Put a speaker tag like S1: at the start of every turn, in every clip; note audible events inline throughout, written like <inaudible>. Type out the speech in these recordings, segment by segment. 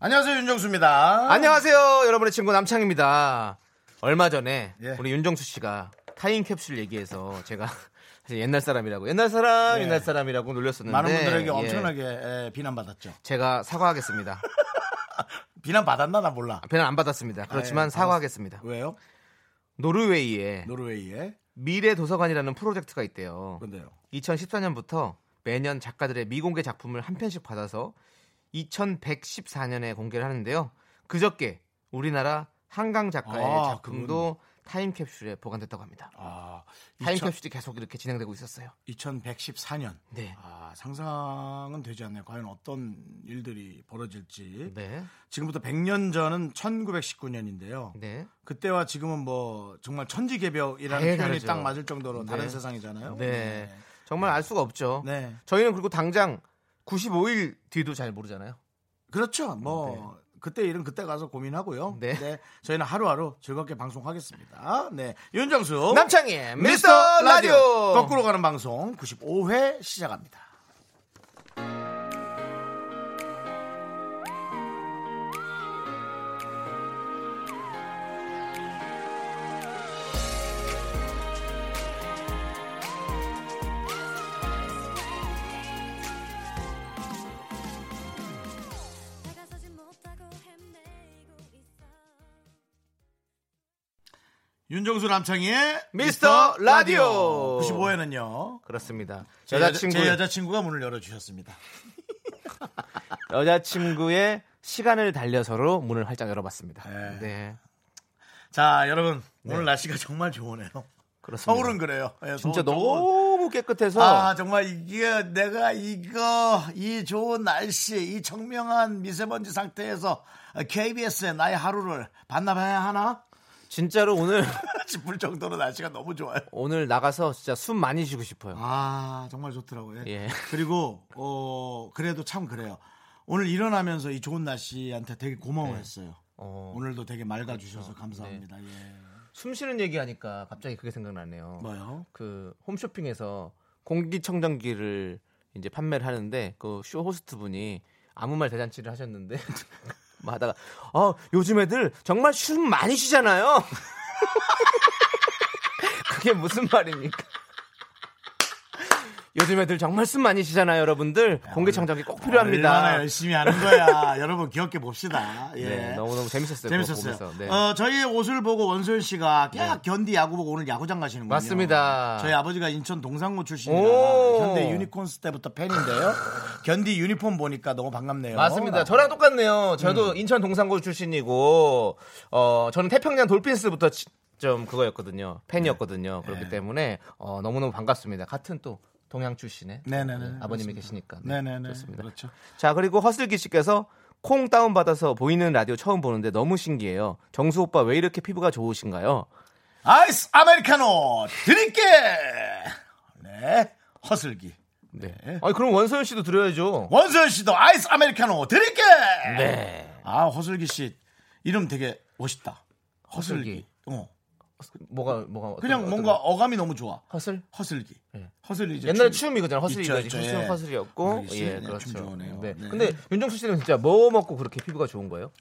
S1: 안녕하세요 윤정수입니다.
S2: 아. 안녕하세요, 여러분의 친구 남창입니다. 얼마 전에
S1: 예.
S2: 우리 윤정수 씨가 타임 캡슐 얘기해서 제가 <laughs> 사실 옛날 사람이라고 옛날 사람
S1: 예.
S2: 옛날 사람이라고 놀렸었는데
S1: 많은 분들에게
S2: 예.
S1: 엄청나게 예, 비난받았죠.
S2: 제가 사과하겠습니다.
S1: 비난 받았나 나 몰라.
S2: 배는 안 받았습니다. 그렇지만
S1: 아, 예,
S2: 사과하겠습니다.
S1: 왜요?
S2: 노르웨이에
S1: 노르웨이에
S2: 미래 도서관이라는 프로젝트가 있대요.
S1: 근데요.
S2: 2014년부터 매년 작가들의 미공개 작품을 한 편씩 받아서 2114년에 공개를 하는데요. 그저께 우리나라 한강 작가의
S1: 아,
S2: 작품도 타임캡슐에 보관됐다고 합니다.
S1: 아,
S2: 타임캡슐이 계속 이렇게 진행되고 있었어요.
S1: 2114년.
S2: 네.
S1: 아, 상상은 되지 않네요. 과연 어떤 일들이 벌어질지.
S2: 네.
S1: 지금부터 100년 전은 1919년인데요.
S2: 네.
S1: 그때와 지금은 뭐 정말 천지개벽이라는
S2: 아예
S1: 표현이
S2: 다르죠.
S1: 딱 맞을 정도로
S2: 네.
S1: 다른 세상이잖아요.
S2: 네. 정말 알 수가 없죠.
S1: 네.
S2: 저희는 그리고 당장 95일 뒤도 잘 모르잖아요.
S1: 그렇죠. 뭐 그때 일은 그때 가서 고민하고요.
S2: 네.
S1: 저희는 하루하루 즐겁게 방송하겠습니다. 네. 윤정수
S2: 남창희의 어? 미스터 라디오.
S1: 거꾸로 가는 방송 95회 시작합니다.
S3: 다가서지 못하고 헤매고 있어
S1: 윤정수 남창희의
S2: 미스터 라디오.
S1: 95회는요.
S2: 그렇습니다.
S1: 제
S2: 여자친구
S1: 제 여자친구가 문을 열어주셨습니다.
S2: 여자친구의 시간을 달려서로 문을 활짝 열어봤습니다.
S1: 네.
S2: 네.
S1: 자, 여러분 오늘 날씨가 정말 좋으네요.
S2: 그렇습니다.
S1: 서울은 그래요. 예, 서울
S2: 진짜
S1: 정말-
S2: 너무 깨끗해서
S1: 아 정말 이게 내가 이거 이 좋은 날씨 이 청명한 미세먼지 상태에서 KBS에 나의 하루를 반납해야 하나 <laughs>
S2: 진짜로 오늘
S1: 싶을 정도로 날씨가 너무 좋아요.
S2: 오늘 나가서 진짜 숨 많이 쉬고 싶어요.
S1: 아 정말 좋더라고요.
S2: 예.
S1: 그리고 어 그래도 참 그래요. 오늘 일어나면서 이 좋은 날씨한테 되게 네. 고마워했어요. 그렇죠.
S2: 어,
S1: 오늘도 되게 맑아주셔서 감사합니다. 예.
S2: 숨 쉬는 얘기하니까 갑자기 그게 생각나네요.
S1: 뭐요?
S2: 그 홈쇼핑에서 공기청정기를 이제 판매를 하는데 그 쇼 호스트 분이 아무 말 대잔치를 하셨는데 <laughs> 뭐 하다가 어 요즘 애들 정말 숨 많이 쉬잖아요. <laughs> 그게 무슨 말입니까? <laughs> 요즘 애들 정말 숨 많이 쉬잖아요, 여러분들. 공기청정기 꼭
S1: 얼마나
S2: 필요합니다.
S1: 열심히 하는 거야. <laughs> 여러분 귀엽게 봅시다. 예.
S2: 네, 너무너무 재밌었어요. 그거
S1: 재밌었어요.
S2: 보면서. 네.
S1: 어, 저희의 옷을 보고 원소연 씨가 야 견디 야구 보고 오늘 야구장 가시는군요.
S2: 맞습니다.
S1: 저희 아버지가 인천 동상고 출신이라
S2: 오.
S1: 현대 유니콘스 때부터 팬인데요. 견디 유니폼 보니까 너무 반갑네요.
S2: 맞습니다. 저랑 똑같네요. 저도
S1: 음.
S2: 인천 동산고 출신이고, 어, 저는 태평양 돌핀스부터 치- 좀 그거였거든요. 팬이었거든요.
S1: 네.
S2: 그렇기 때문에, 어, 너무너무 반갑습니다. 같은 또 동양 출신의
S1: 네네네.
S2: 아버님이
S1: 그렇습니다.
S2: 계시니까. 네,
S1: 네네네.
S2: 좋습니다.
S1: 그렇죠.
S2: 자, 그리고 허슬기 씨께서 콩 다운받아서 보이는 라디오 처음 보는데 너무 신기해요. 정수 오빠 왜 이렇게 피부가 좋으신가요?
S1: 아이스 아메리카노 드릴게. 네. 허슬기.
S2: 네. 아니, 그럼 원서연 씨도 드려야죠.
S1: 원소연 씨도 아이스 아메리카노 드릴게.
S2: 네.
S1: 아 허슬기 씨 이름 되게 멋있다. 허슬기.
S2: 허슬기.
S1: 어.
S2: 뭐가, 뭐가. 어떤-
S1: 그냥
S2: 어떤-
S1: 뭔가 어감이 너무 좋아.
S2: 허슬?
S1: 허슬기. 허슬이 이제
S2: 옛날
S1: 춤-
S2: 춤이거든요. 허슬이
S1: 있죠,
S2: 거지.
S1: 있죠,
S2: 허슬
S1: 예.
S2: 허슬이었고.
S1: 그러겠지.
S2: 예,
S1: 네, 춤
S2: 그렇죠.
S1: 좋으네요.
S2: 네.
S1: 네.
S2: 근데 윤정수 씨는 진짜 뭐 먹고 그렇게 피부가 좋은 거예요?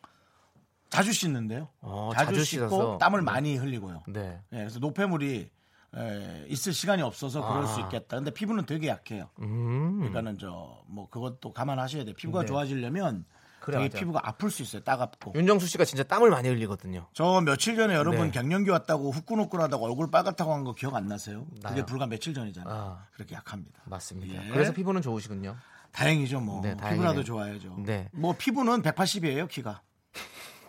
S1: 자주 씻는데요.
S2: 어,
S1: 자주,
S2: 자주
S1: 씻고
S2: 씻어서.
S1: 땀을 많이 흘리고요.
S2: 네.
S1: 예, 그래서 노폐물이 에, 있을 시간이 없어서 그럴
S2: 아. 음.
S1: 수 있겠다. 근데 피부는 되게 약해요. 그러니까는 저 뭐 그것도 감안하셔야 돼. 요 피부가
S2: 네.
S1: 좋아지려면
S2: 그래,
S1: 되게
S2: 맞아.
S1: 피부가 아플 수 있어요. 따갑고.
S2: 윤정수 씨가 진짜 땀을 많이 흘리거든요.
S1: 저 며칠 전에 여러분
S2: 네.
S1: 갱년기 왔다고 후끈후끈하다고 얼굴 빨갛다고 한 거 기억 안 나세요? 그게
S2: 나요.
S1: 불과 며칠 전이잖아요.
S2: 아.
S1: 그렇게 약합니다.
S2: 맞습니다.
S1: 예.
S2: 그래서 피부는 좋으시군요. <laughs>
S1: 다행이죠 뭐
S2: 네,
S1: 피부라도
S2: 다행이네요.
S1: 좋아야죠.
S2: 네.
S1: 뭐 피부는 180이에요 키가.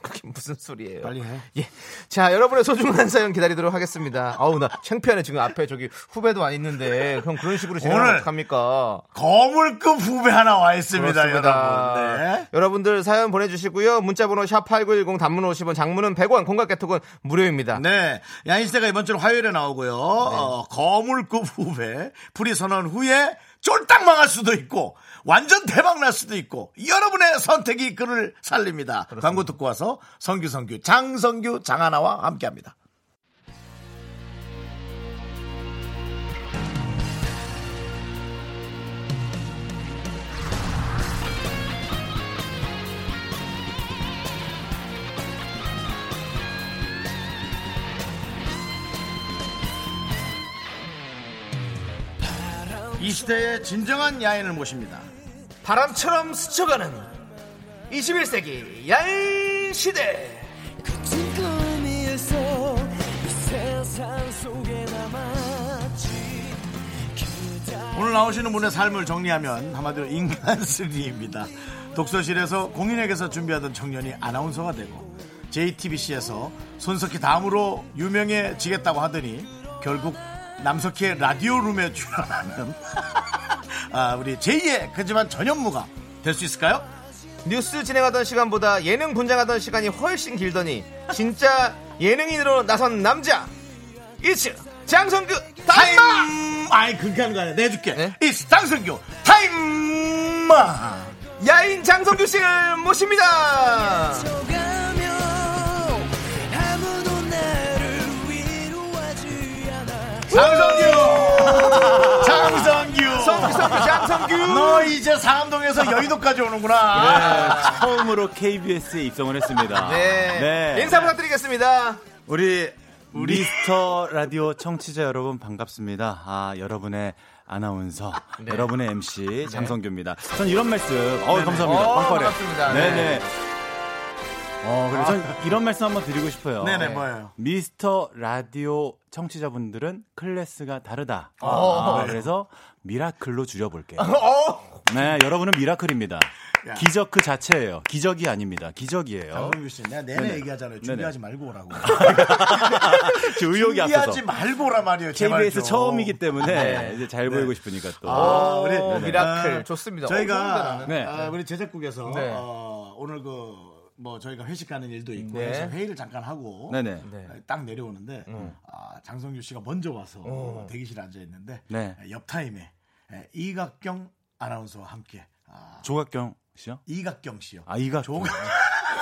S2: 그게 무슨 소리예요?
S1: 빨리 해.
S2: 예. 자, 여러분의 소중한 사연 기다리도록 하겠습니다. 아우, 나 창피하네. 지금 앞에 저기 후배도 안 있는데, 형 그런 식으로
S1: 오늘
S2: 진행하면 어떡합니까?
S1: 거물급 후배 하나 와 있습니다,
S2: 그렇습니다.
S1: 여러분. 네.
S2: 여러분들 사연 보내주시고요. 문자번호 샵8910 단문 50원, 장문은 100원, 공각개톡은 무료입니다.
S1: 네. 양인세가 이번 주 화요일에 나오고요. 어, 거물급 후배, 불이 선언 후에 쫄딱 망할 수도 있고, 완전 대박 날 수도 있고, 여러분의 선택이 그를 살립니다. 광고 듣고 와서 성규성규, 장성규, 장하나와 함께 합니다. 이 시대의 진정한 야인을 모십니다.
S2: 바람처럼 스쳐가는 21세기 야인 시대.
S1: 오늘 나오시는 분의 삶을 정리하면 한마디로 인간 <laughs> 쓰리입니다. 독서실에서 공인에게서 준비하던 청년이 아나운서가 되고 JTBC에서 손석희 다음으로 유명해지겠다고 하더니 결국 남석희의 라디오룸에 출연하는 <laughs> 아, 우리 제2의 그지만 전현무가 될 수 있을까요?
S2: 뉴스 진행하던 시간보다 예능 분장하던 시간이 훨씬 길더니 진짜 예능인으로 나선 남자 이츠 장성규 다이마
S1: 타임! 아이, 그렇게 하는 거 아니야. 내줄게.
S2: 네?
S1: 이스 장성규 타임!
S2: 야인 장성규 씨를 모십니다.
S1: <laughs> 장성규! 장성규!
S2: 성규 성규 장성규
S1: 너 어, 이제
S4: <laughs>
S1: 상암동에서 여의도까지 오는구나.
S4: 처음으로 KBS에 입성을 했습니다.
S2: <laughs> 네.
S4: 아, 네.
S2: 인사 부탁드리겠습니다.
S4: 우리 우리 미스터 라디오 청취자 여러분 반갑습니다. 아 여러분의
S2: <laughs>
S4: 아나운서,
S2: 네.
S4: 여러분의 MC 장성규입니다. 전 이런 말씀, 어 감사합니다.
S2: 어,
S4: 빵빠레.
S2: 반갑습니다.
S4: 네네.
S2: 네.
S4: 어 그리고 전 이런 말씀 한번 드리고 싶어요.
S1: 아, 네네 뭐예요?
S4: 미스터 라디오 청취자분들은 클래스가 다르다. 아, 그래서 미라클로 줄여볼게요. 네, 여러분은 미라클입니다.
S1: 어? 야.
S4: 기적 그 자체예요. 기적이 아닙니다. 기적이에요.
S1: 장동규 씨, 내가 내내
S4: 어? 네네.
S1: 얘기하잖아요.
S4: 네네.
S1: 준비하지 말고 오라고.
S4: 저 의욕이 앞서서.
S1: 준비하지 말고 오라 말이에요. 그 제발
S4: KBS
S1: 좀.
S4: 처음이기 때문에 어,
S2: 네.
S4: 이제 잘 보이고 싶으니까 또.
S1: 아, 우리
S2: 오, 미라클.
S1: 아,
S2: 좋습니다.
S1: 저희가
S2: 어,
S4: 네.
S1: 아, 우리 제작국에서
S2: 네.
S1: 어, 오늘 그 뭐 저희가 회식 가는 일도 있고
S2: 네.
S1: 해서 회의를 잠깐 하고
S4: 네네. 음.
S2: 네.
S1: 아, 딱 내려오는데 아, 장성규 씨가 먼저 와서 대기실에 앉아 있는데
S4: 네.
S1: 옆 타임에 에, 이각경 아나운서와 함께 아,
S4: 조각경 씨요?
S1: 이각경 씨요.
S4: 아, 이각경.
S1: <laughs>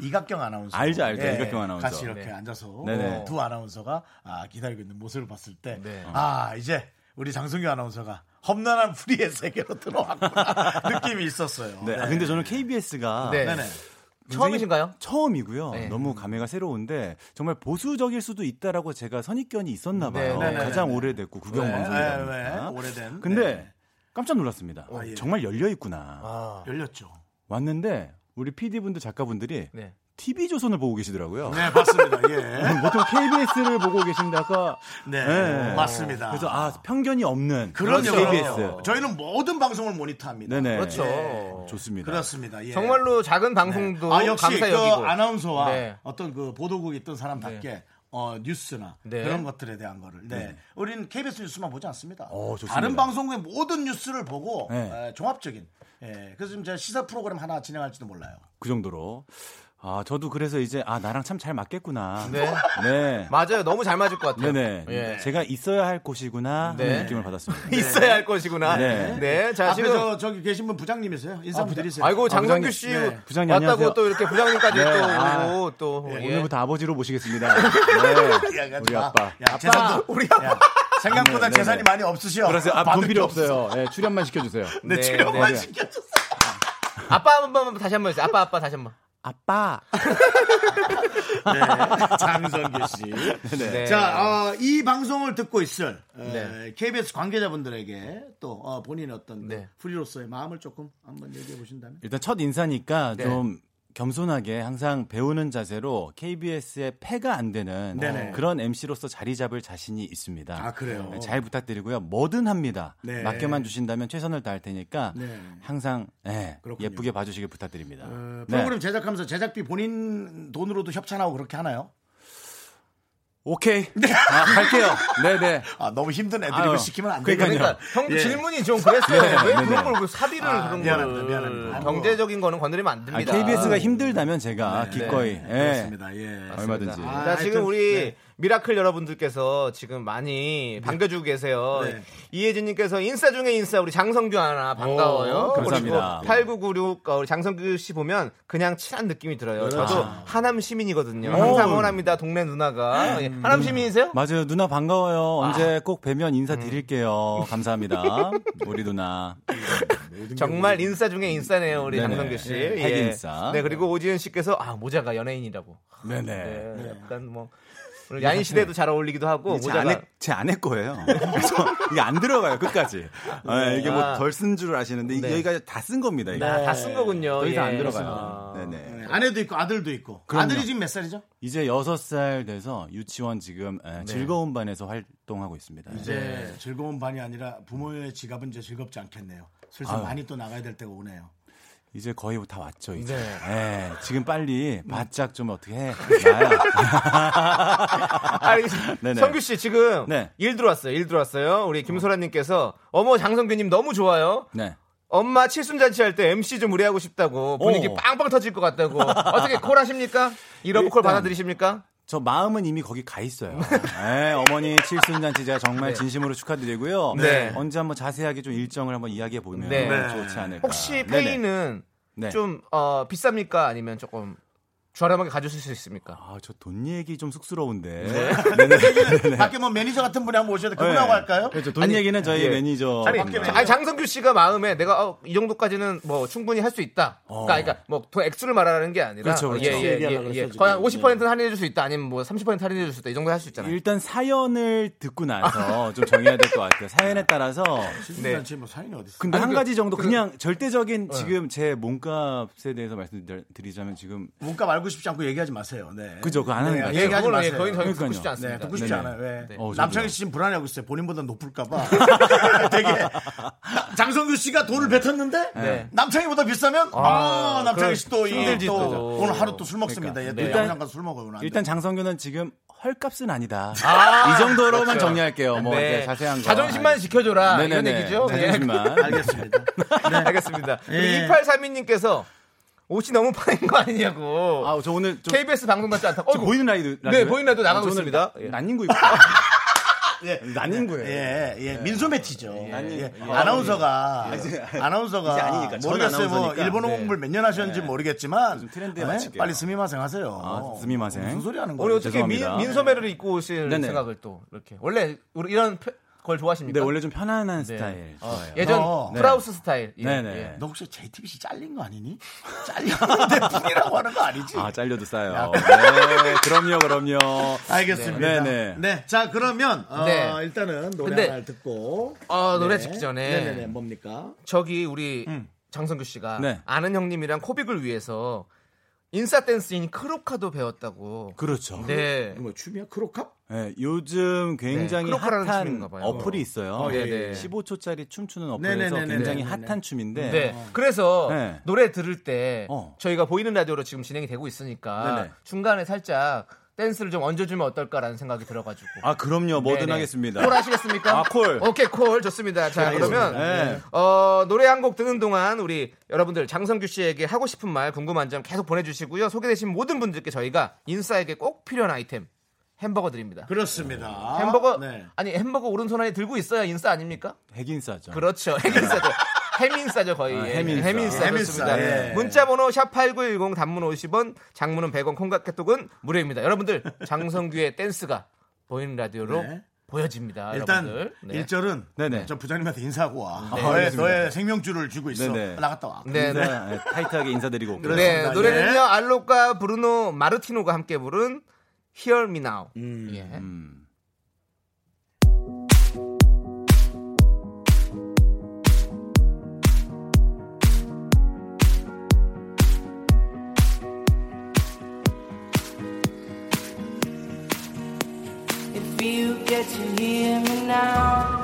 S1: 이각경 아나운서. 예,
S4: 알죠, 알죠. 이각경 아나운서.
S1: 같이 이렇게
S2: 네.
S1: 앉아서
S4: 네네.
S1: 두 아나운서가 아, 기다리고 있는 모습을 봤을 때,
S2: 네.
S1: 아, 이제 우리 장성규 아나운서가 험난한 프리의 세계로 들어왔구나. <laughs> 느낌이 있었어요.
S4: 네. 아, 근데 저는 KBS가
S2: 네.
S1: 네네.
S2: 처음이신가요?
S4: 처음이고요.
S2: 네.
S4: 너무 감회가 새로운데 정말 보수적일 수도 있다라고 제가 선입견이 있었나 봐요.
S2: 네, 네, 네,
S4: 가장
S1: 네.
S4: 오래됐고
S1: 네,
S4: 국영
S1: 네,
S4: 방송이다
S1: 네.
S4: 보니까.
S1: 오래된.
S4: 근데
S1: 네.
S4: 깜짝 놀랐습니다.
S1: 아, 예.
S4: 정말 열려 있구나.
S2: 아,
S1: 열렸죠.
S4: 왔는데 우리 PD분들 작가분들이
S2: 네.
S4: TV 조선을 보고 계시더라고요.
S1: 네, 맞습니다. 예.
S4: <laughs> 보통 KBS를 보고 계신데 아까
S1: 네,
S4: 네.
S1: 맞습니다.
S4: 그래서 아 편견이 없는
S1: 그럼요.
S4: KBS.
S1: 저희는 모든 방송을 모니터합니다.
S4: 네네.
S2: 그렇죠.
S4: 좋습니다.
S1: 그렇습니다. 예.
S2: 정말로 작은 방송도
S1: 아 역시 그
S2: 감사역이고
S1: 아나운서와
S2: 네.
S1: 어떤 그 보도국에 있던 사람답게 어, 뉴스나
S2: 네.
S1: 그런 것들에 대한 거를 네. 우리는 KBS 뉴스만 보지 않습니다.
S4: 어, 좋습니다.
S1: 다른 방송의 모든 뉴스를 보고
S4: 네.
S1: 에, 종합적인 예, 그래서 지금 제가 시사 프로그램 하나 진행할지도 몰라요.
S4: 그 정도로. 아 저도 그래서 이제 아 나랑 참 잘 맞겠구나.
S2: 네.
S4: 네.
S2: 맞아요. 너무 잘 맞을 것 같아요.
S4: 네네.
S2: 예.
S4: 제가 있어야 할 곳이구나
S2: 네.
S4: 하는 느낌을
S2: <laughs>
S4: 받았습니다.
S1: 예.
S2: 있어야 할 것이구나. 네.
S4: 네.
S2: 자,
S1: 앞에
S2: 지금
S1: 저 저기 계신 분 부장님이세요? 인사 한번 드리세요.
S2: 아이고 장성규
S4: 부장님.
S2: 씨
S1: 네.
S4: 부장님,
S2: 왔다고
S4: 안녕하세요.
S2: 또 이렇게 부장님까지
S4: 네, 아.
S2: 또 오고 또 예.
S4: 오늘부터 아버지로
S1: <laughs>
S4: 모시겠습니다. 네.
S1: 야, 야,
S4: 우리
S1: 야,
S4: 아빠.
S1: 야, 재산도
S2: 우리
S1: 야, 생각보다
S4: 네, 네,
S1: 재산이
S4: 네.
S1: 많이 없으시오.
S4: 그래서 아, 돈
S1: 받을
S4: 필요
S1: 게 없어.
S4: 없어요. 예, 출연만 시켜주세요.
S1: 네,
S2: 네,
S1: 출연만
S2: 네.
S1: 시켜줬어.
S2: 아빠 한 번 다시 한 번 해주세요. 아빠 아빠 다시 한 번.
S4: 아빠.
S1: 네, <laughs> 장성규 씨.
S2: 네.
S1: 자, 어, 이 방송을 듣고 있을 어,
S2: 네.
S1: KBS 관계자분들에게 또 어, 본인의 어떤
S2: 네.
S1: 프리로서의 마음을 조금 한번 얘기해 보신다면.
S4: 일단 첫 인사니까
S2: 네.
S4: 좀 겸손하게 항상 배우는 자세로 KBS의 패가 안 되는
S1: 네네.
S4: 그런 MC로서 자리 잡을 자신이 있습니다.
S1: 아, 그래요?
S4: 네, 잘 부탁드리고요. 뭐든 합니다.
S1: 네.
S4: 맡겨만 주신다면 최선을 다할 테니까
S1: 네.
S4: 항상 예,
S1: 그렇군요.
S4: 예쁘게 봐주시길 부탁드립니다.
S1: 어,
S4: 네.
S1: 프로그램 제작하면서 제작비 본인 돈으로도 협찬하고 그렇게 하나요?
S4: 오케이.
S1: 네.
S4: 아, 갈게요. 네네.
S1: 아 너무 힘든 애드립을
S4: 아유,
S1: 시키면 안
S4: 그러니까요.
S1: 되거든요.
S2: 그러니까 형
S1: 예.
S2: 질문이 좀 그랬어요. 왜
S4: 네, 네.
S2: 그런 걸 그 사비를
S1: 아,
S2: 그런
S1: 미안합니다,
S2: 걸
S1: 미안합니다.
S2: 경제적인 거는 건드리면 안
S4: 아,
S2: 됩니다.
S4: KBS가 힘들다면 제가 기꺼이 예,
S1: 그렇습니다. 예.
S4: 얼마든지.
S2: 자,
S1: 아, 하여튼,
S2: 지금 우리
S1: 네.
S2: 미라클 여러분들께서 지금 많이 반겨주고 계세요.
S1: 네.
S2: 이혜진님께서 인싸 중에 인싸 우리 장성규 하나 반가워요.
S1: 오,
S4: 감사합니다.
S2: 8996 우리 장성규 씨 보면 그냥 친한 느낌이
S4: 네.
S2: 들어요. 저도
S4: 아.
S2: 하남 시민이거든요.
S4: 음.
S2: 항상 원합니다 동네 누나가 예, 하남 시민이세요?
S4: 맞아요. 누나 반가워요. 언제 꼭 뵈면 인사드릴게요. <laughs> 감사합니다. 우리 누나.
S1: 음.
S2: 정말 인싸 중에 인싸네요 우리
S4: 네네.
S2: 장성규 씨.
S4: 예, 핵인싸.
S2: 네 그리고 오지은 씨께서 아 모자가 연예인이라고.
S4: 네네.
S2: 네, 약간 뭐 오늘 야인 시대도 잘 어울리기도 하고
S4: 제 안에
S2: 모자가
S4: 제 안에 거예요. <laughs> 그래서 이게 안 들어가요 끝까지. 아, 네. 이게 뭐
S2: 아.
S4: 덜 쓴 줄 아시는데 이게
S2: 네.
S4: 여기가 다 쓴 겁니다. 이게.
S2: 다 쓴 거군요.
S4: 더 이상
S2: 예.
S4: 안
S2: 아.
S4: 들어가요. 네네.
S1: 네, 아내도 있고 아들도 있고.
S4: 그럼요.
S1: 아들이 지금 몇 살이죠?
S4: 이제 여섯 살 돼서 유치원 지금 에, 즐거운 반에서 활동하고 있습니다.
S1: 이제 예, 즐거운 반이 아니라 부모의 지갑은 이제 즐겁지 않겠네요. 슬슬 많이 또 나가야 될 때가 오네요.
S4: 이제 거의 다 왔죠 이제.
S2: 네.
S4: 예, 지금 빨리 바짝 좀 어떻게 <laughs> 해. 놔야.
S2: 아니,
S4: <laughs> 네네.
S2: 성규 씨 지금
S4: 네.
S2: 일 들어왔어요. 일 들어왔어요. 우리 김소라님께서 어머 장성규님 너무 좋아요.
S4: 네.
S2: 엄마 칠순잔치 할 때 MC 좀 의뢰하고 싶다고 분위기
S4: 오.
S2: 빵빵 터질 것 같다고 어떻게 콜 하십니까? 이런 콜
S4: 일단
S2: 받아들이십니까?
S4: 저 마음은 이미 거기 가 있어요. 네, 어머니 칠순잔치 제가 정말
S2: 네.
S4: 진심으로 축하드리고요.
S2: 네.
S4: 언제 한번 자세하게 좀 일정을 한번 이야기해 보면
S2: 네.
S4: 좋지 않을까.
S2: 혹시
S4: 아, 네네.
S2: 페이는
S4: 네.
S2: 좀 어, 비쌉니까? 아니면 조금 저렴하게 가주실 수 있습니까?
S4: 아, 저 돈 얘기 좀 쑥스러운데.
S2: 네.
S4: <laughs>
S1: 네. <laughs> 밖에 뭐 매니저 같은 분이 한번 오셔도 그분하고 할까요?
S4: 그렇죠. 돈
S2: 아니,
S4: 얘기는 저희
S2: 예.
S4: 매니저.
S2: 아니,
S4: 분과.
S2: 아니, 장성규 씨가 마음에 내가 어, 이 정도까지는 뭐 충분히 할 수 있다.
S4: 어.
S2: 그러니까, 그러니까 뭐돈 액수를 말하는 게 아니라
S4: 그렇죠, 그렇죠.
S2: 예, 예, 예, 예. 거의 한 50% 할인해 줄 수 있다. 아니면 뭐 30% 할인해 줄 수 있다. 이 정도 할 수 있잖아요.
S4: 일단 사연을 듣고 나서 좀 정해야 될 것 같아요. 사연에 따라서.
S1: 칠순잔치 뭐 사연이 어디 있어?
S4: 근데
S2: 아니,
S4: 한
S2: 그- 네.
S4: 가지 정도 그냥 절대적인 지금 제 몸값에 대해서 말씀드리자면 지금
S1: 문값 알고 싶지 않고 얘기하지 마세요. 네.
S4: 그죠, 그거 안 하는
S1: 네,
S4: 거죠.
S1: 얘기하지
S2: 그거는
S1: 마세요.
S2: 예, 거긴 저희 듣고
S4: 그러니까요.
S2: 싶지
S1: 네,
S2: 않습니다.
S1: 듣고 싶지
S4: 네네.
S1: 않아요. 예.
S4: 네. 어, 저도요.
S1: 남창희 씨 지금 불안해하고 있어요. 본인보다 높을까봐. <laughs> 되게 장성규 씨가 돈을 뱉었는데
S2: 네.
S1: 남창희보다 비싸면 아,
S2: 아,
S1: 남창희
S2: 그럴-
S1: 씨또
S2: 힘들지 또.
S1: 오늘 하루 또 술 먹습니다.
S2: 그러니까.
S1: 예, 또
S2: 네.
S1: 일단 잠깐 술 먹어요. 오늘 안
S4: 일단 장성규는 지금 헐값은 아니다.
S2: 아,
S4: 이 정도로만
S2: 그렇죠.
S4: 정리할게요. 뭐 이제 자세한 거. 아, 예.
S2: 자존심만 지켜줘라 이런
S4: 네네네.
S2: 얘기죠. <laughs>
S4: 자존심만.
S1: 돼요. 알겠습니다.
S2: 네. 알겠습니다.
S1: 예.
S2: 2832님께서 옷이 너무 파인 거 아니냐고.
S4: 아, 저 오늘 좀
S2: KBS 방송 같지 않다.
S4: 저 보이는 라이드
S2: 네, 보이는 라디오 나가고 있습니다. 예. <laughs>
S4: 난닝구 입고.
S1: 예.
S4: 난닝구예요.
S1: 예, 예, 민소 매티죠.
S4: 아니,
S1: 예. 아나운서가, 아나운서가,
S4: 예. 이제 아니니까, 전
S1: 모르겠어요. 뭐,
S4: 아나운서니까.
S1: 일본어
S4: 네.
S1: 공부를 몇 년 하셨는지 모르겠지만,
S4: 요즘 트렌드에
S1: 네,
S4: 맞출게요.
S1: 빨리 스미마생 하세요.
S4: 아, 스미마셍.
S1: 무슨 소리 하는 거예요?
S2: 오늘 어떻게 민,
S4: 죄송합니다.
S2: 민소매를 입고 오실
S4: 네네.
S2: 생각을 또 이렇게 원래 우리 이런 펴- 걸 좋아하십니까?
S4: 근데 원래 좀 편안한
S2: 네.
S4: 스타일
S2: 어,
S4: 좋아해요.
S2: 예전
S1: 어.
S2: 프라우스 스타일. 예,
S4: 네네.
S2: 예.
S1: 너 혹시 JTBC 잘린 거 아니니? 잘렸는데 <laughs> 뿐이라고 하는 거 아니지?
S4: 아, 잘려도 싸요. 네, 그럼요, 그럼요.
S1: 알겠습니다.
S4: 네,
S1: 네,
S4: 네.
S1: 자, 그러면, 어,
S2: 네.
S1: 일단은 노래
S2: 근데-
S1: 하나 듣고.
S2: 어, 노래 듣기 전에.
S1: 네네네, 뭡니까?
S2: 저기 우리 장성규 씨가
S4: 음. 네.
S2: 아는 형님이랑 코빅을 위해서 인싸 댄스인 크로카도 배웠다고.
S4: 그렇죠.
S2: 네.
S1: 이거 뭐 춤이야? 크로캅?
S4: 네, 요즘 굉장히
S2: 네, 크로커라는
S4: 핫한
S2: 춤인가 봐요.
S4: 어플이 있어요.
S2: 어, 예, 네.
S4: 15초짜리 춤추는
S1: 네,
S4: 어플에서
S1: 네, 네,
S4: 굉장히
S1: 네, 네, 네.
S4: 핫한 춤인데
S2: 네. 그래서
S4: 네.
S2: 노래 들을 때
S4: 어.
S2: 저희가 보이는 라디오로 지금 진행이 되고 있으니까
S4: 네네.
S2: 중간에 살짝 댄스를 좀 얹어주면 어떨까라는 생각이 들어가지고.
S4: 아 그럼요, 뭐든
S2: 네네.
S4: 하겠습니다.
S2: 콜 하시겠습니까?
S4: 아, 콜.
S2: 오케이, 콜. 좋습니다. 자,
S1: 알겠습니다.
S2: 그러면
S4: 네.
S2: 어, 노래 한 곡 듣는 동안 우리 여러분들 장성규 씨에게 하고 싶은 말, 궁금한 점 계속 보내주시고요. 소개되신 모든 분들께 저희가 인싸에게 꼭 필요한 아이템 햄버거 드립니다.
S1: 그렇습니다.
S2: 햄버거
S1: 네.
S2: 아니 햄버거 오른손 안에 들고 있어야 인싸 아닙니까?
S4: 핵인싸죠.
S1: 아.
S2: 그렇죠. 해민싸죠. 해민싸죠 거의.
S4: 아,
S2: 예.
S4: 해민싸.
S2: 해민싸.
S1: 해민싸,
S2: 좋습니다.
S1: 예.
S2: 문자번호 샵 #8910 단문 50원, 장문은 100원, 콩깍개톡은 무료입니다. 여러분들 장성규의 댄스가 보이는 라디오로
S1: 네.
S2: 보여집니다.
S1: 일단
S2: 여러분들. 네.
S1: 일절은
S4: 네네.
S1: 저 부장님한테 인사하고 와.
S4: 네,
S1: 너의,
S4: 알겠습니다.
S1: 너의 생명줄을 쥐고 있어.
S4: 네네.
S1: 나갔다 와.
S2: 네, 네.
S4: 인사, 네, 타이트하게 인사드리고 올게요.
S2: 네,
S1: 그렇습니다.
S2: 노래는요
S1: 예.
S2: 알록과 브루노 마르티노가 함께 부른 Hear Me Now. 예.
S4: 네.
S5: get to hear me now.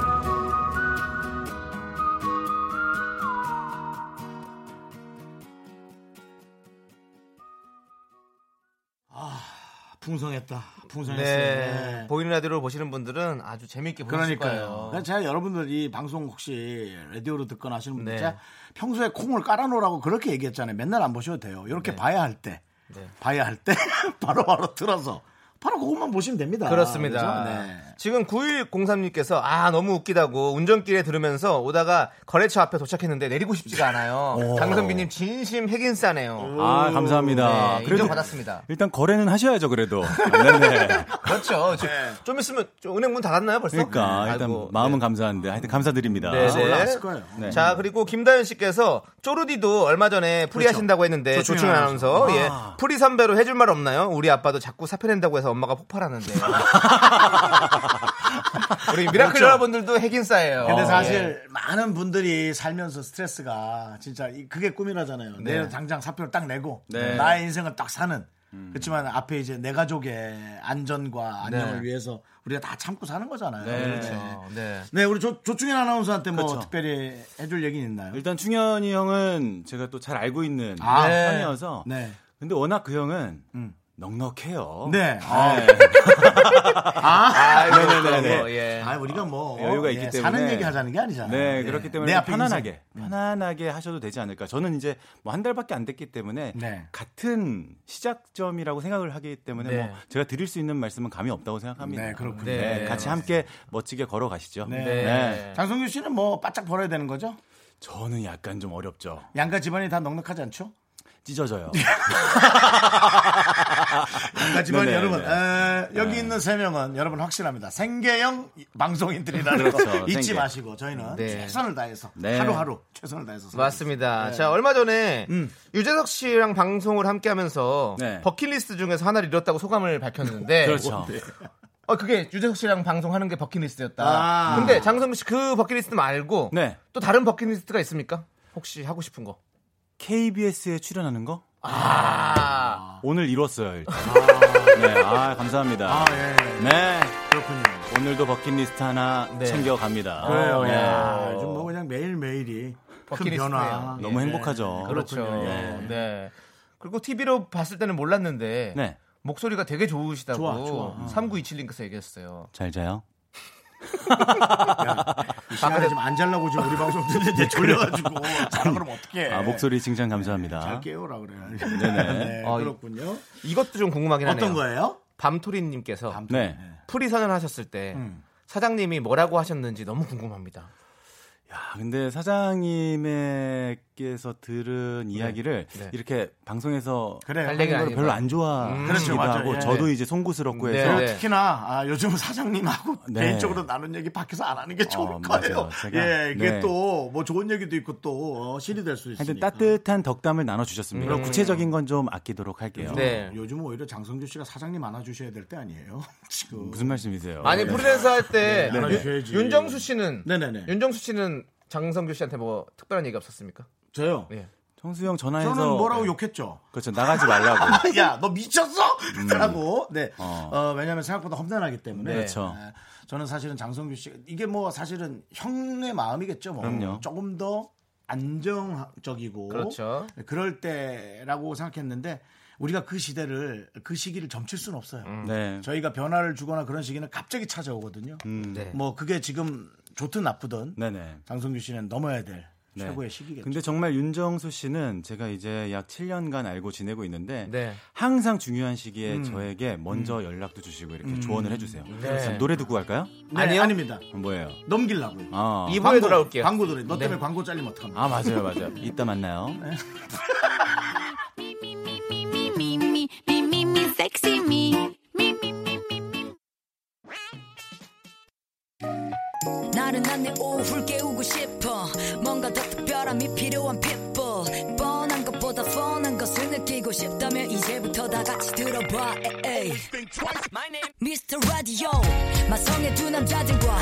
S1: 풍성했다. 풍성했어요.
S2: 네.
S1: 네.
S2: 보이는 라디오를 보시는 분들은 아주 재밌게 보실
S1: 그러니까요.
S2: 거예요.
S1: 그러니까 제가 여러분들 이 방송 혹시 라디오로 듣거나 하시는 분들
S2: 네.
S1: 제가 평소에 콩을 깔아놓으라고 그렇게 얘기했잖아요. 맨날 안 보셔도 돼요. 이렇게 봐야 할 때,
S2: 네.
S1: 봐야 할 때 <laughs> 바로바로 틀어서 바로 그것만 보시면 됩니다.
S2: 그렇습니다.
S1: 그래서, 네.
S2: 지금 9103님께서 아 너무 웃기다고 운전길에 들으면서 오다가 거래처 앞에 도착했는데 내리고 싶지가 않아요. 강선비님 진심 핵인 싸네요.
S4: 아, 감사합니다.
S2: 네,
S4: 그래도
S2: 인정받았습니다.
S4: 일단 거래는
S2: <laughs>
S4: 하셔야죠, 그래도. 네네.
S2: 그렇죠. 지금 좀 있으면 좀 은행 문 닫았나요 벌써?
S4: 그러니까
S2: 네,
S4: 일단
S2: 아이고,
S4: 마음은 감사한데 하여튼 감사드립니다.
S2: 네, 네.
S1: 올라갔을 거예요.
S4: 네.
S2: 자 그리고 김다현 씨께서 쪼르디도 얼마 전에 프리 하신다고 했는데
S1: 조충현
S2: 조충현 아나운서
S1: 아나운서.
S2: 예
S4: 아.
S2: 프리 선배로 해줄 말 없나요? 우리 아빠도 자꾸 사표낸다고 해서 엄마가 폭발하는데 우리 미라클 여러분들도 핵인싸예요.
S1: 근데
S2: 어, 예.
S1: 사실 많은 분들이 살면서 스트레스가 진짜 이- 그게 꿈이라잖아요. 내일 당장 사표를 딱 내고
S4: 네. 음.
S1: 나의 인생을 딱 사는. 그렇지만 앞에 이제 내 가족의 안전과
S4: 네.
S1: 안녕을 위해서 우리가 다 참고 사는 거잖아요. 네.
S2: 어, 네.
S1: 네, 우리 조, 조충현 아나운서한테 뭐
S4: 그렇죠.
S1: 특별히 해줄 얘기는 있나요?
S4: 일단 충현이 형은 제가 또 잘 알고 있는
S1: 아, 네.
S4: 형이어서
S1: 네.
S4: 근데 워낙 그 형은
S2: 음.
S4: 넉넉해요.
S1: 네.
S4: 아,
S2: 아,
S4: 네, 네.
S2: 뭐, 예.
S1: 아, 우리가 뭐
S4: 여유가 있기
S1: 예,
S4: 때문에.
S1: 사는 얘기 하자는 게 아니잖아요.
S4: 네,
S1: 예.
S4: 그렇기
S1: 내
S4: 때문에
S1: 앞에
S4: 편안하게
S2: 음.
S4: 편안하게 하셔도 되지 않을까. 저는 이제 뭐 한 달밖에 안 됐기 때문에
S1: 네.
S4: 같은 시작점이라고 생각을 하기 때문에
S2: 네.
S4: 뭐 제가 드릴 수 있는 말씀은 감이 없다고 생각합니다.
S1: 네, 그렇군요.
S4: 네,
S2: 네,
S4: 같이 함께 멋지게 걸어가시죠.
S1: 네.
S2: 네.
S1: 장성규 씨는 뭐 바짝 벌어야 되는 거죠?
S4: 저는 약간 좀 어렵죠.
S1: 양가 집안이 다 넉넉하지 않죠?
S4: 찢어져요.
S1: 네. 그러니까 지금
S4: 네네,
S1: 여러분
S4: 네.
S1: 에, 여기 있는 세 명은 여러분 확실합니다. 생계형 방송인들이라는 거
S4: 그렇죠,
S1: 잊지
S4: 생계.
S1: 마시고 저희는
S2: 네.
S1: 최선을 다해서
S4: 네.
S1: 하루하루 최선을 다해서 살고
S2: 맞습니다. 자, 얼마 전에 유재석 씨랑 방송을 함께 하면서
S4: 네.
S2: 버킷리스트 중에서 하나를 잃었다고 소감을 밝혔는데
S4: <laughs> <laughs>
S1: 뭐,
S4: 그렇죠.
S1: 네.
S2: 어, 그게 유재석 씨랑 방송하는 게 버킷리스트였다.
S1: 아.
S2: 근데 장선미 씨 그 버킷리스트 말고
S4: 네.
S2: 또 다른 버킷리스트가 있습니까? 혹시 하고 싶은 거?
S4: KBS에 출연하는 거?
S2: 아.
S4: 오늘 이뤘어요. 일단. 네, 아
S1: 있습니다.
S4: 감사합니다.
S1: 아, 예.
S4: 네,
S1: 그렇군요.
S4: 오늘도 버킷리스트 하나
S2: 네.
S4: 챙겨갑니다.
S1: 그래요.
S4: 네.
S1: 야, 요즘 뭐 그냥 매일 매일이 큰
S2: 버킷리스트네요.
S1: 변화.
S2: 예.
S4: 너무 행복하죠.
S2: 그렇죠.
S1: 아, 예.
S2: 네. 그리고 TV로 봤을 때는 몰랐는데
S4: 네.
S2: 목소리가 되게 좋으시다고
S1: 좋아, 음. 좋아.
S2: 3927님께서 얘기했어요.
S4: 잘 자요.
S1: 이 시간에 지금 안 잘라고 지금 우리 방송 듣는데 졸려가지고 자라 그러면 어떡해.
S4: 아 목소리 칭찬 감사합니다.
S1: 예. 네, 잘 깨우라 그래요. 네네.
S2: 어,
S1: 그렇군요.
S2: 이것도 좀 궁금하긴 하네요.
S1: 어떤 거예요?
S2: 밤토리님께서
S4: 네.
S2: 프리 선언하셨을 때
S1: 음.
S2: 사장님이 뭐라고 하셨는지 너무 궁금합니다.
S4: 야, 아, 근데 사장님께서 들은 이야기를
S2: 네.
S4: 이렇게 방송에서
S1: 그래요.
S2: 할
S4: 하는
S2: 얘기가
S4: 걸
S2: 아니고.
S4: 별로 안 좋아하기도
S1: 그렇죠, 맞아요.
S4: 하고
S1: 예.
S4: 저도 이제 송구스럽고
S2: 네.
S4: 해서
S2: 네.
S1: 특히나 아, 요즘 사장님하고
S4: 네.
S1: 개인적으로 나눈 얘기 밖에서 안 하는 게 좋을
S4: 어, 맞아요.
S1: 거예요.
S4: 제가-
S1: 예, 이게
S4: 네.
S1: 또 뭐 좋은 얘기도 있고 또 어, 실이 될 수
S4: 하여튼
S1: 있으니까. 음.
S4: 따뜻한 덕담을 나눠주셨습니다. 구체적인 건 좀 아끼도록 할게요.
S2: 네.
S1: 어, 요즘 오히려 장성규 씨가 사장님 안아주셔야 될 때 아니에요? <laughs> 지금
S4: 무슨
S1: 어,
S4: 말씀이세요? 네.
S2: 아니
S1: 네.
S2: 프리랜서 할 때
S1: 알아주셔야지.
S2: 윤정수 씨는
S1: 네네네.
S2: 윤정수 씨는 장성규 씨한테 뭐 특별한 얘기 없었습니까?
S1: 저요.
S4: 네.
S2: 예.
S4: 청수형 전화해서
S1: 저는 뭐라고 욕했죠.
S4: 그렇죠 나가지
S1: <laughs>
S4: 말라고.
S1: 야, 너 미쳤어? 라고. 네.
S4: 음. 어.
S1: 어, 왜냐면 생각보다 험난하기 때문에.
S2: 네.
S4: 그렇죠.
S1: 아, 저는 사실은 장성규 씨 이게 뭐 사실은 형의 마음이겠죠. 뭐.
S4: 그럼요.
S1: 조금 더 안정적이고 네,
S2: 그렇죠.
S1: 그럴 때라고 생각했는데 우리가 그 시대를 그 시기를 점칠 수는 없어요.
S2: 음.
S4: 네.
S1: 음. 저희가 변화를 주거나 그런 시기는 갑자기 찾아오거든요.
S2: 네.
S1: 뭐 그게 지금 좋든 나쁘든
S4: 음. 네네.
S1: 장성규 씨는 넘어야 될
S4: 네.
S1: 최고의 시기겠죠.
S4: 근데 정말 윤정수 씨는 제가 이제 약 7년간 알고 지내고 있는데
S2: 네.
S4: 항상 중요한 시기에
S1: 음.
S4: 저에게 먼저 연락도 주시고 이렇게 조언을 해주세요. 그래서 노래 듣고 갈까요?
S1: 네,
S2: 아니요?
S1: 아닙니다.
S4: 뭐예요?
S1: 넘기려고요.
S4: 아,
S2: 이부에
S1: 광고,
S2: 돌아올게요. 네.
S1: 광고 들어. 너 때문에 광고 잘리면 어떡합니까?
S4: 아 맞아요, 맞아요. 이따 만나요.
S1: 네.
S3: me, me, me, me, me, me, sexy me. Me, me, me, me, me.
S6: 나른한 내 오후를 깨우고 싶어 뭔가 더 특별함이 필요한 people 뻔한 것보다 뻔한 것을 느끼고 싶다면 이제부터 다 같이 들어봐 에이. Mr. Radio 마성의 두 남자들과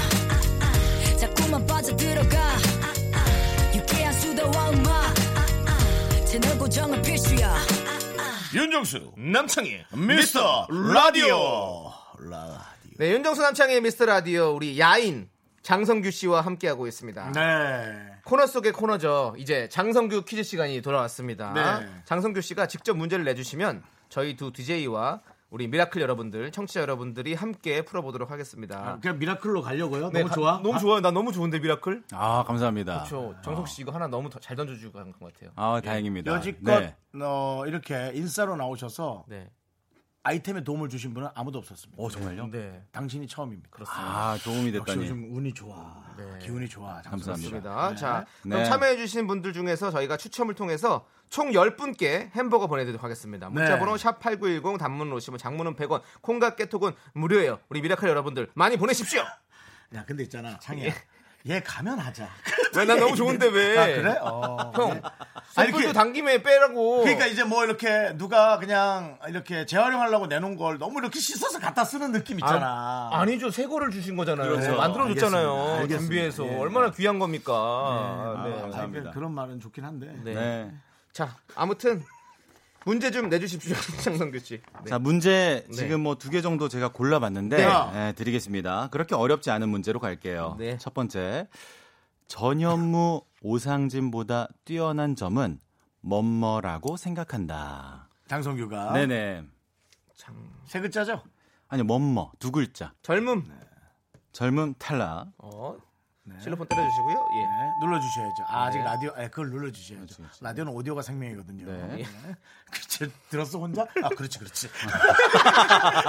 S6: 자꾸만 빠져들어가 유쾌한 수다와 음악 채널 고정은 필수야
S1: 윤정수 남창희 미스터 라디오 라디오
S2: 네, 윤정수 남창의 미스터 라디오 우리 야인 장성규 씨와 함께하고 있습니다.
S1: 네.
S2: 코너 속의 코너죠. 이제 장성규 퀴즈 시간이 돌아왔습니다.
S1: 네.
S2: 장성규 씨가 직접 문제를 내주시면 저희 두 DJ와 우리 미라클 여러분들, 청취자 여러분들이 함께 풀어보도록 하겠습니다.
S1: 아, 그냥 미라클로 가려고요.
S2: 네,
S1: 너무
S2: 가-
S1: 좋아. 아.
S2: 너무 좋아요. 나 너무 좋은데 미라클.
S4: 아, 감사합니다.
S2: 저 정석 씨 이거 하나 너무 더- 잘 던져주고 간 것 같아요.
S4: 아, 다행입니다.
S1: 여지껏
S4: 네.
S1: 어, 이렇게 인싸로 나오셔서
S2: 네,
S1: 아이템에 도움을 주신 분은 아무도 없었습니다.
S4: 오, 정말요?
S2: 네,
S1: 당신이 처음입니다.
S2: 그렇습니다.
S4: 아, 도움이
S1: 역시
S4: 됐다니.
S1: 요즘 운이 좋아.
S2: 네.
S1: 기운이 좋아. 장수.
S4: 감사합니다.
S2: 좋습니다. 자, 그럼
S4: 네.
S2: 참여해주신 분들 중에서 저희가 추첨을 통해서 총 10분께 햄버거 보내드리도록 하겠습니다. 문자번호
S1: 네.
S2: 샵8910 단문은 50원, 장문은 100원, 콩과 깨톡은 무료예요. 우리 미라클 여러분들 많이 보내십시오!
S1: 야, 근데 있잖아. 창이야. 얘 가면 하자.
S2: 왜? 난 너무 좋은데 왜?
S1: 아, 그래? 어.
S2: 형,
S1: 아,
S2: 네. 샘플도
S1: 이렇게-
S2: 당김에 빼라고.
S1: 그러니까 이제 뭐 이렇게 누가 그냥 이렇게 재활용하려고 내놓은 걸 너무 이렇게 씻어서 갖다 쓰는 느낌 있잖아.
S2: 아, 니죠 새거를 주신 거잖아요. 네,
S4: 그렇죠.
S2: 만들어줬잖아요.
S1: 알겠습니다. 알겠습니다.
S2: 준비해서.
S1: 예.
S2: 얼마나 귀한 겁니까.
S1: 네.
S2: 네.
S1: 아, 그러니까
S4: 감사합니다.
S1: 그런 말은 좋긴 한데.
S2: 네.
S4: 네.
S2: 자, 아무튼 문제 좀 내주십시오. <laughs> 장성규 씨. 네.
S4: 자, 문제
S2: 네.
S4: 지금 뭐 두 개 정도 제가 골라봤는데
S1: 네.
S4: 예, 드리겠습니다. 그렇게 어렵지 않은 문제로 갈게요.
S2: 네.
S4: 첫 번째. 전현무 <laughs> 오상진보다 뛰어난 점은 뭐뭐라고 생각한다.
S1: 장성규가
S4: 네네.
S2: 참.
S1: 세 글자죠?
S4: 아니, 뭐뭐. 두 글자.
S2: 젊음.
S1: 네.
S4: 젊음 탈락.
S2: 어. 실로폰 때려주시고요. 예.
S1: 네, 눌러주셔야죠. 아, 아직
S2: 네.
S1: 라디오, 아, 그걸 눌러주셔야죠. 라디오는 오디오가 생명이거든요.
S4: 네.
S1: 그치, 들었어, 혼자? 아, 그렇지,
S4: <laughs>
S1: 그렇지.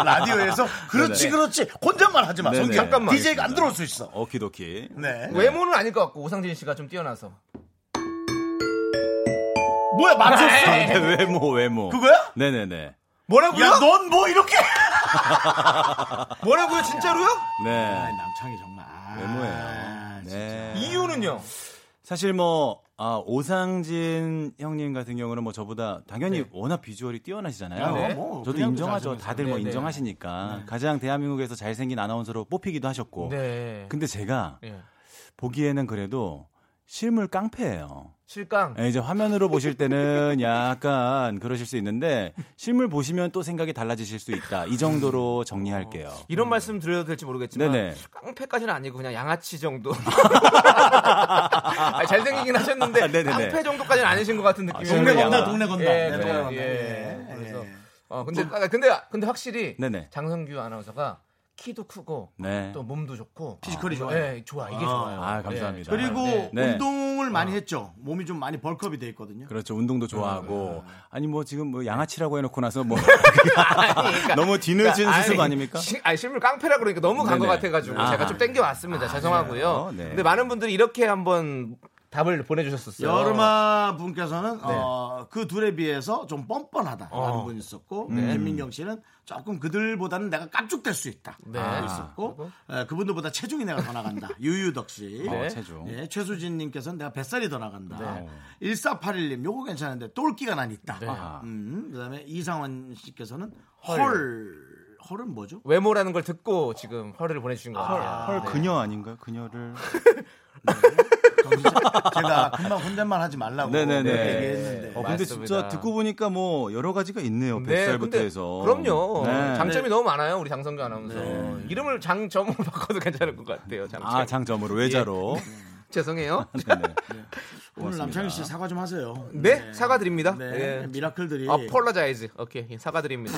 S1: 라디오에서, 그렇지,
S4: 네네.
S1: 그렇지. 혼잣말 하지 마.
S4: 네네.
S1: 성규.
S4: 잠깐만
S1: DJ가 안
S4: 하겠습니다.
S1: 들어올 수 있어.
S4: 오키도키.
S1: 네.
S2: 외모는 아닐 것 같고 오상진 씨가 좀 뛰어나서.
S1: 뭐야, 맞췄어?
S4: 네, <laughs> 외모, 외모.
S1: 그거야?
S4: 네네네.
S2: 뭐라고요?
S1: 야, 넌 뭐 이렇게.
S4: 네.
S2: 뭐라고요? 진짜로요?
S1: 아,
S4: 네.
S1: 남창이 정말. 아,
S4: 외모예요.
S1: 진짜.
S4: 네.
S2: 이유는요?
S4: 사실 뭐 아, 오상진 형님 같은 경우는 뭐 저보다 당연히
S2: 네.
S4: 워낙 비주얼이 뛰어나시잖아요.
S1: 네. 뭐
S4: 저도
S1: 그냥
S4: 인정하죠.
S1: 자신있어요.
S4: 다들 뭐
S2: 네, 네.
S4: 인정하시니까 가장 대한민국에서 잘생긴 아나운서로 뽑히기도 하셨고.
S2: 네.
S4: 근데 제가
S2: 예.
S4: 보기에는 그래도 실물 깡패예요.
S2: 실강.
S4: 예, 이제 화면으로 보실 때는 <laughs> 약간 그러실 수 있는데 실물 보시면 또 생각이 달라지실 수 있다. 이 정도로 정리할게요.
S2: 이런 말씀 드려도 될지 모르겠지만
S4: 음. 네네.
S2: 깡패까지는 아니고 그냥 양아치 정도. <laughs> 아니, 잘생기긴 하셨는데
S4: 아, 네네네.
S2: 깡패 정도까지는 아니신 것 같은 느낌.
S1: 동네
S4: 정말
S1: 건다,
S4: 양아.
S1: 동네 건다.
S2: 예,
S1: 네,
S2: 그래,
S1: 동네 건다.
S2: 예.
S1: 예,
S2: 그래서
S1: 예.
S2: 어, 근데 아, 근데 근데 확실히
S4: 네네.
S2: 장성규 아나운서가 키도 크고
S4: 네.
S2: 또 몸도 좋고
S1: 피지컬이
S2: 아,
S1: 좋아요.
S2: 예, 좋아. 이게 좋아요.
S4: 아, 감사합니다.
S2: 예, 정말.
S1: 그리고
S2: 네.
S4: 네.
S1: 운동을 많이 했죠. 몸이 좀 많이 벌크업이 돼 있거든요.
S4: 그렇죠. 운동도 좋아하고. 아니, 뭐 지금 뭐 양아치라고 해놓고 나서 뭐. 너무 뒤늦은
S2: 그러니까
S4: 수습
S2: 아니,
S4: 아닙니까?
S2: 시- 아니, 실물 깡패라 그러니까 너무 간 것
S4: 네네.
S2: 같아가지고
S4: 아하.
S2: 제가 좀 땡겨왔습니다. 죄송하고요.
S4: 아, 네.
S2: 근데 많은 분들이 이렇게 한번 답을 보내주셨었어요.
S1: 여름아 분께서는
S4: 네.
S1: 어, 그 둘에 비해서 좀 뻔뻔하다라는
S4: 어.
S1: 분이 있었고
S4: 음.
S1: 네, 김민경 씨는 조금 그들보다는 내가 깜짝될 수 있다
S2: 네.
S4: 아,
S1: 고 있었고 에, 그분들보다 체중이 내가 더
S4: <laughs>
S1: 나간다 유유덕 씨
S4: 어, 체중. 네.
S1: 예, 최수진 님께서는 내가 뱃살이 더 나간다 1481님 요거 괜찮은데 똘끼가 난 있다
S4: 아하.
S1: 음, 그다음에 이상원 씨께서는 헐 헐은 뭐죠? <laughs>
S2: 외모라는 걸 듣고 지금 허를 보내주신 것 같아요.
S4: 헐 그녀 아닌가요? 예. 그녀를
S1: 제가 금방 혼잣말 하지 말라고
S4: 네네네. 예,
S1: 얘기했는데
S4: 어, 근데
S2: 맞습니다.
S4: 진짜 듣고 보니까 뭐 여러 가지가 있네요.
S2: 네,
S4: 뱃살부터
S2: 근데
S4: 해서.
S2: 그럼요.
S4: 네.
S2: 장점이 너무 많아요, 우리 장성규 아나운서. 이름을 장점으로 <laughs> 바꿔도 괜찮을 것 같아요. 장점.
S4: 아 장점으로 외자로.
S2: 죄송해요.
S4: <laughs> 네네.
S1: 오늘
S4: 고맙습니다.
S1: 남창희 씨 사과 좀 하세요.
S2: 네, 사과드립니다.
S1: 네,
S2: 예.
S1: 미라클들이
S2: 아, 폴라자이즈. 오케이, 예,
S4: <laughs>
S2: 사과드립니다.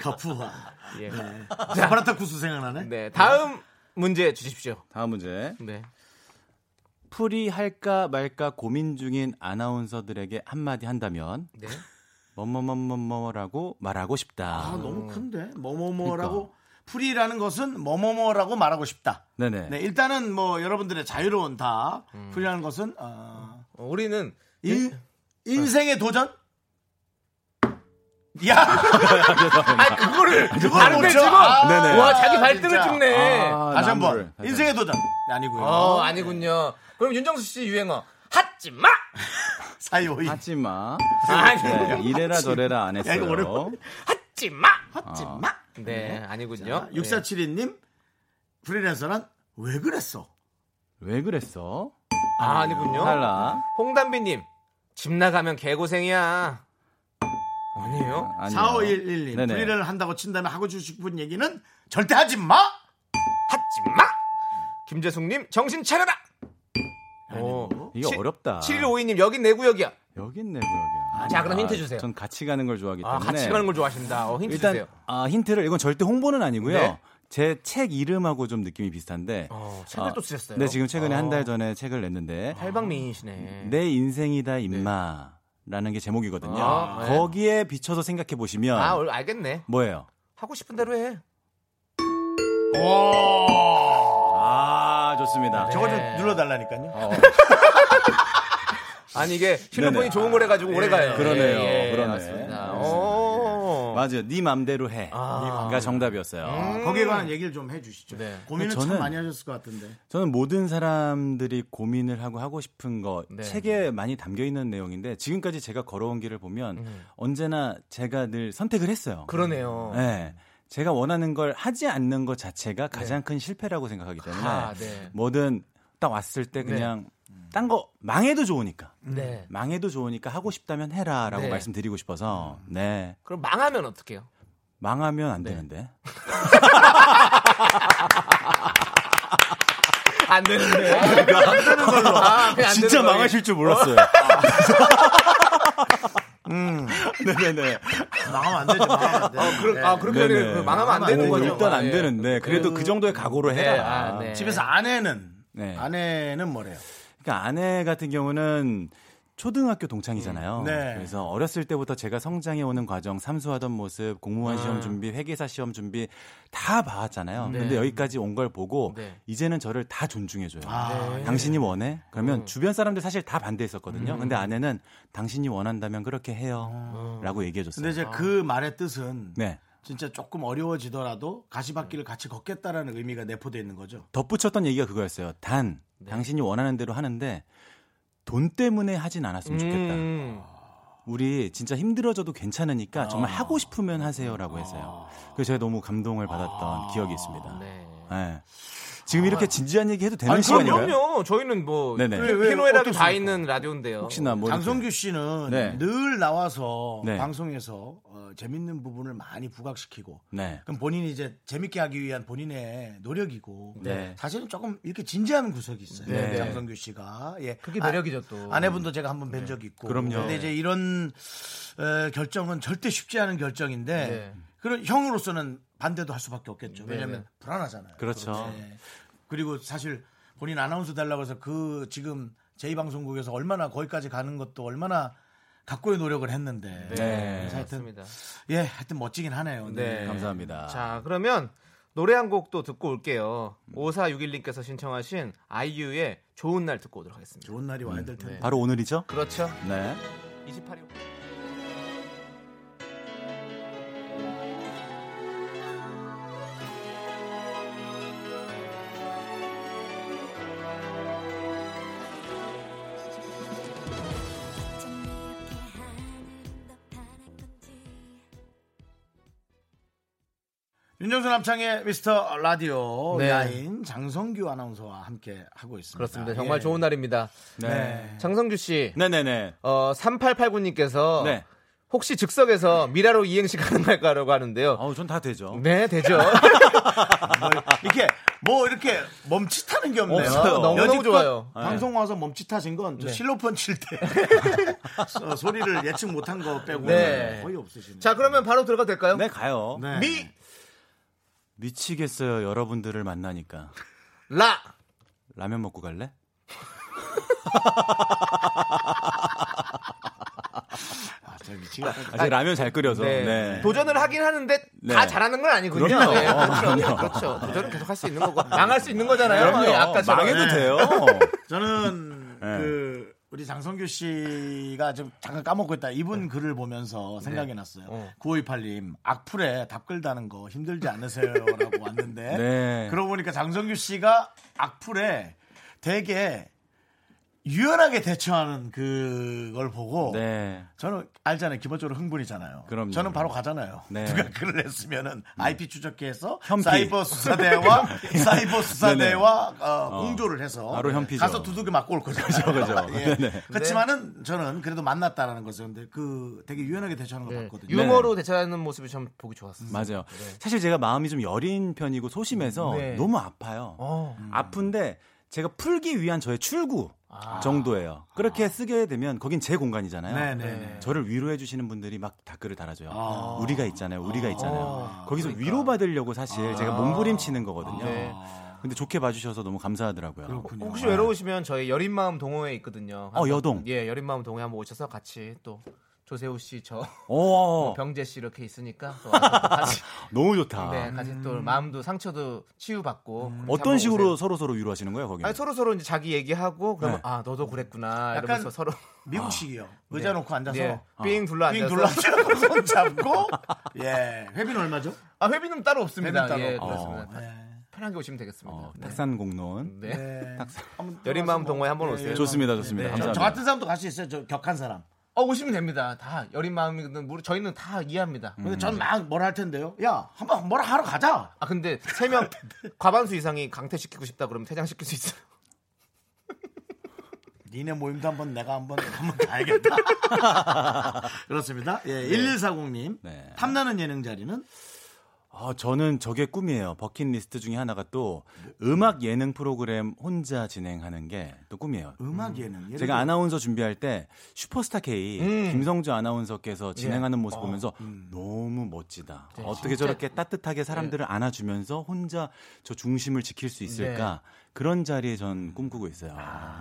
S1: 거푸와
S2: <laughs> 예, 예.
S1: 네. 아파라타쿠스 생각나네.
S2: 네, 다음 문제 주십시오.
S4: 다음 문제.
S2: 네.
S4: 풀이 할까 말까 고민 중인 아나운서들에게 한마디 한다면
S2: 네.
S4: 뭐뭐뭐뭐뭐라고 말하고 싶다.
S1: 아
S2: 음.
S1: 너무 큰데 뭐뭐뭐라고 풀이라는 것은 뭐뭐뭐라고 말하고 싶다.
S4: 네네.
S1: 네, 일단은 뭐 여러분들의 자유로운 답.
S2: 음.
S1: 풀이라는 것은 어,
S2: 어, 우리는 네.
S1: 인, 인생의 도전.
S2: <laughs>
S1: 야,
S2: 아, 그거를
S1: 그걸
S2: 다른데
S1: 못 쳐.
S2: 집어.
S1: 아,
S4: 네네. 아,
S2: 와, 자기
S1: 아,
S2: 발등을
S1: 진짜.
S2: 찍네.
S1: 다시 한번
S4: 나무를.
S1: 인생의 도전 아니고요.
S2: 어, 아니군요. 그럼 윤정수 씨 유행어. 하지마!
S1: 사이오이
S4: 하지마.
S2: 아니군요.
S4: 네, 이래라 저래라 안
S1: 이거
S4: 했어요.
S1: 어려워.
S2: 하지마!
S4: 아.
S1: 하지마.
S2: 네, 아니군요. 네.
S1: 6472님 프리랜서란 왜 그랬어?
S4: 왜 그랬어?
S2: 아, 아니군요.
S4: 탈락.
S2: 홍담비님, 집 나가면 개고생이야. 아니에요?
S4: 아니요.
S1: 4511님
S4: 네네.
S1: 불의를 한다고 친다면 하고 싶은 얘기는 절대 하지 마.
S2: 하지마! 김재숙님 정신 차려라! 오,
S4: 뭐, 이게 어렵다.
S2: 7152님 여긴 내 구역이야.
S4: 여긴 내 구역이야.
S2: 자, 그럼
S4: 아,
S2: 힌트 주세요.
S4: 전 같이 가는 걸 좋아하기 때문에.
S2: 아, 같이 가는 걸 좋아하신다. 어, 힌트
S4: 일단
S2: 주세요.
S4: 아, 힌트를 이건 절대 홍보는 아니고요.
S2: 네.
S4: 제 책 이름하고 좀 느낌이 비슷한데.
S2: 어, 책을 또 쓰셨어요?
S4: 네, 지금 최근에
S2: 어.
S4: 한 달 전에 책을 냈는데
S2: 팔방미인이시네.
S4: 내 인생이다 임마. 라는 게 제목이거든요.
S2: 아, 네.
S4: 거기에 비춰서 생각해 보시면
S2: 아, 얼- 알겠네.
S4: 뭐예요?
S2: 하고 싶은 대로 해.
S4: 아, 좋습니다.
S1: 저거 좀
S2: 네.
S1: 눌러달라니까요.
S2: 아니 이게
S4: 네네.
S2: 휴대폰이 좋은 거래 가지고 오래 가요.
S4: 그러네요.
S2: 예, 예,
S4: 그러네. 음.
S2: 맞습니다. 어.
S4: 맞습니다.
S2: 오.
S4: 맞아요. 네 맘대로 해.
S2: 아.
S4: 가 정답이었어요.
S1: 아,
S2: 음.
S1: 거기에 관한 얘기를 좀 해주시죠.
S2: 네.
S1: 고민을 참
S4: 저는-
S1: 많이 하셨을 것 같은데.
S4: 저는 모든 사람들이 고민을 하고 하고 싶은 거
S2: 네.
S4: 책에 많이 담겨 있는 내용인데 지금까지 제가 걸어온 길을 보면 언제나 제가 늘 선택을 했어요.
S2: 음. 그러네요.
S4: 네. 제가 원하는 걸 하지 않는 것 자체가 가장 큰 실패라고 생각하기 때문에
S2: 네. 아, 네. 음.
S4: 뭐든 딱 왔을 때 그냥 딴 거 망해도 좋으니까
S2: 네.
S4: 망해도 좋으니까 하고 싶다면 해라라고
S2: 네. 음.
S4: 말씀드리고 싶어서 네
S2: 그럼 망하면 어떡해요?
S4: 망하면 안
S2: 네.
S4: 되는데
S2: <laughs> 안 되는데. 아, 안 되는 걸로.
S4: <laughs>
S2: 아, 그냥 안
S4: 진짜
S2: 되는 걸로.
S4: 망하실 줄
S2: <laughs>
S4: 몰랐어요. 음. 네네네.
S1: 망하면 안 되죠. 망하면 안 되죠.
S2: 그러, 아, 그렇게
S4: 네네.
S2: 그 망하면 안 되는
S4: 오,
S2: 거죠.
S4: 일단 안
S2: 예.
S4: 되는데 그래도 그 정도의 각오로
S2: 네,
S4: 해라.
S2: 아, 네.
S1: 집에서 아내는
S4: 네.
S1: 아내는 뭐래요?
S4: 그러니까 아내 같은 경우는 초등학교 동창이잖아요.
S1: 음, 네.
S4: 그래서 어렸을 때부터 제가 성장해 오는 과정, 삼수하던 모습, 공무원 시험
S1: 음.
S4: 준비, 회계사 시험 준비 다 봐왔잖아요.
S1: 네.
S4: 근데 여기까지 온 걸 보고
S2: 네.
S4: 이제는 저를 다 존중해줘요.
S1: 아, 어.
S4: 당신이 원해? 그러면 주변 사람들 사실
S1: 음.
S4: 다 반대했었거든요. 근데 아내는 당신이 원한다면 그렇게 해요. 라고 얘기해줬어요.
S1: 근데 이제 그 말의 뜻은
S4: 네.
S1: 진짜 조금 어려워지더라도 가시밭길을 같이 걷겠다라는 의미가 내포되어 있는 거죠.
S4: 덧붙였던 얘기가 그거였어요. 단,
S1: 네.
S4: 당신이 원하는 대로 하는데 돈 때문에 하진 않았으면 좋겠다.
S2: 음.
S4: 우리 진짜 힘들어져도 괜찮으니까 정말 하고 싶으면 하세요라고 했어요. 그래서 제가 너무 감동을 받았던 기억이 있습니다.
S2: 네.
S4: 예. 지금 이렇게 진지한 얘기 해도 되는
S1: 아니,
S4: 시간인가요?
S2: 그럼요. 저희는 뭐
S4: 네네. 왜,
S1: 왜,
S2: 희노애락이
S1: 어떻습니까?
S2: 다 있는 라디오인데요.
S4: 혹시나 뭐 이렇게-
S1: 장성규 씨는
S4: 네.
S1: 늘 나와서
S4: 네.
S1: 방송에서 어, 재밌는 부분을 많이 부각시키고
S4: 네.
S1: 그럼 본인이 이제 재밌게 하기 위한 본인의 노력이고
S4: 네.
S1: 사실은 조금 이렇게 진지한 구석이 있어요.
S4: 네.
S1: 장성규 씨가 예.
S2: 그게 매력이죠, 또.
S1: 아, 내분도 제가 한번 뵌 적이 있고.
S4: 그럼요.
S1: 근데 이제 이런 에, 결정은 절대 쉽지 않은 결정인데
S2: 네.
S1: 그런 형으로서는 반대도 할 수밖에 없겠죠. 왜냐하면
S2: 네.
S1: 불안하잖아요.
S4: 그렇죠.
S2: 어.
S1: 네. 그리고 사실 본인 아나운서 달라고 해서 그 지금 제2방송국에서 얼마나 거기까지 가는 것도 얼마나 각고의 노력을 했는데.
S2: 네.
S1: 그래서 하여튼
S2: 맞습니다.
S1: 예, 하여튼 멋지긴 하네요.
S2: 네.
S4: 음, 감사합니다.
S2: 자, 그러면 노래 한 곡도 듣고 올게요.
S4: 음.
S2: 5461님께서 신청하신 아이유의 좋은 날 듣고 오도록 하겠습니다.
S1: 좋은 날이 와야 될
S2: 네.
S1: 텐데.
S4: 바로 오늘이죠?
S2: 그렇죠.
S4: 네.
S2: 28일.
S1: 윤정수 남창의 미스터 라디오
S2: 네.
S1: 야인 장성규 아나운서와 함께 하고 있습니다.
S2: 그렇습니다. 정말
S1: 예.
S2: 좋은 날입니다.
S4: 네.
S2: 장성규 씨,
S4: 네네네.
S2: 어, 3889님께서
S4: 네.
S2: 혹시 즉석에서 미라로 이행시 가능할까라고 하는데요.
S4: 아우, 전 다 되죠.
S2: 네,
S4: <laughs>
S2: 되죠.
S1: 뭐 이렇게 뭐 이렇게 멈칫하는 게 없네요.
S2: 없어요. 너무너무
S1: 여지껏
S2: 좋아요. 네.
S1: 방송 와서 멈칫하신 건저 실로폰 칠
S2: <laughs>
S1: 때 소리를 예측 못한 거 빼고
S2: 네.
S1: 거의 없으시네요.
S2: 자, 그러면 바로 들어가도 될까요?
S4: 네, 가요.
S1: 네.
S2: 미,
S4: 미치겠어요, 여러분들을 만나니까.
S2: 라.
S4: 라면 먹고 갈래?
S1: 아, 저 미치겠다.
S4: 아직 라면 잘 끓여서.
S2: 네.
S4: 네.
S2: 도전을 하긴 하는데
S4: 네.
S2: 다 잘하는 건 아니군요.
S4: 그럼요. 어,
S2: 네, 그렇죠.
S4: 그럼요. 네.
S2: 그렇죠.
S1: 아,
S2: 도전은 계속 할 수 있는 거고 망할 수 있는 거잖아요.
S4: 그럼요.
S2: 네, 아까처럼.
S4: 망해도
S1: 네.
S4: 돼요.
S1: 저는
S4: 네.
S1: 그 우리 장성규 씨가 좀 잠깐 까먹고 있다. 이분 글을 보면서 생각이 났어요.
S2: 어.
S1: 9528님 악플에 답글 다는 거 힘들지 않으세요라고 왔는데
S4: 네.
S1: 그러고 보니까 장성규 씨가 악플에 되게 유연하게 대처하는 그걸 보고
S4: 네.
S1: 저는 알잖아요. 기본적으로 흥분이잖아요.
S4: 그럼요.
S1: 저는 바로 가잖아요.
S4: 네. 음.
S1: 누가 글을 냈으면은 IP 추적기에서
S4: 현피. 네,
S1: 사이버
S4: <laughs>
S1: 수사대와 사이버 수사대와 어,
S4: 어.
S1: 공조를 해서
S4: 바로 현피죠.
S1: 가서 두둑이 맞고 올 거잖아요.
S4: 그죠, 그죠.
S1: <laughs> 예.
S4: 네네.
S1: 그렇지만은 저는 그래도 만났다라는 거죠. 근데 그 되게 유연하게 대처하는 걸
S2: 네.
S1: 봤거든요.
S2: 유머로 대처하는 모습이 참 보기 좋았어요.
S4: 맞아요. 사실 제가 마음이 좀 여린 편이고 소심해서
S2: 네.
S4: 너무 아파요.
S2: 어.
S4: 아픈데 제가 풀기 위한 저의 출구
S2: 아.
S4: 정도예요. 그렇게 쓰게 되면 거긴 제 공간이잖아요.
S1: 네네네.
S4: 저를 위로해 주시는 분들이 막 댓글을 달아줘요.
S1: 아.
S4: 우리가 있잖아요. 우리가 있잖아요.
S2: 아,
S4: 거기서
S2: 그러니까. 아.
S4: 위로받으려고 사실 제가 몸부림치는 거거든요.
S2: 네.
S4: 근데 좋게 봐주셔서 너무 감사하더라고요. 네.
S1: 그렇군요.
S2: 혹시 외로우시면 저희 여린 마음 동호회 있거든요.
S4: 어, 여동.
S2: 예, 여린 마음 동호회 한번 오셔서 같이 또 조세호 씨, 저
S4: 어, 오,
S2: 병재 씨 이렇게 있으니까 또 와서 또 같이,
S4: 너무 좋다.
S2: 네, 같이 또 마음도 상처도 치유받고 그렇게
S4: 아. 음. 어떤
S2: 한번
S4: 식으로
S2: 오세요.
S4: 서로 서로 위로하시는 거예요 거기?
S2: 아니 서로 서로 이제 자기 얘기하고 그러면
S4: 네.
S2: 아 너도 그랬구나
S1: 약간
S2: 이러면서 서로
S1: 미국식이요. 의자 놓고 앉아서
S2: 네,
S4: 어.
S2: 삥 둘러
S1: 빙
S2: 앉아서
S1: 둘러앉고 <laughs> 손 잡고 예 회비는 얼마죠?
S2: 아 회비는 따로 없습니다.
S1: 회비는 따로
S2: 예,
S1: 없고.
S2: 그렇습니다.
S1: 네.
S2: 편하게 오시면 되겠습니다.
S4: 어,
S2: 네.
S4: 탁산공론.
S2: 네.
S1: 네. 한번
S2: 여린 마음
S1: 들어가서
S2: 동호회 한번
S1: 예,
S2: 오세요.
S1: 예.
S4: 좋습니다,
S2: 네.
S1: 저-
S4: 좋습니다.
S1: 저,
S4: 감사합니다.
S1: 같은 사람도 갈 수 있어요. 저 격한 사람.
S2: 어 오시면 됩니다. 다 여린 마음이든 모르 저희는 다 이해합니다.
S4: 음.
S1: 근데 전 막 뭐라 할 텐데요. 야, 한번 뭐라 하러 가자.
S2: 아 근데 세 명 과반수 이상이 강퇴시키고 싶다 그러면 퇴장시킬 수 있어요.
S1: 니네 모임도 한번 내가 한번 <laughs> 한번 가야겠다. <laughs> 그렇습니다. 예, 1140님.
S4: 네.
S1: 탐나는 예능 자리는
S4: 아, 저는 저게 꿈이에요. 버킷리스트 중에 하나가 또 음악 예능 프로그램 혼자 진행하는 게 또 꿈이에요.
S1: 음악 예능. 예를
S4: 제가
S1: 들어-
S4: 아나운서 준비할 때 슈퍼스타 K
S2: 음.
S4: 김성주
S2: 예.
S4: 아나운서께서 진행하는
S2: 어.
S4: 모습 보면서 너무 멋지다.
S2: 네.
S4: 어떻게 저렇게 따뜻하게 사람들을 안아주면서 혼자 저 중심을 지킬 수 있을까?
S2: 네.
S4: 그런 자리에 전 꿈꾸고 있어요.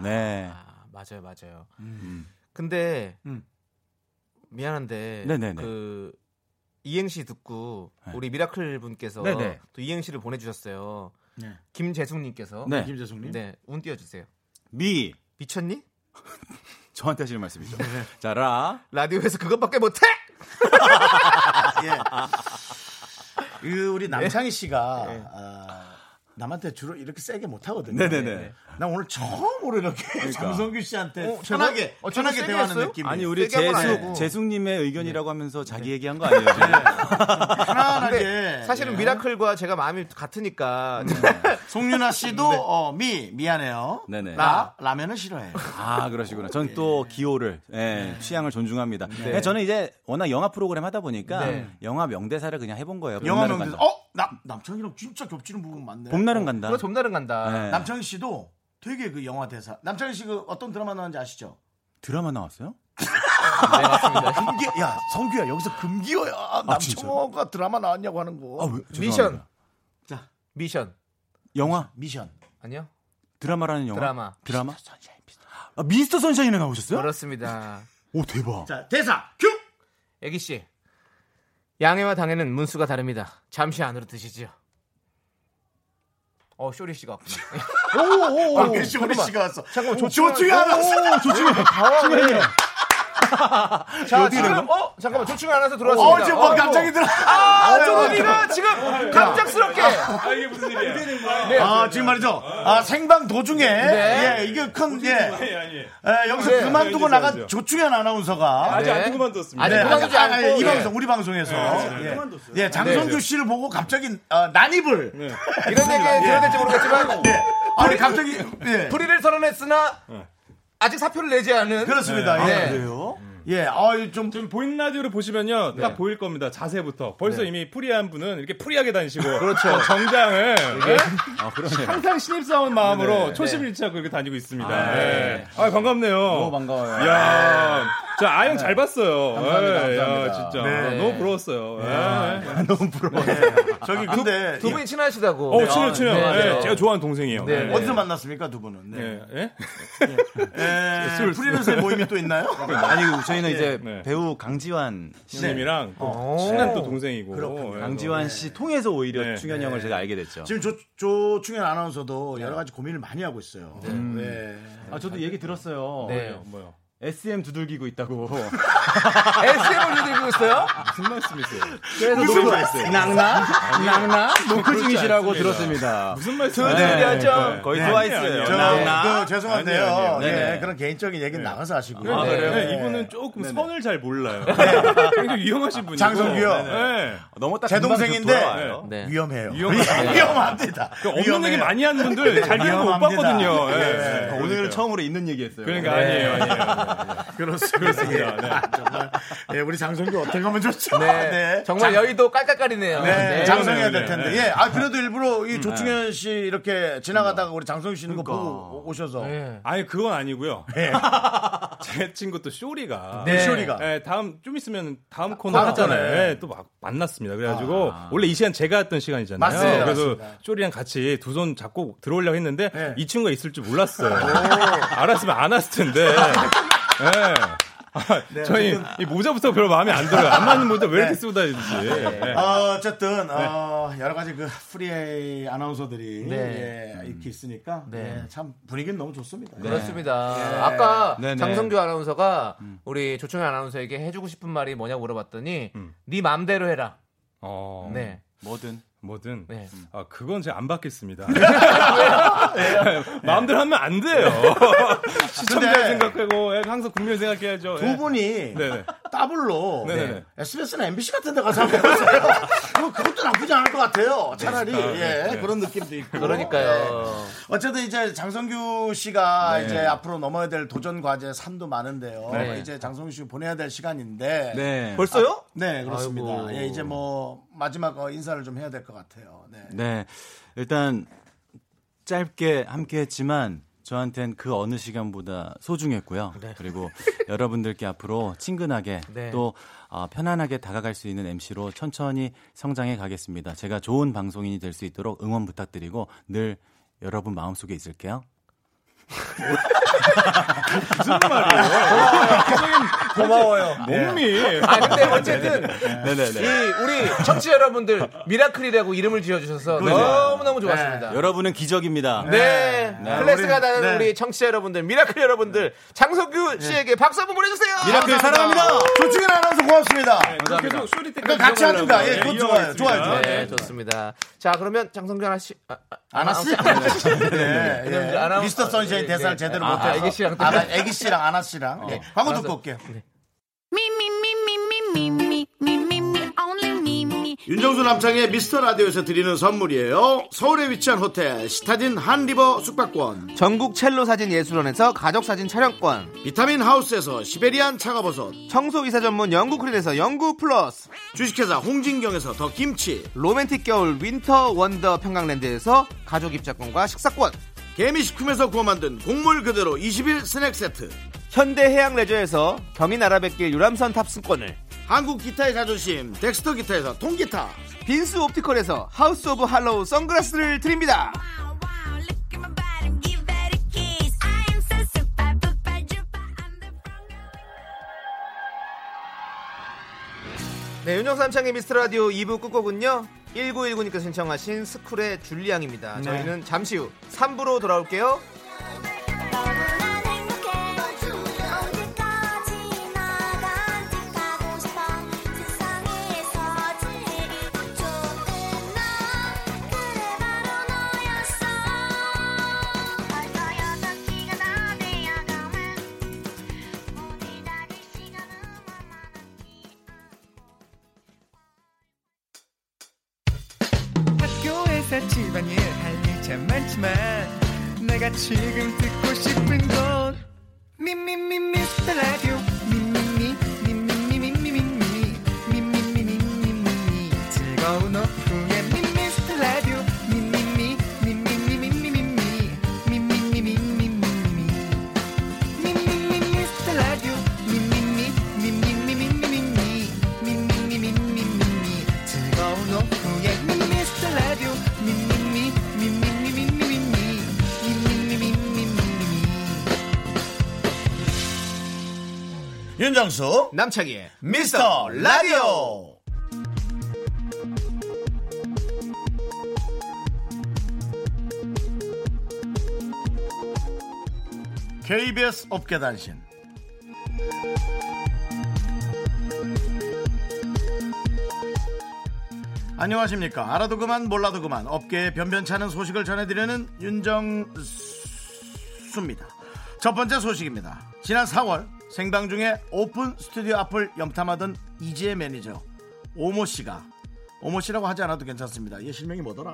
S4: 네.
S2: 아 맞아요 맞아요. 음. 근데
S1: 음.
S2: 미안한데
S4: 네네네.
S2: 그 이행시 듣고
S4: 네.
S2: 우리 미라클 분께서
S4: 네네.
S2: 또 이행시를 보내주셨어요.
S1: 네.
S2: 김재숙님께서
S4: 네.
S1: 김재숙님.
S2: 네, 운 띄워주세요.
S4: 미
S2: 미쳤니?
S4: 저한테 하시는 말씀이죠.
S2: 네.
S4: 자, 라.
S2: 라디오에서 그것밖에 못해?
S1: 그
S4: 네.
S1: 우리 남창희 씨가 아, 남한테 주로 이렇게 세게 못 하거든요.
S4: 네네네. 그러니까.
S1: 나 오늘 처음으로 이렇게 장성규 씨한테
S2: 어, 제가?
S1: 편하게
S2: 어, 제가
S1: 편하게
S2: 세게
S1: 대화하는
S2: 했어요?
S1: 느낌.
S4: 아니 우리
S2: 세게 네. 한건
S4: 재숙
S2: 아니고.
S4: 재숙님의 의견이라고 하면서 자기 얘기한 거 아니에요?
S2: 네.
S4: 지금?
S1: <laughs> 편안하게.
S2: 사실은
S1: 예. 네.
S2: 미라클과 제가 마음이 같으니까
S1: 송윤아 씨도
S4: <laughs>
S1: 어, 미 미안해요.
S4: 네. 네네.
S1: 라 라면은 싫어해요.
S4: 아 그러시구나. 전 또 기호를 예, 취향을 존중합니다. 예, 저는 이제 워낙 영화 프로그램 하다 보니까 영화 명대사를 그냥 해본 거예요.
S1: 영화
S4: 봄날은
S1: 명대사.
S4: 간다.
S1: 어? 남 남창이랑 진짜 겹치는 부분 많네.
S4: 봄날은 간다.
S2: 그거 좀다른 간다. 네,
S4: 예.
S1: 남창희 씨도 되게 그 영화 대사. 남창희 씨 그 어떤 드라마 나왔는지 아시죠?
S4: 드라마 나왔어요?
S2: 네,
S1: <laughs>
S2: 맞습니다.
S1: 금기 야 성규야 여기서 금기어야 남창호가 드라마 나왔냐고 하는 거.
S4: 아, 왜? 죄송합니다.
S2: 미션.
S1: 자.
S2: 미션.
S4: 영화
S1: 미션.
S2: 아니요?
S4: 드라마라는 영화
S2: 드라마.
S4: 드라마 아, 미스터 선샤인에
S1: 네?
S4: 나오셨어요?
S2: 그렇습니다.
S4: 오 대박.
S1: 자 대사 큐.
S2: 애기 씨. 양해와 당해는 문수가 다릅니다. 잠시 안으로 드시지요. 어, 쇼리 씨가 왔구나.
S1: 오오. 아, 쇼리 씨가 왔어. 잠깐 조충현 왔어. 네.
S2: 자, 지금 어, 잠깐만. 조충이 안와서 들어왔습니다.
S1: 어 지금 막 갑자기 들어. 어, 아,
S2: 아, 조리가 지금 갑작스럽게
S1: 네, 아, 지금 말이죠. 아, 생방 도중에. 예, 이게 큰, 예. 예, 여기서 그만두고 나간 조충현 아나운서가.
S2: 아직 안 그만뒀습니다. 아직
S1: 네,
S2: 그만두지
S1: 아, 아, 예,
S2: 않고
S1: 이
S2: 예.
S1: 방송, 우리 방송에서. 예, 예, 장성규 씨를 보고 갑자기 어, 난입을.
S2: 네. 이런 얘기 들어야 될지 모르겠지만
S1: 예. 아니, 갑자기. 예.
S2: 불의를 선언했으나
S4: 네.
S2: 아직 사표를 내지 않은
S1: 그렇습니다.
S2: 네.
S1: 예. 그래요? 예, 아, 좀.
S7: 지금 보이는 라디오로 보시면요 딱
S2: 네.
S7: 보일 겁니다 자세부터 벌써 이미 프리한 분은 이렇게 프리하게 다니시고 어,
S2: 그렇죠.
S7: 정장을 예?
S4: 아 그러네요.
S7: 항상 신입사원 마음으로 초심일치하고 이렇게 다니고 있습니다 아, 아 반갑네요
S4: 너무 반가워요.
S7: 아, 네. 이야 저 아영 잘 봤어요
S1: 감사합니다,
S7: 예,
S1: 감사합니다.
S7: 야, 진짜
S1: 네.
S7: 너무 부러웠어요 예.
S1: 너무 부러워. 저기, 근데.
S2: 두 분이 친하시다고.
S7: 어 친해요 친해요
S2: 네,
S7: 예,
S2: 네.
S7: 제가 좋아하는 동생이에요
S2: 네.
S7: 예.
S1: 어디서 만났습니까, 두 분은? 네.
S7: 예, 예?
S1: 예, 프리랜서의 모임이 또 있나요?
S4: 아니 그 저희는 이제
S7: 네.
S4: 배우 강지환 씨,
S1: 네.
S7: 형님이랑 또
S2: 어.
S7: 친한 또 동생이고
S1: 그렇군요.
S7: 예,
S4: 강지환 씨 통해서 오히려
S7: 네.
S4: 충현 이 형을 제가 알게 됐죠.
S1: 지금 조, 조충현 아나운서도 여러 가지 고민을 많이 하고 있어요. 네.
S4: 아 저도 얘기 들었어요.
S2: 네.
S7: 뭐요
S4: SM 두들기고 있다고
S2: SM을 들고 있어요?
S4: 무슨 말씀이세요?
S2: 그래서
S4: 무슨
S2: 노래-
S4: 말씀?
S2: 낭나? 낭나?
S4: 노크
S2: 중이시라고
S4: 들었습니다. 무슨 말씀?
S2: 두들려줘.
S4: 거의
S1: 네.
S4: 트와이스예요.
S1: 저,
S4: 낭낭.
S1: 그, 죄송한데요.
S4: 아니에요, 아니에요.
S1: 예,
S4: 네네.
S1: 그런 개인적인 얘기는 나가서 하시고요.
S2: 아, 그래요?
S1: 네.
S2: 네.
S7: 예, 이분은 조금
S4: 네네.
S7: 선을 잘 몰라요. 굉장히 위험하신 분이고.
S1: 장성규요?
S7: 네.
S4: 넘었다
S1: 제
S4: 금방
S1: 동생인데
S4: 돌아와요.
S2: 네.
S1: <laughs> 위험해요.
S7: 위험합니다.
S1: 위험합니다.
S7: 그 없는
S1: 위험해요.
S7: 얘기 많이 하는 분들 잘 되는 거 못
S1: 위험합니다.
S7: 봤거든요. 예.
S1: 네.
S4: 오늘 처음으로 있는 얘기했어요. 네.
S7: 그러니까 아니에요, 아니에요.
S1: 그렇습니다.
S7: 그렇습니다.
S1: 예, 정말 예, 우리 장성규 어떻게 하면 좋죠?
S2: 네.
S1: <laughs> 네.
S2: 정말 여의도 깔깔깔이네요. 음.
S1: 네,
S2: 네.
S1: 장성해야 될 텐데. 예, 아 그래도 일부러 이 조충현 씨 이렇게 지나가다가 우리 장성규 씨는 거 보고 오셔서
S2: 네.
S7: 아니 그건 아니고요.
S1: 네.
S7: <laughs> 제 친구 또 쇼리가
S2: 네.
S1: 그 쇼리가
S7: 예, 다음 좀 있으면 다음 코너
S1: 나갔잖아요.
S7: 하잖아요. 예, 또 막, 만났습니다. 그래가지고 원래 이 시간 제가 했던 시간이잖아요.
S1: 아. 맞습니다.
S7: 그래서 쇼리랑 같이 두 손 잡고 들어오려고 했는데
S1: 네.
S7: 이 친구가 있을 줄 몰랐어요. <laughs> 알았으면 안 왔을 텐데.
S1: <laughs>
S7: 예. 아,
S1: 네,
S7: 저희 이 모자부터 별로 마음에 안 들어요. 안 맞는 모자 왜 이렇게 쓰고 다니는지. 예.
S1: 어, 어쨌든 어, 여러 가지 그 프리웨이 아나운서들이 예, 이렇게 있으니까
S2: 네.
S1: 예, 참 분위기는 너무 좋습니다.
S2: <laughs> 그렇습니다. 아까
S4: 네, 음. 네.
S2: 장성규 아나운서가 우리 조충현 아나운서에게 해주고 싶은 말이 뭐냐고 물어봤더니
S4: 음.
S2: 네 맘대로 해라.
S7: 어,
S2: 네.
S4: 뭐든
S7: 뭐든
S2: 네.
S4: 음.
S7: 아, 그건 제가 안 <laughs> 받겠습니다. 네. 마음대로 하면 안 돼요. <laughs> 시청자
S1: 근데-
S7: 생각하고 예, 항상 국민 생각해야죠.
S1: 두
S7: 예.
S1: 분이
S7: 네네.
S1: 더블로
S7: 네네네.
S1: SBS나 MBC 같은 데 가서 한번 해보세요. <laughs> 그거- 그것도 나쁘지 않을 것 같아요. 차라리 예, 그런 느낌도 있고.
S2: 그러니까요.
S1: 네. 어쨌든 이제 장성규 씨가 이제 앞으로 넘어야 될 도전 과제 산도 많은데요.
S2: 네.
S1: 이제 장성규 씨 보내야 될 시간인데.
S4: 네.
S2: 벌써요?
S1: 네, 그렇습니다.
S2: 아이고.
S1: 예, 이제 뭐 마지막 어, 인사를 좀 해야 될 것 같아요. 네.
S4: 네. 일단 짧게 함께했지만 저한텐 그 어느 시간보다 소중했고요. 그리고 여러분들께 앞으로 친근하게
S2: 네.
S4: 또 어, 편안하게 다가갈 수 있는 MC로 천천히 성장해 가겠습니다. 제가 좋은 방송인이 될 수 있도록 응원 부탁드리고 늘 여러분 마음속에 있을게요.
S7: 예.
S2: 고마워요.
S7: <laughs> 몸이
S2: 아 근데 어쨌든 이
S4: <laughs> 네네네.
S2: 우리 청취자 여러분들 미라클이라고 이름을 지어주셔서 너무너무 좋았습니다.
S4: 여러분은 기적입니다.
S2: 네. 클래스가
S1: 우리-
S2: 다른
S1: 네.
S2: 우리 청취자 여러분들, 미라클 여러분들, 장석규 씨에게 박수 한번 보내주세요.
S4: 네. 미라클 사랑합니다.
S1: 조충현 아나운서 고맙습니다.
S7: 계속 쇼리 때까지
S1: 그러니까 같이
S7: 이어가려고.
S1: 하든가. 예, 그거
S7: 네,
S1: 좋아요. 좋아요.
S7: 이어가겠습니다.
S1: 좋아요.
S2: 네, 좋습니다. 자, 그러면 장성규 하나 씨. 아, 아,
S1: 아나씨? <laughs> 네, 예.
S2: 이제 아나운서-
S1: 미스터 선샤인
S2: 예,
S1: 대사를
S2: 예.
S1: 제대로
S2: 아,
S1: 못해서
S2: 애기 씨랑 또-
S1: 아나, 애기 씨랑 아나 씨랑 예. 광고 듣고
S2: 알았어.
S1: 올게요.
S3: Me, me, me, me, me, me, me, me, me, me, only me, me.
S1: 윤정수 남창의 미스터 라디오에서 드리는 선물이에요. 서울에 위치한 호텔 시타딘 한리버 숙박권,
S2: 전국 첼로 사진 예술원에서 가족 사진 촬영권,
S1: 비타민 하우스에서 시베리안 차가버섯,
S2: 청소 이사 전문 영국 크린에서 영구 플러스,
S1: 주식회사 홍진경에서 더 김치,
S2: 로맨틱 겨울 윈터 원더 평강랜드에서 가족 입자권과 식사권,
S1: 개미식품에서 구워 만든 곡물 그대로 20일 스낵 세트,
S2: 현대 해양 레저에서 경인 아라뱃길 유람선 탑승권을
S1: 한국 기타의 자존심 덱스터 기타에서 통기타,
S2: 빈스 옵티컬에서 하우스 오브 할로우 선글라스를 드립니다.
S3: Wow, wow, look at my body, give that a kiss. I am so super, duper, duper, I'm the frog.
S2: 네, 윤정삼창의 미스터 라디오 2부 끝곡은요. 1919니까 신청하신 스쿨의 줄리앙입니다. 저희는 잠시 후 3부로 돌아올게요.
S3: 난 행복해 언제까지 나같이 가고 싶어 세상에서 제일 좋은 너 그래 바로 너였어 벌써 여섯 시가 다 되어가면 우리 다닐 시간은 얼마나
S8: 학교에서 집안일 할 일 참 많지만 내가 지금 듣고 싶은 건 미미미 미스터 라디오 미미미 미미미 미미미 미미미 미미미 즐거운 오후에 미스터 라디오 미미미 미미미 미미미 미미미 미미미
S1: 윤정수
S2: 남창희의
S1: 미스터 라디오. KBS 업계 단신 안녕하십니까. 알아도 그만 몰라도 그만 업계의 변변찮은 소식을 전해드리는 윤정수입니다. 첫 번째 소식입니다. 지난 4월 생방 중에 오픈 스튜디오 앞을 염탐하던 이지혜 매니저 오모 씨가 오모 씨라고 하지 않아도 괜찮습니다. 얘 실명이 뭐더라?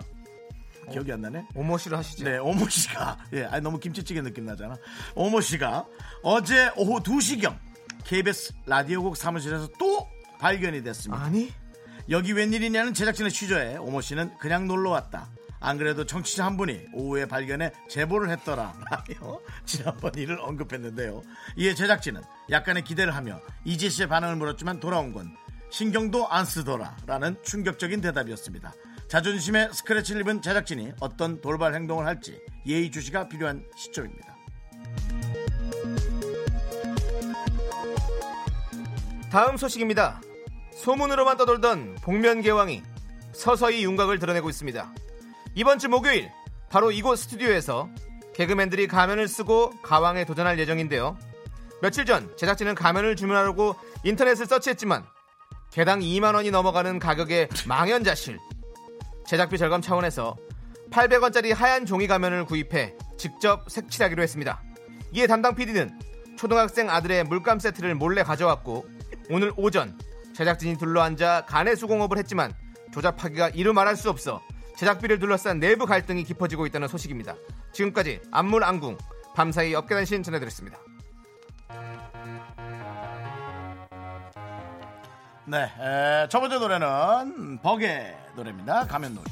S1: 기억이 안 나네.
S2: 오모시로 하시죠.
S1: 네, 오모 씨가 <laughs> 예, 아니 너무 김치찌개 느낌 나잖아. 오모 씨가 어제 오후 2시경 KBS 라디오국 사무실에서 또 발견이 됐습니다.
S2: 아니?
S1: 여기 웬일이냐는 제작진의 취조에 오모 씨는 그냥 놀러 왔다. 안 그래도 청취자 한 분이 오후에 발견해 제보를 했더라. <laughs> 라며 지난번 일을 언급했는데요. 이에 제작진은 약간의 기대를 하며 이지 씨의 반응을 물었지만 돌아온 건 신경도 안 쓰더라. 라는 충격적인 대답이었습니다. 자존심에 스크래치를 입은 제작진이 어떤 돌발 행동을 할지 예의주시가 필요한 시점입니다.
S2: 다음 소식입니다. 소문으로만 떠돌던 복면개왕이 서서히 윤곽을 드러내고 있습니다. 이번 주 목요일 바로 이곳 스튜디오에서 개그맨들이 가면을 쓰고 가왕에 도전할 예정인데요. 며칠 전 제작진은 가면을 주문하려고 인터넷을 서치했지만 개당 2만 원이 넘어가는 가격의 망연자실. 제작비 절감 차원에서 800원짜리 하얀 종이 가면을 구입해 직접 색칠하기로 했습니다. 이에 담당 PD는 초등학생 아들의 물감 세트를 몰래 가져왔고 오늘 오전 제작진이 둘러앉아 간의 수공업을 했지만 조잡하기가 이루 말할 수 없어 제작비를 둘러싼 내부 갈등이 깊어지고 있다는 소식입니다. 지금까지 안물안궁 밤사이 업계단신 전해드렸습니다.
S1: 네, 에, 첫 번째 노래는 버게 노래입니다. 가면놀이.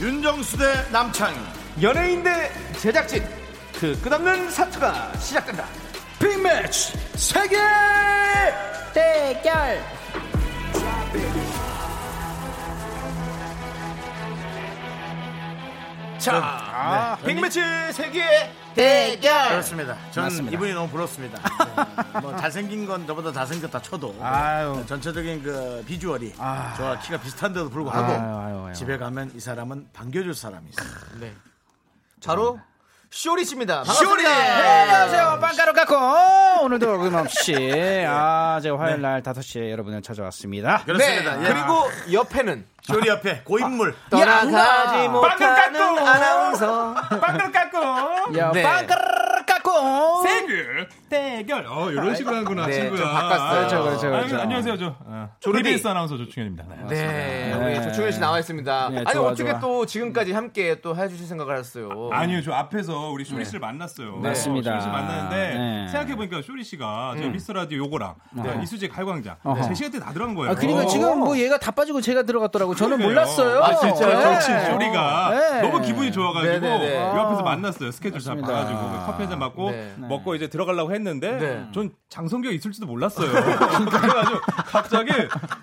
S1: 윤정수 대 남창희.
S2: 연예인 대 제작진 그 끝없는 사투가 시작된다.
S1: 빅매치 세계
S2: 대결.
S1: 어, 아,
S2: 자, 빅매치 세계 대결.
S1: 그렇습니다. 전 이분이 너무 <laughs> 부럽습니다. 네, 뭐 잘생긴 건 저보다 잘생겼다 쳐도 네, 전체적인 그 비주얼이 저와 키가 비슷한데도 불구하고 집에 가면 이 사람은 반겨줄 사람이 있어요.
S2: 바로 쇼리 씨입니다. 네,
S1: 쇼리! 예.
S9: 안녕하세요. 빵가루 깎고 오늘도 어김없이 아 제가 화요일 날 5시에 여러분을
S7: 네,
S9: 찾아왔습니다.
S1: 그렇습니다. 예.
S2: 네. 그리고 옆에는
S1: 쇼리 옆에
S7: <laughs>
S1: 고인물.
S2: 떠나가지 못하는 아나운서
S7: 예.
S9: 야,
S2: 네.
S9: 빵가루 깎고
S7: 대결. 어, 이런 식으로 하는구나,
S2: 네,
S7: 친구야.
S2: 좀 바꿨어요.
S9: 그렇죠, 그렇죠,
S7: 아유,
S9: 그렇죠.
S7: 안녕하세요, 저. 어,
S2: 조리비.
S7: KBS 아나운서 조충현입니다. 네.
S2: 네,
S9: 네.
S2: 우리 조충현 씨 나와 있습니다.
S9: 네,
S2: 아니
S9: 좋아,
S2: 어떻게
S9: 좋아.
S2: 또 지금까지 함께 또 해주실 생각을 했어요.
S7: 아니요, 저 앞에서 우리 쇼리 씨를 만났어요.
S9: 맞습니다.
S7: 쇼리 씨 만났는데
S9: 네.
S7: 생각해 보니까 쇼리 씨가 저 미스터 라디오 요거랑 아, 음. 네, 이수지 갈광장 제 시간 때 다 들어간 거예요.
S9: 아, 그러니까
S7: 어.
S9: 지금 뭐 얘가 다 빠지고 제가 들어갔더라고. 저는
S7: 그러게요.
S9: 몰랐어요.
S7: 아 진짜
S9: 네.
S7: 정치 쇼리가
S9: 네.
S7: 너무 기분이 좋아가지고
S2: 네네네.
S7: 요 앞에서 만났어요. 스케줄 다
S9: 맞습니다.
S7: 봐가지고 그 커피 한잔 받고
S2: 네.
S7: 먹고 이제 들어가려고 했는데
S2: 네.
S7: 전 장성규가 있을지도 몰랐어요. <laughs> 그래가지고 갑자기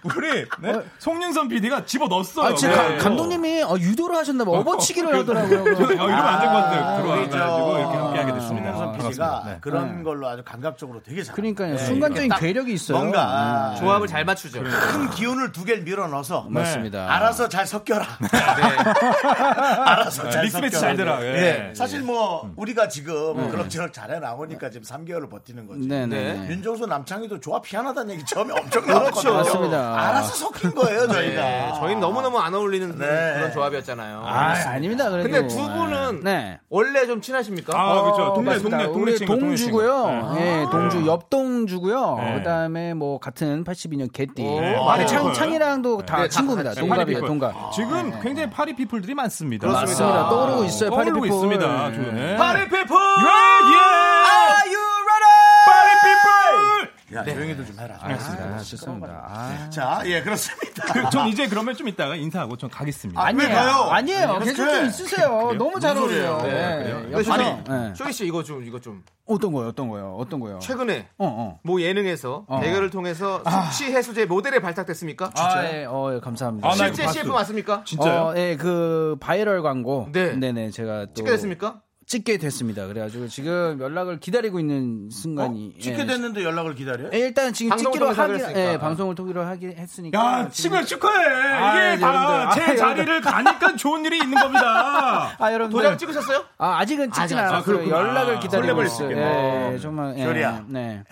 S7: 우리 네? 송윤선 PD가 집어 넣었어요.
S9: 어?
S7: 네.
S9: 아, 지금 가- 감독님이 어, 유도를 하셨나 봐. 업어치기를 하더라고요.
S7: 저는 어, 이러면 안 될 것 같아요.
S1: 우리 저-
S7: 들어와가지고 이렇게 함께하게 됐습니다.
S1: PD가
S7: 반갑습니다. 네.
S1: 그런 걸로 아주 감각적으로 되게 잘.
S9: 그러니까요. 순간적인 괴력이 있어요.
S7: 네.
S1: 뭔가
S2: 조합을 잘 맞추죠.
S7: 그러니까.
S1: 큰 기운을 두 개를 밀어 넣어서
S9: 네. 맞습니다.
S1: 알아서 잘 섞여라. <laughs>
S2: 네.
S7: <laughs>
S1: 알아서 잘
S7: 믹스매치
S1: 섞여라.
S7: 잘 되라. 예.
S1: 네. 사실 뭐 우리가 지금 그럭저럭 잘해 나오니까 지금 3개월을 버티는 거지.
S9: 네네. 그렇죠.
S2: 네.
S1: 윤정수 남창희도 조합 희한하다는 얘기 처음에 엄청 나왔거든요.
S9: 맞습니다.
S1: 알아서 섞인 거예요 저희가.
S2: 네, 저희는 너무너무 안 어울리는
S1: 네.
S2: 그런 조합이었잖아요.
S9: 아, 아닙니다. 그래도.
S2: 근데 두 분은
S9: 네.
S2: 원래 좀 친하십니까? 어.
S7: 아, 그렇죠. 동네,
S9: 맞습니다.
S7: 동네, 동네
S9: 어, 우리
S7: 친구, 동네 친구.
S9: 동주고요. 예, 동주 옆 동주고요.
S7: 네.
S9: 그다음에 뭐 같은 82년 개띠.
S2: 오,
S9: 근데
S7: 많이
S9: 네. 창
S7: 피플.
S9: 창이랑도 다
S2: 네, 다
S9: 친구입니다.
S2: 같이.
S9: 동갑이에요,
S7: 파리피플.
S9: 동갑.
S7: 지금 굉장히 파리 피플들이 많습니다.
S9: 맞습니다. 떠오르고 있어요, 파리
S7: 떠오르고
S9: 피플.
S7: 있습니다.
S9: 네. 아!
S7: 조연의
S2: 파리 피플!
S7: 예, 예!
S2: Are you ready?
S7: 파리 피플!
S1: 야,
S9: 네.
S1: 조용히들 좀 해라.
S9: 알겠습니다. 좋습니다. 아.
S1: 자, 예, 그렇습니다.
S7: 그, 전 이제 그러면 좀 이따가 인사하고 전 가겠습니다.
S9: 아,
S1: 왜 가요?
S9: 네, 아니에요.
S1: 그렇게.
S9: 계속 좀 있으세요. 너무 잘
S1: 무슨 소리예요?
S9: 어울려요.
S1: 네,
S9: 네.
S2: 근데
S9: 옆에서
S2: 쇼리,
S9: 네.
S2: 쇼리 씨 이거 좀 이거 좀
S9: 어떤 거요? 어떤 거요? 어떤 거요?
S2: 최근에
S9: 어, 어.
S2: 뭐 예능에서
S9: 어.
S2: 대결을 통해서
S7: 아.
S2: 수치 해수제 모델에 발탁됐습니까?
S9: 아, 예. 어, 예, 감사합니다.
S7: 아, 나 이거
S2: 실제 뭐
S7: 봤어.
S2: CF 맞습니까?
S7: 진짜요?
S9: 어, 예, 그 바이럴 광고.
S2: 네.
S9: 네네, 제가 또
S2: 찍게 됐습니까?
S9: 찍게 됐습니다. 그래가지고 지금 연락을 기다리고 있는 순간이.
S1: 어, 찍게
S9: 예.
S1: 됐는데 연락을 기다려?
S9: 예, 일단 지금
S2: 방송을
S9: 찍기로
S2: 통해서
S9: 하기,
S2: 하기로 했으니까.
S9: 예, 방송을 통기로 하기 했으니까.
S7: 야,
S9: 지금-
S7: 친구를 축하해.
S9: 아,
S7: 이게
S9: 여러분들.
S7: 다
S9: 아,
S7: 제
S9: 여러분들.
S7: 자리를 가니까 좋은 일이 있는
S9: <laughs>
S7: 겁니다.
S9: 아, 여러분.
S2: 도장 찍으셨어요?
S9: 아, 아직은 찍진
S2: 아직 안
S9: 않았어요.
S7: 찍었구나.
S9: 연락을 기다리고
S7: 설레발
S9: 있어요.
S7: 있겠네.
S9: 예, 예, 정말. 예,
S1: 별이야.
S9: 네.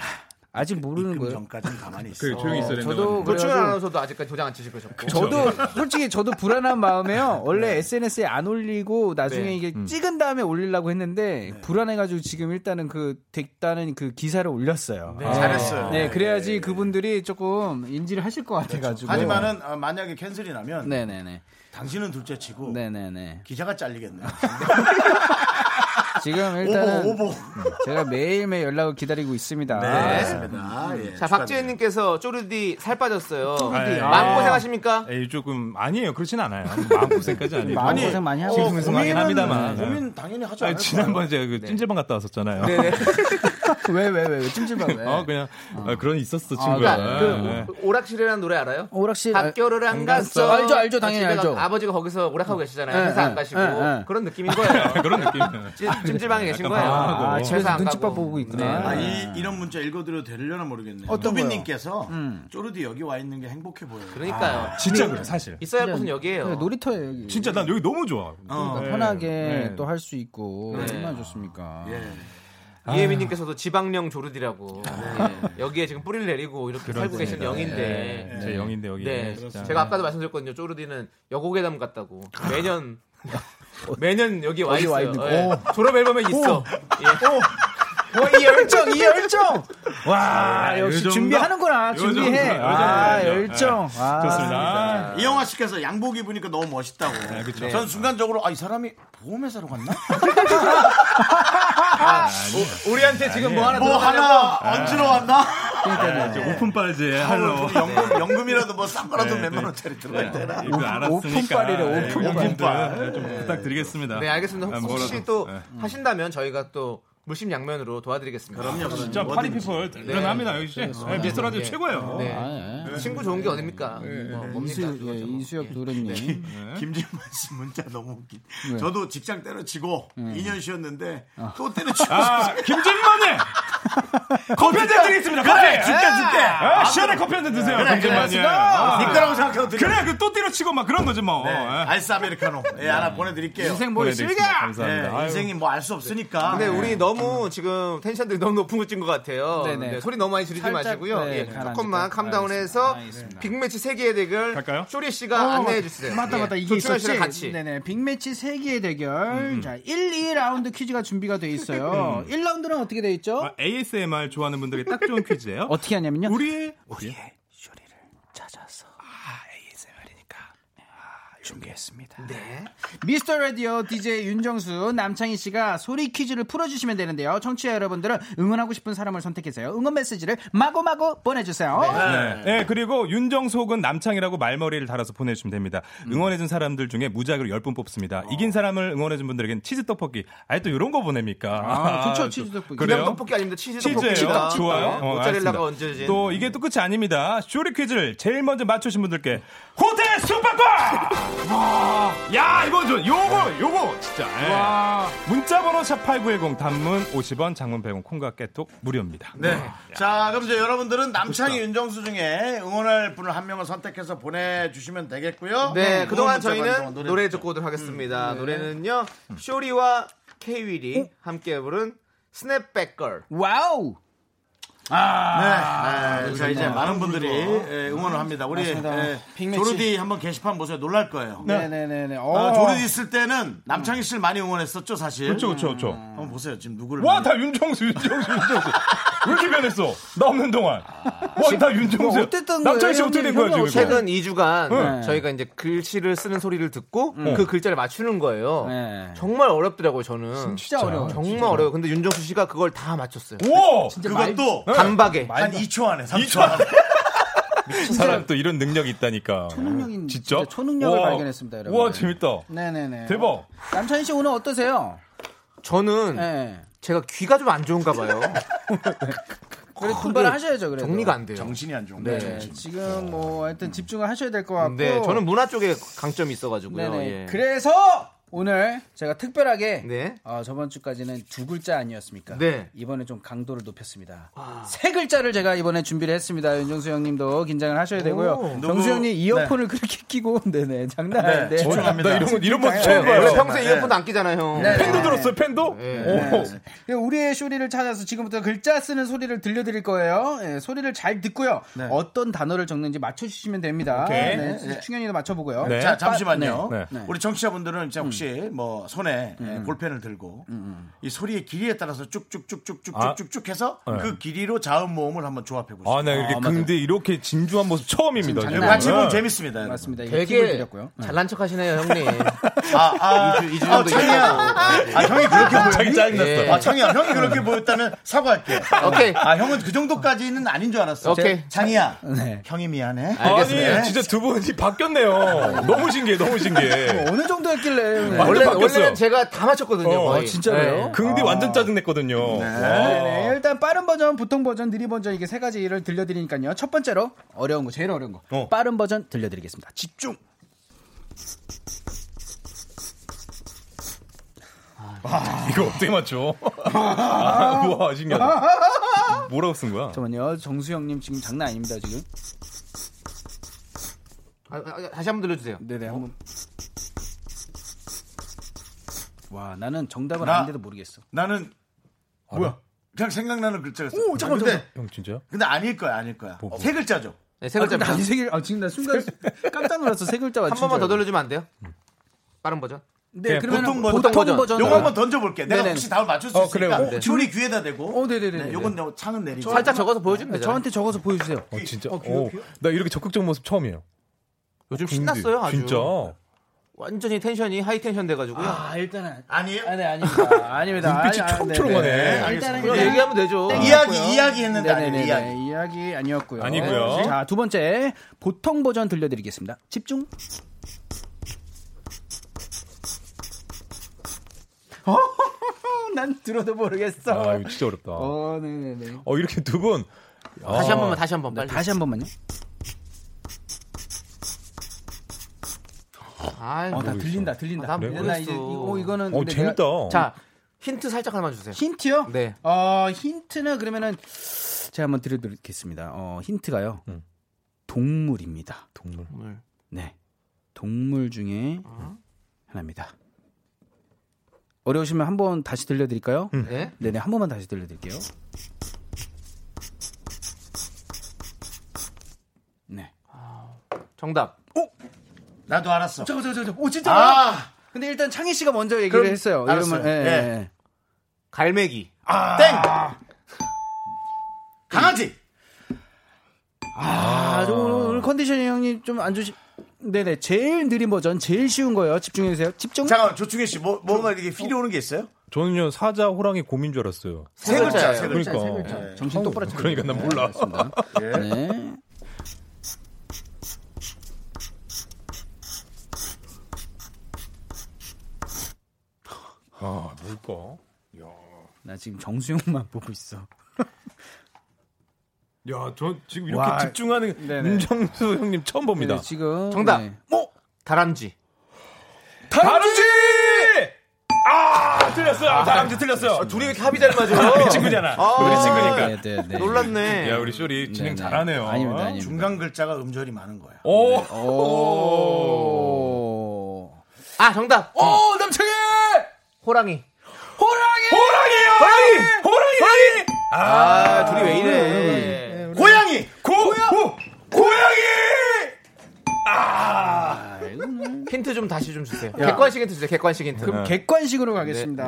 S9: 아직 모르는
S1: 금
S9: 거예요.
S1: 전까지는 가만히 있어.
S7: 그 조용히 있어야 된다.
S9: 저도
S2: 노충현
S9: 그래가지고-
S2: 그렇죠. 아나운서도 아직까지 도장 안 찍으셨고. 그렇죠.
S9: 저도 솔직히 저도 불안한 마음에요. 원래 SNS에 안 올리고 나중에
S2: 네.
S9: 이게 찍은 다음에 올리려고 했는데 불안해가지고 지금 일단은 그 됐다는 그 기사를 올렸어요. 네,
S1: 잘했어요.
S9: 네, 그래야지 그분들이 조금 인지를 하실 것 같아가지고.
S1: 하지만은 어, 만약에 캔슬이 나면
S9: 네네네.
S1: 당신은 둘째치고
S9: 네네네.
S1: 기자가 잘리겠네.
S9: 지금 <laughs> 일단은 네.
S1: 오보 오보.
S9: 제가 매일매일 연락을 기다리고 있습니다.
S1: 알겠습니다. 예,
S2: 자, 박재현님께서 쪼르디 살 빠졌어요. 네.
S7: 쪼르디. 네.
S2: 마음 고생하십니까?
S7: 예, 에이, 조금 아니에요. 그렇진 않아요. 마음고생까지 아니고.
S9: 마음 고생
S1: 어,
S9: 많이 하고
S7: 지금 무슨 많이 합니다만.
S1: 음, 고민 당연히 하죠.
S7: 아니, 지난번에 제가 그 찜질방 갔다 왔었잖아요.
S9: <laughs> 왜왜왜 왜, 왜, 찜찜한 왜?
S7: 어, 그냥 어, 그런 일 있었어, 친구야. 네.
S2: 그 오락실이라는 노래 알아요?
S9: 오락실 알-
S2: 학교를 안
S9: 네. 안
S2: 갔어.
S9: 갔어. 알죠, 알죠, 당연히
S2: 집에 가-
S9: 알죠.
S2: 아버지가 거기서 오락하고 계시잖아요.
S9: 네,
S2: 회사 안
S9: 네,
S2: 가시고
S9: 네, 네.
S2: 그런 느낌인 거예요.
S7: 그런 느낌이에요. 네.
S2: 찜- 찜질방에 계신 거예요.
S7: 방황하고.
S9: 아,
S2: 회사
S9: 집에서
S2: 안
S9: 눈칫밥
S2: 가고. 네.
S9: 보고
S1: 아,
S9: 있구나.
S1: 이, 이런 문자 읽어드려도 되려나 모르겠네.
S9: 음. 어떤 거요? 음.
S1: 호빈님께서 쪼르디 여기 와 있는 게 행복해 보여요.
S2: 그러니까요.
S7: 진짜 그래, 사실.
S2: 있어야 할 곳은 여기예요.
S9: 네, 놀이터예요 여기.
S7: 진짜 난 여기 너무 좋아.
S1: 어.
S9: 그러니까
S7: 네.
S9: 편하게
S7: 네.
S9: 또 할 수 있고 얼마나 좋습니까?
S1: 예.
S2: 이혜민님께서도 지방령 조르디라고 예. 여기에 지금 뿌리를 내리고 이렇게 살고 계신 영인데.
S7: 제 영인데
S9: 예,
S7: 여기.
S2: 네,
S7: 진짜.
S2: 제가 아까도 말씀드렸거든요. 쪼르디는 여고괴담 같다고
S9: <laughs>
S2: 매년 매년 여기 와 있어요. 예. 졸업 앨범에 있어. 예.
S9: 뭐, 이 열정, 이 열정. 와,
S7: 아,
S9: 역시
S7: 요 정도?
S9: 준비하는구나.
S7: 요
S9: 준비해.
S7: 정도, 요
S9: 아,
S7: 정도. 네.
S9: 열정. 아.
S7: 좋습니다.
S1: 이영화 씨께서 양복 입으니까 너무 멋있다고.
S7: 아, 그쵸.
S1: 전 순간적으로 아 이 사람이 보험회사로 갔나?
S2: 우리한테 지금 뭐
S1: <laughs>
S2: 하나
S1: 뭐 하나
S7: 네.
S1: 얹으러 왔나? 네.
S7: 아, 저 오픈 빨지에
S1: <laughs>
S7: 할로.
S1: 연금 연금이라도 뭐 싼 거라도
S7: 네,
S1: 몇만
S7: 네.
S1: 원짜리 들어가야 되나?
S7: 이거 알았으니까.
S9: 오픈빨이래,
S7: 예,
S9: 오픈빨.
S7: 형님들 네, 좀 부탁드리겠습니다.
S2: 네, 알겠습니다.
S7: 아,
S2: 혹시
S7: 뭐라도.
S2: 또
S7: 네.
S2: 하신다면 저희가 또 물심양면으로 도와드리겠습니다.
S1: 그럼요.
S7: 진짜 파리 피플 대단합니다 여기 씨. 네, 미스터 라디오
S2: 네.
S7: 최고예요.
S2: 네.
S9: 아, 예.
S2: 친구 좋은 게
S7: 예,
S2: 어딥니까? 뭐, 뭡니까?
S9: 이수,
S2: 그거
S9: 예,
S2: 좀.
S9: 이수혁
S7: 네.
S9: 노래님.
S1: 김진만 씨 문자 너무 웃긴. 저도 직장 때려치고 2년 쉬었는데 또 때려치고
S7: 음. 아 김진만이 커피 한 잔 드리겠습니다. 커피.
S1: 그래 줄게 줄게.
S7: 아, 시원한 커피 한 잔 드세요. 김진만이.
S1: 네
S7: 아,
S1: 거라고 생각해도 드려.
S7: 그래 그 또 때려치고 막 그런 거지 뭐.
S1: 네,
S7: 예.
S1: 알스 아메리카노 예, 하나 보내드릴게요.
S9: 인생 뭐
S7: 보내드리겠습니다.
S9: 있습니까?
S7: 감사합니다.
S1: 예,
S7: 아유.
S1: 인생이 뭐 알 수 없으니까.
S2: 아, 근데 우리 너무 지금 텐션들이 너무 높은 거 찐 것 같아요.
S9: 네. 네네.
S2: 네, 소리 너무 많이 지르지
S9: 살짝,
S2: 마시고요.
S9: 네,
S2: 예,
S9: 가라앉을까요?
S2: 조금만 캄다운해서
S9: 알겠습니다. 아, 어,
S2: 빅매치 세계의 대결
S7: 갈까요?
S2: 쇼리 씨가 안내해 주세요.
S9: 맞다 맞다
S2: 예.
S9: 이게
S2: 조충현
S9: 있었지.
S2: 씨랑 같이.
S9: 네. 네네 빅매치 세개의
S7: 음,
S9: 대결. 자 1, 2 라운드 퀴즈가 준비가 돼 있어요. 1라운드는 어떻게 돼 있죠?
S7: 아, ASMR 좋아하는 분들에게 딱 좋은 퀴즈예요.
S9: 어떻게 하냐면요.
S7: 우리의 우리의
S9: 쇼리를 찾아서 ASMR이니까
S7: 아,
S9: 준비했습니다. 네. 미스터 라디오 DJ 윤정수 남창희 씨가 소리 퀴즈를 풀어주시면 되는데요. 청취자 여러분들은 응원하고 싶은 사람을 선택해서요. 응원 메시지를 마구마구 보내주세요.
S7: 네. 네, 그리고 윤정수 혹은 남창이라고 말머리를 달아서 보내주시면 됩니다. 응원해준 사람들 중에 무작위로 10분 뽑습니다. 이긴 사람을 응원해준 분들에겐 치즈 떡볶이. 아니, 또 이런 거 보냅니까?
S9: 아, 좋죠, 치즈 떡볶이.
S2: 그냥
S7: 그래요?
S2: 떡볶이 아닙니다. 치즈
S7: 치즈예요.
S2: 떡볶이다.
S7: 좋아요.
S2: 네,
S7: 어,
S2: 모짜렐라가
S7: 알겠습니다.
S2: 얹어진.
S7: 또 이게 또 끝이 아닙니다. 쇼리 퀴즈를 제일 먼저 맞추신 분들께 호텔 숙박권! <laughs> 와, 야 이거 좀 요거 요거 진짜. 예. 문자번호 샵 #8910 단문 50원, 장문 100원, 콩과 깨톡 무료입니다.
S1: 네. 자, 그럼 이제 여러분들은 남창희 윤정수 중에 응원할 분을 한 명을 선택해서 보내주시면 되겠고요.
S2: 네,
S1: 응원
S2: 그동안
S1: 문자
S2: 저희는
S1: 받는 동안
S2: 노래,
S1: 듣죠.
S2: 듣고 오도록
S9: 음,
S2: 하겠습니다.
S9: 네.
S2: 노래는요, 쇼리와 케이윌이 함께 부른 스냅백걸.
S9: 와우.
S1: 네. 네, 자, 이제 많은 분들이 예, 응원을 합니다. 우리
S9: 맞습니다.
S1: 예,
S9: 빅매치.
S1: 조르디 한번 게시판 보세요. 놀랄 거예요.
S9: 네네네네.
S7: 아,
S1: 어, 조르디 있을 때는 남창희 씨를 많이 응원했었죠, 사실.
S7: 그렇죠, 그렇죠, 그렇죠.
S1: 한번 보세요. 지금 누구를.
S7: 와,
S1: 많이-
S7: 다 윤정수, 윤정수, 윤정수. 왜 이렇게 변했어? 나 없는 동안. 와, 나 윤종수.
S9: 뭐 어쨌든
S7: 남창희 씨 어떻게 된 거야, 지금? 이거?
S9: 형이
S2: 최근 2주간
S7: 네.
S2: 저희가 이제 글씨를 쓰는 소리를 듣고
S9: 네.
S7: 음.
S2: 그 글자를 맞추는 거예요. 정말 어렵더라고요, 저는.
S9: 진짜 어려워요,
S2: 정말
S9: 진짜.
S2: 어려워요. 근데 윤정수 씨가 그걸 다 맞췄어요.
S7: 우와!
S9: 진짜 말-
S1: 그것도
S2: 단박에.
S1: 한 2초 안에, 3초
S7: 2초
S1: 안에. <laughs>
S7: 안에. 그 사람 또 이런 능력이 있다니까.
S9: 초능력인
S7: 진짜?
S9: 진짜 초능력을
S7: 우와.
S9: 발견했습니다, 여러분.
S7: 우와, 재밌다.
S9: 네네네.
S7: 대박.
S9: 남찬희 씨 오늘 어떠세요?
S2: 저는
S9: 네.
S2: 제가 귀가 좀 안 좋은가 봐요.
S9: <laughs>
S2: 아,
S9: 그래 분발을 하셔야죠. 그래도
S2: 정리가 안 돼요.
S1: 정신이 안 좋은
S9: 네.
S1: 거죠.
S9: 지금 뭐 하여튼 집중을 하셔야 될 것 같고.
S2: 네, 저는 문화 쪽에 강점이 있어가지고요.
S9: 네네.
S2: 예.
S9: 그래서 오늘 제가 특별하게
S2: 네.
S9: 어, 저번 주까지는 두 글자 아니었습니까?
S2: 네. 아.
S9: 이번에 좀 강도를 높였습니다. 세 글자를 제가 이번에 준비를 했습니다. 윤정수 형님도 긴장을 하셔야 되고요.
S2: 오. 네.
S9: 정수
S1: 너무-
S9: 형님 이어폰을 그렇게 <laughs> 끼고 네네 장난 아닌데.
S1: 네,
S7: 나
S1: 죄송합니다.
S7: 이런, 건- 이런 모습
S2: 예,
S7: 처음 봐요.
S2: 원래 평소에 이어폰도 안 끼잖아요.
S9: 네.
S7: 팬도 들었어요, 팬도?
S1: 네.
S7: 오.
S9: 예, 우리의 쇼리를 찾아서 지금부터 글자 쓰는 소리를 들려드릴 거예요. 예, 소리를 잘 듣고요. 어떤 단어를 적는지 맞춰주시면 됩니다.
S7: 네. 오케이.
S9: 네, 충현이도 맞춰보고요.
S7: 네.
S1: 자, 잠시만요.
S7: 네.
S9: 네.
S1: 우리 청취자분들은 이제 혹시 뭐 손에 예, 볼펜을 들고 이 소리의 길이에 따라서
S7: 아.
S1: 쭉쭉쭉쭉쭉쭉쭉 해서
S7: 네.
S1: 그 길이로 자음 모음을 한번 조합해 보시죠.
S7: 아, 나 이렇게 근데 이렇게 진주한 모습 처음입니다.
S9: 진짜
S7: 지금.
S9: 장난
S1: 같이 보면
S7: 네.
S1: 재밌습니다. 여러분.
S9: 맞습니다. 이게 팁을
S2: 되게
S9: 드렸고요.
S2: 잘난 척 하시네요,
S9: <laughs>
S2: 형님.
S1: 아, 아,
S2: 이주- 이주
S1: 아,
S2: 정도
S1: 창이야. 아, 형이 그렇게
S9: 네.
S7: 자기
S1: 보였니?
S7: 짜증났어.
S2: 예.
S1: 아, 창이야. 형이 그렇게 보였다면 사과할게.
S2: 오케이.
S1: 아, 형은 그 정도까지는 아닌 줄 알았어.
S2: 오케이.
S1: 창이야.
S9: 네.
S1: 형이 미안해. 어, 네.
S7: 아니, 진짜 두 분이 바뀌었네요. 너무 신기해, 너무 신기해.
S9: 어느 정도 했길래.
S2: 원래,
S7: 바뀌었어요.
S2: 원래는 제가 다 맞췄거든요.
S7: 어,
S2: 거의.
S7: 아,
S2: 네.
S7: 긍디 완전 짜증냈거든요. 어,
S9: 네, 네. 일단 빠른 버전, 보통 버전, 느린 버전 이게 세 가지를 들려드리니까요. 첫 번째로 어려운 거, 제일 어려운 거.
S7: 어.
S9: 빠른 버전 들려드리겠습니다. 집중.
S7: 이거 어떻게 맞죠? 아, 우와, 신기하다. 뭐라고 쓴 거야?
S9: 잠깐만요. 정수영님 지금 장난 아닙니다 지금.
S2: 아, 아, 다시 한번 들려주세요.
S9: 네네 한번. 와 나는 정답을
S1: 나-
S9: 아는데도 모르겠어.
S1: 나는 뭐야? 그냥 생각나는 글자가 있어.
S9: 오, 잠깐만,
S1: 근데,
S7: 형, 진짜요?
S1: 근데 아닐 거야, 아닐 거야. 세 글자죠.
S2: 네, 세 글자
S9: 아, 근데 아니, 세 글, 아, 지금
S7: <laughs>
S9: 나 순간 깜짝 놀랐어 세 글자
S2: 한
S9: 맞춘
S2: 번만 더
S9: 줄 알고.
S2: 들려주면 안 돼요? 빠른 버전.
S9: 네, 그러면
S1: 보통
S9: 보통
S1: 버전.
S9: 버전.
S2: 보통 버전.
S1: 요거 한번 던져볼게. 내가
S9: 네네.
S1: 혹시 답을 맞출 수
S7: 어, 그래요.
S1: 있으니까
S7: 네.
S1: 줄이 귀에다 대고.
S9: 어, 네네네.
S1: 네, 요건 너 창은 내리고.
S2: 살짝 적어서 보여주면 되죠.
S9: 네, 저한테 적어서 보여주세요.
S7: 어, 진짜. 오, 나 이렇게 적극적 모습 처음이에요.
S2: 요즘
S7: 긍디.
S2: 신났어요, 아주.
S7: 진짜.
S2: 완전히 텐션이 하이 텐션 돼가지고요.
S9: 아 일단은
S1: 아니에요.
S9: 아네 <laughs> 아닙니다. 아닙니다.
S7: 눈빛이
S9: 아니, 아, 네,
S7: 초롱초롱하네.
S9: 네.
S1: 알겠습니다.
S9: 일단은
S2: 그냥
S9: 그냥
S2: 얘기하면 되죠.
S1: 이야기, 이야기 했는데 아니에요,
S9: 네네네
S1: 이야기.
S9: 이야기. 아니었고요.
S7: 아니고요.
S9: 자, 두 번째 보통 버전 들려드리겠습니다. 집중. 어? <laughs> 난 들어도 모르겠어.
S7: 아, 이거 진짜 어렵다. 어,
S9: 어, 네네네.
S7: 이렇게 두 분.
S2: 다시 한 번만, 다시 한 번, 빨리.
S9: 어. 네, 다시 한 번만요.
S2: 아이,
S9: 어, 나 들린다, 들린다.
S2: 난
S9: 근데
S2: 모르겠어.
S9: 이제 이거 이거는
S7: 어,
S9: 근데
S7: 재밌다.
S9: 내가-
S2: 자, 힌트 살짝 하나만 주세요.
S9: 힌트요?
S2: 네.
S9: 어, 힌트는 그러면은 제가 한번 드려드리겠습니다. 어, 힌트가요.
S7: 음.
S9: 동물입니다. 동물.
S2: 동물.
S9: 네. 동물 중에 하나입니다. 어려우시면 한 번 다시 들려드릴까요?
S2: 네.
S9: 네네, 한 번만 다시 들려드릴게요. 네.
S2: 정답.
S1: 나도 알았어.
S9: 잠깐, 잠깐, 잠깐. 오, 진짜. 알아?
S1: 아,
S9: 근데 일단 창희 씨가 먼저 얘기를
S1: 그럼
S9: 했어요.
S1: 알았어요.
S9: 이러면, 예,
S1: 예.
S9: 예.
S2: 갈매기.
S1: 땡! 강아지!
S9: 아, 좀 오늘, 오늘 컨디션이 형님 좀 안 좋으시. 네네, 제일 느린 버전, 제일 쉬운 거예요. 집중해주세요. 집중.
S1: 잠깐만, 조충현 씨, 뭐, 뭔가 이게 필이 오는 게 있어요?
S7: 저는요, 사자, 호랑이 고민 줄 알았어요.
S1: 세 글자, 세 글자.
S7: 그러니까.
S9: 정신 똑바로 차려.
S7: 그러니까 난 몰라.
S9: 네.
S7: 아, 뭘까?
S9: 나 지금 정수영만 보고 있어.
S7: 야, 저 지금 이렇게
S9: 와.
S7: 집중하는
S9: 네네.
S7: 윤정수 형님 처음 봅니다.
S9: 네, 지금.
S2: 정답. 뭐?
S9: 네.
S7: 어?
S2: 다람쥐.
S7: 다람쥐! 아, 틀렸어요. 다람쥐 틀렸어요.
S2: 아, 둘이 왜 이렇게 합이 잘 맞아?
S7: 우리 친구잖아. 우리 친구니까.
S9: 네, 네, 네.
S2: 놀랐네.
S7: 야, 우리 쇼리 진행
S9: 네, 네.
S7: 잘하네요. 어? 네,
S9: 아닙니다, 아닙니다.
S1: 중간 글자가 음절이 많은 거예요.
S7: 오,
S9: 오.
S2: 아, 정답.
S7: 어,
S9: 오, 남창희!
S2: 호랑이.
S9: 호랑이!
S7: 호랑이에요! 호랑이! 호랑이! 호랑이!
S2: 아, 둘이 왜
S7: 네,
S2: 이래?
S1: 고양이!
S7: 고, 고, 고양이!
S9: 아, 이거
S2: 힌트 좀 다시 좀 주세요. 객관식 힌트 주세요. 객관식 힌트.
S9: 그럼 객관식으로 가겠습니다.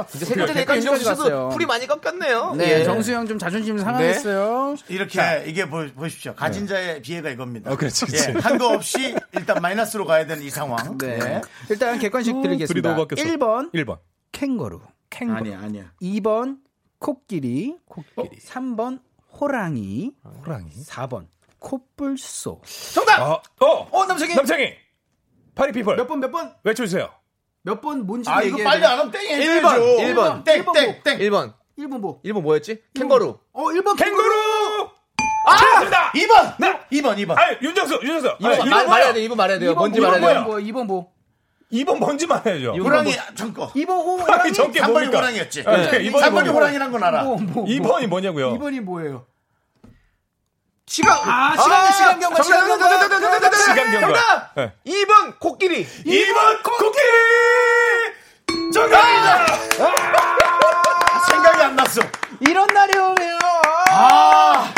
S9: 어,
S2: 이제
S9: 세 번째
S2: 생각해보니까 윤정수
S9: 객관식까지
S2: 씨도
S9: 갔어요.
S2: 풀이 많이 꺾였네요.
S9: 네,
S2: 예.
S9: 정수영 좀 자존심 상하겠어요.
S1: 이렇게 이게 보, 보십시오. 가진 자의 비애가 이겁니다.
S4: 어, 그렇지, 그렇지.
S1: 예, 한거 없이 일단 마이너스로 가야 되는 이 상황.
S9: 네.
S1: 예.
S9: 일단 객관식 드리겠습니다. 1번
S7: 1번.
S9: 캥거루. 캥거루.
S1: 아니야, 아니야.
S9: 2번 코끼리, 코끼리. 어? 3번 호랑이, 호랑이. 4번 코뿔소.
S7: 정답! 어, 어!
S9: 어, 남성이
S7: 남창희! 파리피플!
S9: 몇 번 몇 번?
S7: 외쳐주세요.
S9: 몇 번 뭔지
S1: 아, 이거 빨리 안 하면 땡 해야죠.
S2: 1번.
S1: 땡, 땡, 땡.
S2: 1번.
S9: 1번 뭐?
S2: 1번 뭐였지? 캥거루.
S9: 어, 1번
S7: 캥거루! 아! 틀렸습니다!
S1: 2번! 네. 2번, 2번.
S7: 아, 윤정수, 윤정수. 아,
S2: 2번 말, 말해야 돼. 2번 말해야 돼요. 뭔지
S9: 뭐,
S2: 말해야 돼요.
S9: 뭐, 2번 뭐?
S7: 2번 뭔지 말해야죠.
S1: 호랑이 정거.
S9: 2번 호,
S7: 호랑이
S9: 호랑이?
S7: 정게
S1: 3번이
S7: 뭡니까?
S1: 호랑이였지.
S7: 네, 이번이
S1: 3번이
S7: 뭡니까?
S1: 호랑이란 건 알아.
S9: 뭐, 뭐, 뭐.
S7: 2번이 뭐냐고요?
S9: 2번이 뭐예요? 시간 아, 시간 시간 경과 시간 경과.
S7: 시간 경과.
S2: 정답!
S7: 네.
S2: 2번 코끼리.
S7: 2번 코끼리! 정답입니다!
S1: 생각이 안 났어.
S9: 이런 날이 오네요.
S1: 아,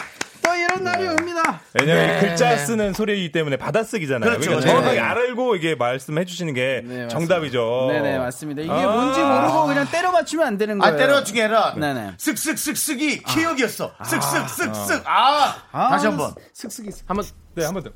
S9: 또 이런 날이 옵니다.
S7: 왜냐면 이게 글자 쓰는 소리이기 때문에 받아쓰기잖아요.
S1: 그렇죠.
S7: 그러니까 정확하게
S1: 네.
S7: 알고 이게 말씀해 주시는 게
S9: 네, 맞습니다.
S7: 정답이죠.
S9: 네네 맞습니다. 이게
S7: 아.
S9: 뭔지 모르고 그냥 때려 맞추면 안 되는 거예요.
S1: 아 때려 주게 해라.
S9: 네네.
S1: 쓱쓱쓱쓱이 아. 기억이었어. 쓱쓱쓱쓱. 아, 다시 한 번.
S9: 슥슥이 슥.
S2: 한번
S7: 네, 한 번 더.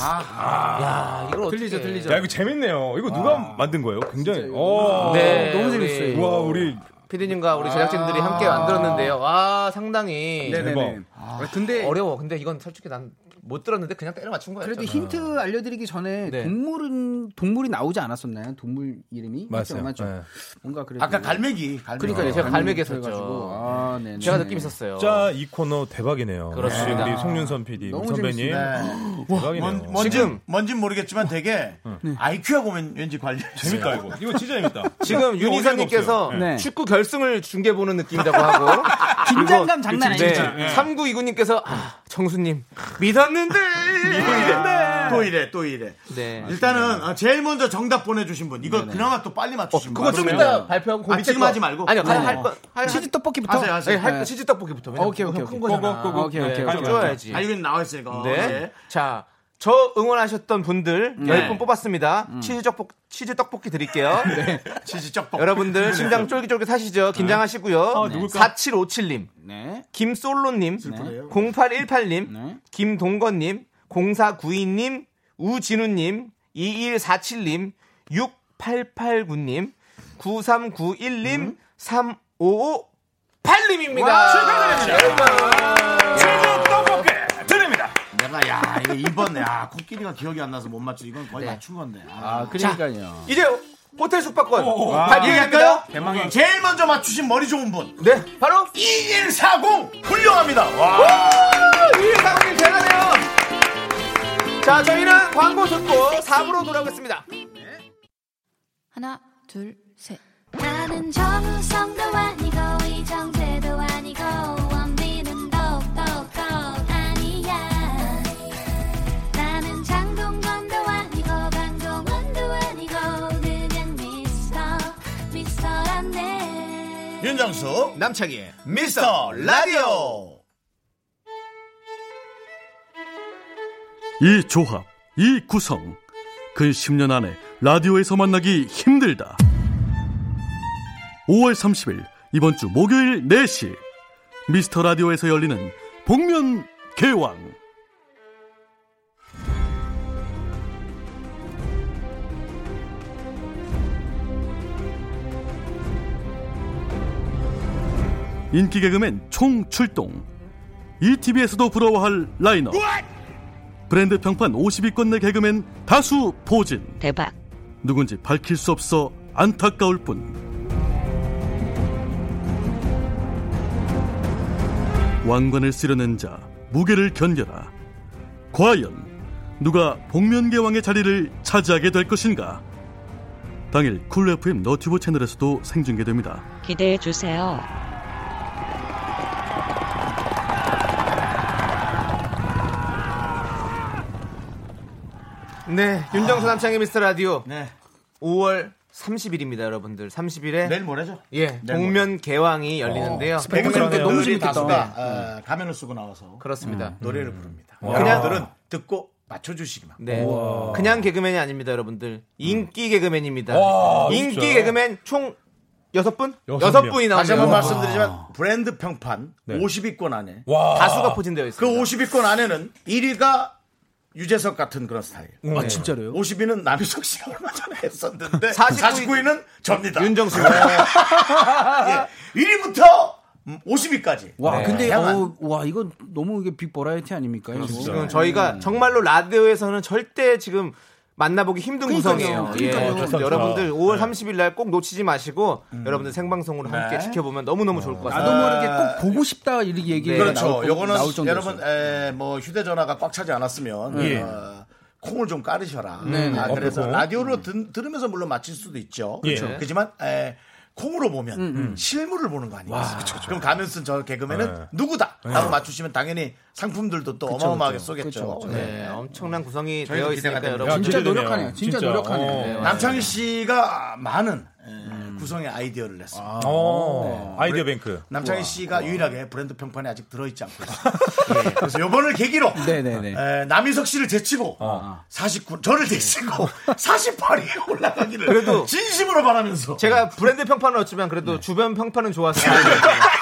S2: 아, 이걸 어떻게
S9: 들리죠, 들리죠.
S7: 야, 이거 재밌네요. 이거 누가 만든 거예요? 굉장히. 오.
S2: 네,
S9: 너무
S2: 우리
S9: 재밌어요.
S7: 와, 우리
S2: 피디님과 우리 제작진들이 함께 만들었는데요. 와, 상당히
S9: 네네네.
S7: 대박.
S9: 아, 근데
S2: 어려워. 근데 이건 솔직히 난 못 들었는데 그냥 때려 맞춘 거예요.
S9: 그래도 힌트 알려드리기 전에
S2: 네.
S9: 동물은 동물이 나오지 않았었나요? 동물 이름이
S7: 맞아요.
S9: 맞죠?
S7: 네.
S9: 뭔가 그래도
S1: 아까 갈매기. 갈매기.
S9: 그러니까
S2: 제가 갈매기 했었죠.
S9: 아, 네.
S2: 제가 느낌 있었어요.
S7: 진짜 이 코너 대박이네요.
S2: 그렇습니다.
S7: 우리 송윤선 PD, 우리
S9: 너무
S7: 선배님.
S1: 네.
S7: 대박이네요.
S1: 뭔, 뭔지,
S2: 지금.
S1: 뭔진 모르겠지만 되게 IQ하고 왠지 관련.
S7: 재밌다, 이거. 이거 진짜 재밌다.
S2: 지금
S7: 이거
S2: 윤희선님께서
S9: 없어요. 네.
S2: 축구 결승을 중계 보는 느낌이라고 하고
S9: <laughs> 긴장감 장난
S2: 네.
S9: 아니죠?
S2: 네. 3929님께서 아, 정수님 믿었는데
S1: 네. 또 이래, 또 이래.
S2: 네.
S1: 일단은 어, 제일 먼저 정답 보내주신 분. 이거 어, 그나마 또 빨리 맞추신 분.
S2: 그거 좀 이따 <laughs> 발표하고 그
S1: 아,
S2: 밑에
S1: 지금
S2: 거.
S1: 하지 말고?
S2: 아니요
S1: 네.
S2: 할거 아,
S9: 치즈 떡볶이부터.
S1: 아, 하세요, 하세요.
S2: 할 치즈 떡볶이부터 왜냐면
S9: 오케이, 오케이,
S2: 그거 큰
S9: 오케이.
S2: 거잖아.
S9: 고고, 고고. 오케이,
S2: 네,
S9: 오케이, 오케이.
S2: 줘야지
S1: 아, 이건 나와있으니까.
S2: 네. 음.
S1: 네.
S2: 자, 저 응원하셨던 분들 10분 뽑았습니다. 치즈 떡볶 치즈 떡볶이 드릴게요.
S1: 치즈 쩍뻑.
S2: <laughs> 여러분들 심장 쫄깃쫄깃 하시죠. 긴장하시고요. 4757님,
S9: 네.
S2: 김솔로님, 0818님, 김동건님, 0492님, 우진우님, 2147님, 6889님, 9391님, 3558님입니다.
S7: 제주 떡볶이 드립니다.
S1: 내가, 야, 이거 이번, 야, 코끼리가 기억이 안 나서 못 맞추. 이건 거의 맞춘 건데. 아,
S9: 그러니까요.
S2: 이제 호텔 숙박권 발표할까요?
S1: 대망의 제일 먼저 맞추신 머리 좋은 분.
S2: 네, 바로
S1: 2140! 훌륭합니다. 와.
S2: 이사님 대단해요. 자, 저희는 광고 듣고 4부로 돌아오겠습니다.
S5: 하나, 둘, 셋.
S3: 나는 정우성도 아니고 이정재도 아니고 원빈은 더욱더 아니야 나는 장동건도 아니고 강동원도 아니고 그냥 미스터 미스터란데
S1: 윤정수,
S2: 남창희의
S1: 미스터 라디오.
S10: 이 조합, 이 구성. 근 10년 안에 라디오에서 만나기 힘들다. 5월 30일, 이번 주 목요일 4시. 미스터 라디오에서 열리는 복면 개왕. 인기 개그맨 총 출동. ETV에서도 부러워할 라인업. 브랜드 평판 50위권 내 개그맨 다수 포진
S6: 대박.
S10: 누군지 밝힐 수 없어 안타까울 뿐 왕관을 쓰려는 자 무게를 견뎌라 과연 누가 복면개왕의 자리를 차지하게 될 것인가 당일 쿨 FM 너튜브 채널에서도 생중계됩니다
S6: 기대해 주세요.
S2: 네, 윤정수 남창희 미스터 라디오
S1: 아. 네.
S2: 5월 30일입니다, 여러분들. 30일에
S1: 내일 모레죠?
S2: 예,
S1: 내일
S2: 동면 개왕이 열리는데요.
S1: 네. 어, 백그램의
S2: 너무
S1: 노래
S2: 재밌겠다. 네,
S1: 다수가 어, 가면을 쓰고 나와서
S2: 그렇습니다.
S1: 노래를 부릅니다.
S2: 음. 와.
S1: 여러분들은 듣고 맞춰주시기만.
S2: 네. 그냥 개그맨이 아닙니다, 여러분들.
S1: 음.
S2: 인기 개그맨입니다.
S7: 와,
S2: 인기
S7: 진짜.
S2: 개그맨 총 여섯 분?
S7: 여섯
S2: 여섯
S7: 명.
S2: 분이
S1: 다시
S2: 나오네요.
S1: 한번 말씀드리지만 브랜드 평판
S7: 네.
S1: 50위권 안에
S7: 와.
S2: 다수가 포진되어
S1: 그
S2: 있습니다.
S1: 50위권 안에는 1위가 유재석 같은 그런 스타일.
S7: 아,
S1: 진짜로요? 50위는 남유석 씨가 얼마 전에 했었는데
S2: 49위
S1: 49위. 는 접니다. <laughs>
S2: 윤정수.
S1: 예. 1위부터 50위까지.
S9: 아,
S1: 네.
S8: 와, 근데
S1: 다양한.
S8: 어, 와 이건 너무 이게 빅 버라이티 아닙니까? 이거?
S2: 지금 저희가 정말로 라디오에서는 절대 지금 만나보기 힘든 구성이에요. 예.
S8: 그러니까요.
S7: 좋다,
S2: 그래서
S7: 좋다.
S2: 여러분들 5월 30일 날 꼭 놓치지 마시고 여러분들 생방송으로 함께 지켜보면 너무너무 좋을 것
S8: 나도
S2: 같습니다.
S8: 모르게 꼭 보고 싶다 이렇게 얘기
S2: 네.
S1: 그렇죠. 요거는
S8: 나올 정도
S1: 여러분 에, 뭐 휴대전화가 꽉 차지 않았으면 어, 콩을 좀 깔으셔라. 아, 그래서 라디오로 든- 들으면서 물론 맞힐 수도 있죠.
S7: 예.
S1: 그렇죠. 그지만 에, 콩으로 보면 실물을 보는 거 아니에요. 그럼 가면 쓴 저 개그맨은 누구다 하고 맞추시면 당연히 상품들도 또 어마어마하게 쏘겠죠. 네.
S2: 네, 엄청난 구성이
S1: 저희도
S2: 되어
S1: 기대가
S2: 있으니까
S1: 됩니다.
S2: 여러분
S8: 진짜 노력하네요. 진짜 노력하네요.
S7: 어.
S2: 네.
S1: 남창희 씨가 많은 에, 구성의 아이디어를 냈습니다.
S7: 어, 아이디어 뱅크.
S1: 남창희 씨가 유일하게 브랜드 평판에 아직 들어있지 않고 있습니다. <laughs> 예, 그래서 요번을 계기로
S8: 네네네.
S1: 에, 남희석 씨를 제치고 49 저를 제치고 <laughs> 48위에 올라가기를
S2: 그래도
S1: 진심으로 바라면서
S2: 제가 브랜드 평판은 어쩌면 그래도 주변 평판은 좋았어요.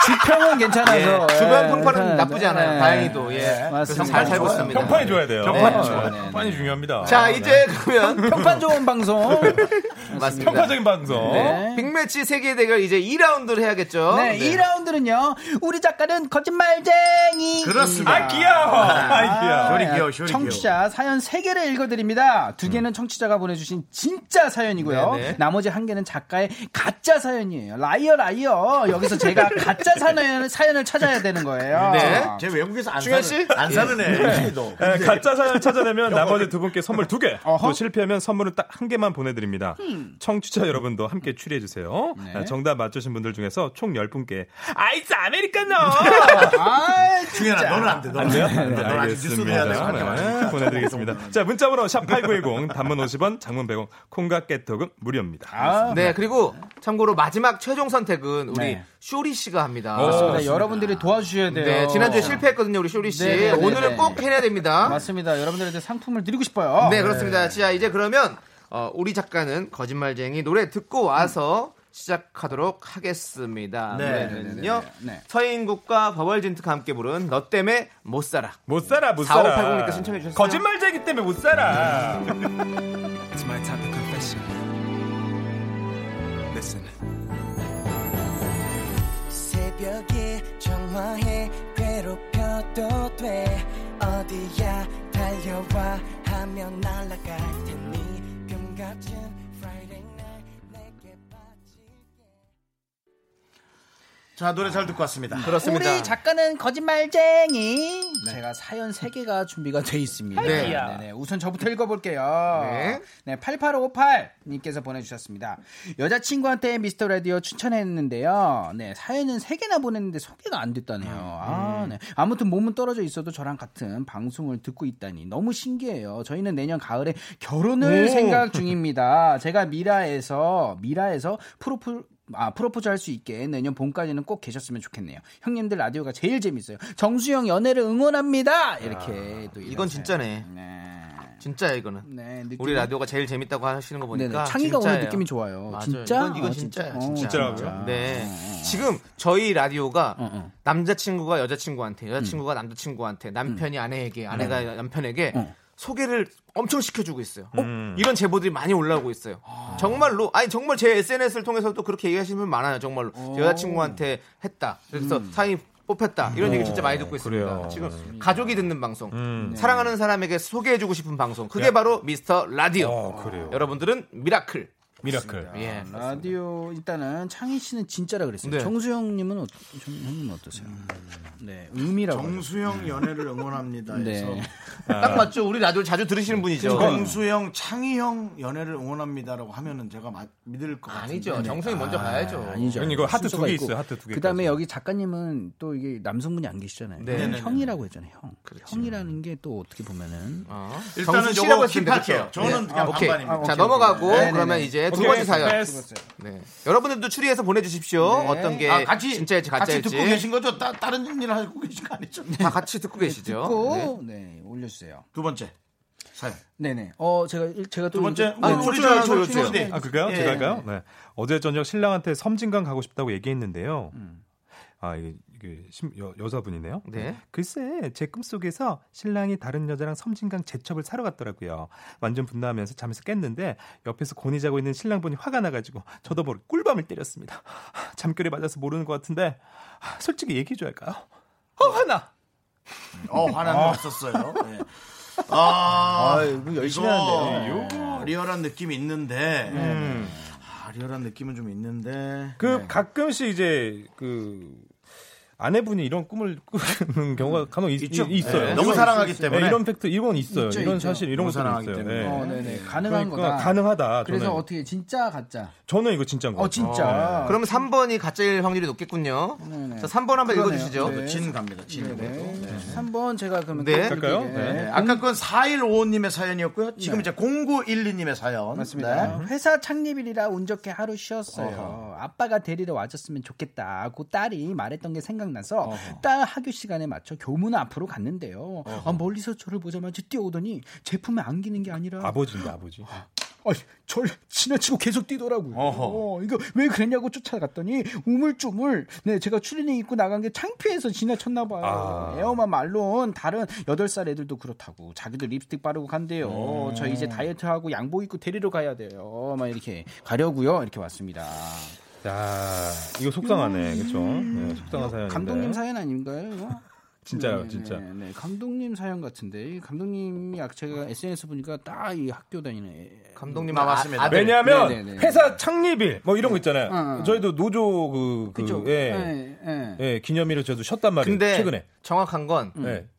S8: 지평은 괜찮아서
S9: 네.
S2: 예, 주변 평판은 나쁘지 않아요. 다행히도. 예.
S8: 맞습니다.
S2: 정말 잘
S1: 좋아요.
S2: 봤습니다.
S7: 평판이 좋아야 돼요.
S1: 평판이
S7: 네.
S1: 좋아야 돼요.
S7: 평판이 중요합니다.
S2: 자, 이제 그러면
S8: 평판 좋은 방송.
S2: 맞습니다.
S7: 평가적인 방송.
S2: 네. 빅매치 세계 대결 이제 2라운드를 해야겠죠.
S9: 네, 2라운드는요. 우리 작가는 거짓말쟁이. 네,
S1: 그렇습니다.
S7: 아, 귀여워. 아, 귀여워.
S1: 효리 귀여워, 효리
S9: 청취자 사연 3개를 읽어드립니다. 두 개는 청취자가 보내주신 진짜 사연이고요.
S2: 음. 네네.
S9: 나머지 한 개는 작가의 가짜 사연이에요. 라이어 라이어. 여기서
S2: <laughs>
S9: 제가 가짜 사연을, 사연을 찾아야 되는 거예요.
S2: 네.
S1: 제 외국에서 안
S2: 충현
S1: 사는
S2: 씨?
S1: 안 사는 애. 도
S7: 네, 가짜 사연을 찾아내면 나머지 두 분께 선물 두 개,
S9: 어허.
S7: 또 실패하면 선물은 딱 한 개만 보내드립니다. 청취자 여러분도 함께 추리해 주세요. 아, 정답 맞추신 분들 중에서 총 10분께 아이스 아메리카노!
S9: 아,
S1: 중현아, 너는 안 돼. 너는 안 돼.
S7: 네,
S1: 너는 아직 뉴스로 해야 돼.
S7: 알겠습니다. 네, 보내드리겠습니다. 자, 문자번호 샵8910, 단문 50원, 장문 100원, 콩과 깨톡은 무료입니다.
S2: 네, 그리고 참고로 마지막 최종 선택은 우리 쇼리 씨가 합니다.
S7: 그렇습니다.
S9: 네, 여러분들이 도와주셔야 돼요.
S2: 네, 지난주에 실패했거든요, 우리 쇼리 씨.
S9: 네, 네, 네,
S2: 오늘은
S9: 네.
S2: 꼭 해내야 됩니다.
S9: 맞습니다. 여러분들한테 상품을 드리고 싶어요.
S2: 네, 그렇습니다. 자, 이제 그러면 어, 우리 작가는 거짓말쟁이 노래 듣고 와서 시작하도록 하겠습니다.
S1: 네,
S2: 노래는요.
S9: 네, 네.
S2: 서인국과 버벌진트가 함께 부른 너 때문에 못 살아.
S7: 못 살아, 못
S2: 4580
S7: 살아.
S2: 니까 신청해 주셨어요?
S7: 거짓말쟁이 때문에 못 살아.
S6: 새벽에 전화해 괴롭혀도 돼 어디야 달려와 하면 날아갈 테니 금같은 Friday night 내게 빠지
S1: 자, 노래 잘 듣고 왔습니다.
S2: 그렇습니다.
S9: 우리 작가는 거짓말쟁이. 제가 사연 3개가 준비가 돼 있습니다.
S2: 네.
S9: 네, 우선 저부터 읽어볼게요.
S2: 네.
S9: 네. 88558님께서 보내주셨습니다. 여자친구한테 미스터 라디오 추천했는데요. 네, 사연은 3개나 보냈는데 소개가 안
S2: 음,
S9: 됐다네요. 아, 네. 아무튼 몸은 떨어져 있어도 저랑 같은 방송을 듣고 있다니 너무 신기해요. 저희는 내년 가을에 결혼을 생각 중입니다. 제가 미라에서, 미라에서 프로필, 아, 프로포즈 할 수 있게 내년 봄까지는 꼭 계셨으면 좋겠네요. 형님들 라디오가 제일 재밌어요. 정수영 연애를 응원합니다! 이렇게 또.
S2: 아, 이건 진짜네.
S9: 네.
S2: 진짜야 이거는.
S9: 네, 느낌
S2: 우리 라디오가 제일 재밌다고 하시는 거
S9: 네네.
S2: 보니까
S9: 창의가 오늘
S2: 진짜예요.
S9: 느낌이 좋아요.
S2: 맞아요.
S9: 진짜?
S2: 이건, 이건
S9: 어,
S2: 진짜야.
S9: 진짜.
S2: 진짜.
S9: 어, 진짜라고요?
S2: 네. 지금 저희 라디오가
S9: 어. 음.
S2: 남자친구가 여자친구한테, 여자친구가 남자친구한테, 남편이 아내에게, 아내가
S9: 네.
S2: 남편에게
S9: 어.
S2: 소개를 엄청 시켜주고 있어요. 어? 이런 제보들이 많이 올라오고 있어요. 정말로, 아니 정말 제 SNS를 통해서도 그렇게 얘기하시는 분 많아요. 정말로
S9: 어.
S2: 여자친구한테 했다. 그래서
S9: 음.
S2: 사이 뽑혔다 이런
S9: 네.
S2: 얘기 진짜 많이 듣고 있습니다. 네.
S7: 그래요.
S2: 지금 가족이 듣는 방송, 사랑하는 사람에게 소개해주고 싶은 방송, 그게 바로 미스터 라디오.
S7: 어, 그래요.
S2: 여러분들은 미라클.
S7: 미라클.
S2: 예.
S9: 아, 라디오 일단은 창희 씨는 진짜라 그랬어요.
S2: 네.
S9: 정수영님은 어떠, 정, 형님은 어떠세요? 네, 음이라고.
S1: 정수영 연애를 응원합니다.
S9: 네.
S1: 해서
S2: 딱 맞죠. 우리 라디오 자주 들으시는 분이죠. 음.
S1: 정수영, 창희형 연애를 응원합니다라고 하면은 제가 마- 믿을 것 같은데. 네.
S2: 아니죠. 정수이 먼저 가야죠.
S9: 아니죠.
S7: 형님, 이거 하트
S9: 순서가
S7: 두개
S9: 있고.
S7: 있어요, 하트 두 개.
S9: 그다음에 여기 작가님은 또 이게 남성분이 안 계시잖아요.
S2: 네.
S9: 그냥 형이라고 했잖아요. 형.
S7: 그렇죠.
S9: 형이라는 게 또 어떻게 보면은
S2: 어.
S1: 일단은
S7: 아,
S2: 정수 씨라고
S1: 요거
S2: 했는데,
S1: 킵할게요.
S2: 그렇죠?
S1: 저는
S2: 네.
S1: 그냥
S2: 오케이.
S1: 반반입니다.
S2: 자 넘어가고
S9: 네, 네, 네.
S2: 그러면 이제 두 번째 사연. 네. 여러분들도 추리해서 보내주십시오.
S1: 네.
S2: 어떤 게
S1: 아,
S2: 같이, 진짜일지
S1: 같이
S2: 가짜일지
S1: 듣고 계신 거죠? 따, 다른 일 하고 계신 거 아니죠? 네.
S2: 다 같이 듣고 계시죠.
S9: 듣고 네, 올려주세요.
S1: 두 번째 사연.
S9: 네네. 어 제가 일- 제가 또
S1: 두 번째
S9: 아,
S1: 우리
S9: 소리
S1: 저-
S9: 나는
S1: 저-
S9: 소리
S1: 저-
S9: 소리.
S7: 아 그럴까요?
S9: 예.
S7: 제가 할까요? 네. 어제 저녁 신랑한테 섬진강 가고 싶다고 얘기했는데요. 아 이게, 이게 심- 여, 여자분이네요.
S2: 네.
S7: 글쎄 제 꿈속에서 신랑이 다른 여자랑 섬진강 제첩을 사러 갔더라고요. 완전 분노하면서 잠에서 깼는데 옆에서 곤히 자고 있는 신랑 분이 화가 나가지고 저도 모르게 꿀밤을 때렸습니다. <laughs> 하, 잠결에 맞아서 모르는 것 같은데 하, 솔직히 얘기해줘야 할까요? 어 화나.
S1: 어 화난 거 없었어요. 예. 아, 이거 열심히 하는데요. 리얼한 느낌이 있는데 아, 리얼한 느낌은 좀 있는데
S7: 그 가끔씩 이제 그 아내분이 이런 꿈을 꾸는 경우가 간혹 있,
S1: 있죠.
S7: 있- 있어요.
S1: 네, 너무
S7: 이건
S1: 사랑하기
S7: 있어요.
S1: 때문에.
S7: 네, 이런 팩트 이건 있어요.
S9: 있죠,
S7: 이런
S9: 있죠.
S7: 사실 이런
S1: 너무
S7: 것도
S1: 사랑하기
S7: 있어요.
S1: 때문에.
S7: 네.
S9: 어, 네네. 가능한
S7: 그러니까
S9: 거다.
S7: 가능하다.
S9: 그래서
S7: 저는.
S9: 어떻게 진짜 가짜?
S7: 저는 이거 진짜인 거예요.
S9: 어 진짜.
S2: 그러면 3번이 가짜일 확률이 높겠군요.
S9: 네네.
S2: 자, 3번 한번
S9: 그러네요.
S2: 읽어주시죠.
S9: 네.
S1: 진 갑니다. 진.
S9: 네. 3번 제가 그러면
S2: 네.
S9: 또
S7: 갈까요?
S9: 읽을게요.
S7: 네.
S1: 네, 아까 그건 4155님의 사연이었고요. 지금 이제 0912님의 사연. 네.
S9: 맞습니다. 회사 창립일이라 운 좋게 하루 쉬었어요. 아빠가 데리러 와줬으면 좋겠다고 딸이 말했던 게 생각나서 딸 학교 시간에 맞춰 교문 앞으로 갔는데요. 아, 멀리서 저를 보자마자 뛰어오더니 제품에 안기는 게 아니라
S7: 아버지인데 아버지.
S9: 아, 절 지나치고 계속 뛰더라고요.
S1: 어허.
S9: 어, 이거 왜 그랬냐고 쫓아갔더니 우물쭈물 네 제가 추리닝 입고 나간 게 창피해서 지나쳤나 봐요.
S7: 아.
S9: 에어만 말론 다른 8살 애들도 그렇다고 자기도 립스틱 바르고 간대요.
S7: 음.
S9: 저 이제 다이어트하고 양복 입고 데리러 가야 돼요. 막 이렇게 가려고요. 이렇게 왔습니다.
S7: 야 이거 속상하네, 그렇죠? 네, 속상한 사연인데.
S9: 음. 감독님 사연 아닌가요? 이거?
S7: 진짜요,
S9: 네,
S7: 진짜.
S9: 네, 네. 감독님 사연 같은데 감독님이 아- 제가 SNS 보니까 딱 이 학교 다니는 애-
S2: 감독님
S1: 아,
S2: 아,
S1: 맞습니다.
S2: 아들.
S7: 왜냐하면
S9: 네, 네, 네.
S7: 회사 창립일 뭐 이런 거 있잖아요.
S9: 응, 응.
S7: 저희도 노조 그, 그
S9: 네. 어, 그죠?
S7: 예,
S9: 네, 네.
S7: 예, 기념일을 저도 쉬었단 말이에요.
S2: 네. 근데
S7: 최근에.
S2: 정확한 건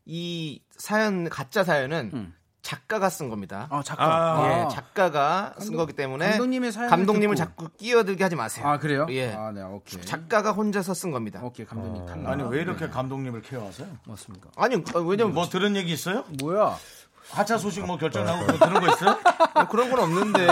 S2: 이
S7: 네.
S2: 사연 가짜 사연은
S9: 음.
S2: 작가가 쓴 겁니다.
S9: 아 작가.
S7: 아.
S2: 예, 작가가 쓴
S9: 감독-
S2: 거기 때문에
S9: 감독님의 사연을
S2: 감독님을
S9: 듣고.
S2: 자꾸 끼어들게 하지 마세요.
S9: 아 그래요?
S2: 예.
S9: 아, 네, 오케이.
S2: 작가가 혼자서 쓴 겁니다.
S7: 어.
S9: 오케이 감독님 탈락.
S1: 아니 왜 이렇게 감독님을 케어하세요?
S9: 맞습니다.
S2: 아니 어, 왜냐면
S1: 뭐 들은 얘기 있어요?
S9: 뭐야?
S1: 하차 소식 뭐 결정 나고 그거 들은 거 있어요?
S7: 음.
S2: 그런 건
S7: <laughs>
S2: 없는데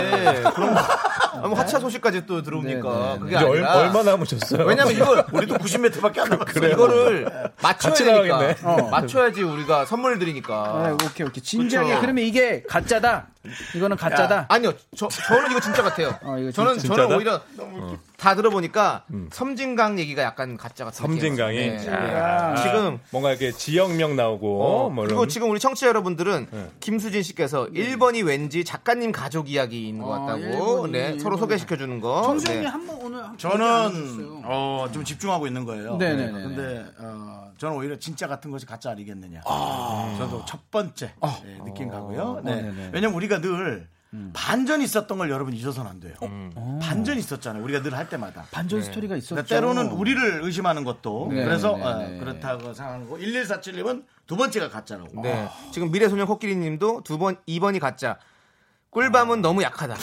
S2: 그런 거
S7: 네.
S2: 아, 뭐 하차 소식까지 또 들어오니까
S9: 네, 네, 네.
S2: 그게
S7: 이제 얼,
S2: 아니라
S7: 얼마 남으셨어요? <laughs>
S2: 왜냐면 이걸
S1: 우리도 90m밖에 안 남았어요.
S2: 이거를 맞춰야
S7: 같이
S2: 되니까
S7: 나가겠네.
S9: 어.
S2: 맞춰야지 우리가 선물을
S9: 아,
S2: 드리니까
S9: 오케이 오케이 진지하게. 그러면 이게 가짜다. 이거는 가짜다.
S2: 아니요 저, 저는 이거 진짜 같아요
S9: 어, 이거
S2: 저는
S7: 진짜-
S2: 저는
S7: 진짜다? 어. 음.
S2: 오히려 다 들어보니까 섬진강 얘기가 약간 가짜 같아요
S7: 섬진강이 아,
S2: 지금
S7: 뭔가 이렇게 지역명 나오고
S2: 네.
S7: 네.
S2: 어,
S7: 뭐
S2: 그리고
S7: 이런
S2: 지금 우리 청취자 여러분들은 김수진 씨께서 1번이 왠지 작가님 가족 이야기인 것 같다고
S9: 아, 일본이,
S2: 네, 서로
S9: 일본이.
S2: 소개시켜 주는 거
S9: 청소년이
S2: 네.
S9: 한번 오늘
S1: <laughs>
S9: 한
S1: 저는 어 좀 집중하고 있는 거예요.
S9: 네네네.
S1: 근데 어, 저는 오히려 진짜 같은 것이 가짜 아니겠느냐. 네, 저도 첫 번째 네, 느낌 가고요. 네. 왜냐면 우리가 늘 반전 이 있었던 걸 여러분 잊어서는 안 돼요. 음. 반전 이 있었잖아요. 우리가 늘 할 때마다.
S2: 네.
S9: 반전 스토리가 있었죠.
S1: 그러니까 때로는 우리를 의심하는 것도
S9: 네,
S1: 그래서
S9: 네,
S1: 어,
S9: 네.
S1: 그렇다고 생각하고 1147님은 두 번째가 가짜라고.
S2: 네.
S9: 아.
S2: 지금 미래소년 코끼리님도 두 번, 2번이 가짜. 꿀밤은 너무 약하다.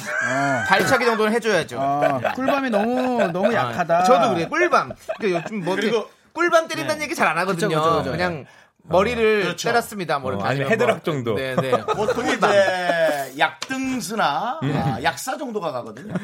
S2: 발차기 정도는 해줘야죠.
S9: 아, 꿀밤이 너무 너무 약하다.
S2: 아, 저도 그래. 꿀밤. 그러니까 요즘 뭐
S1: 그리고- 네.
S2: 이렇게 꿀밤 때린다는 얘기 잘 안 하거든요. 그
S9: 그쵸, 그쵸, 그쵸.
S2: 냥 머리를
S1: 그렇죠.
S2: 때렸습니다. 뭐 이렇게
S7: 어, 아니면
S2: 아니면
S7: 헤드락
S2: 뭐.
S7: 정도.
S2: 네, 네.
S1: 보통 이제 약등수나 아, 약사 정도가 가거든요.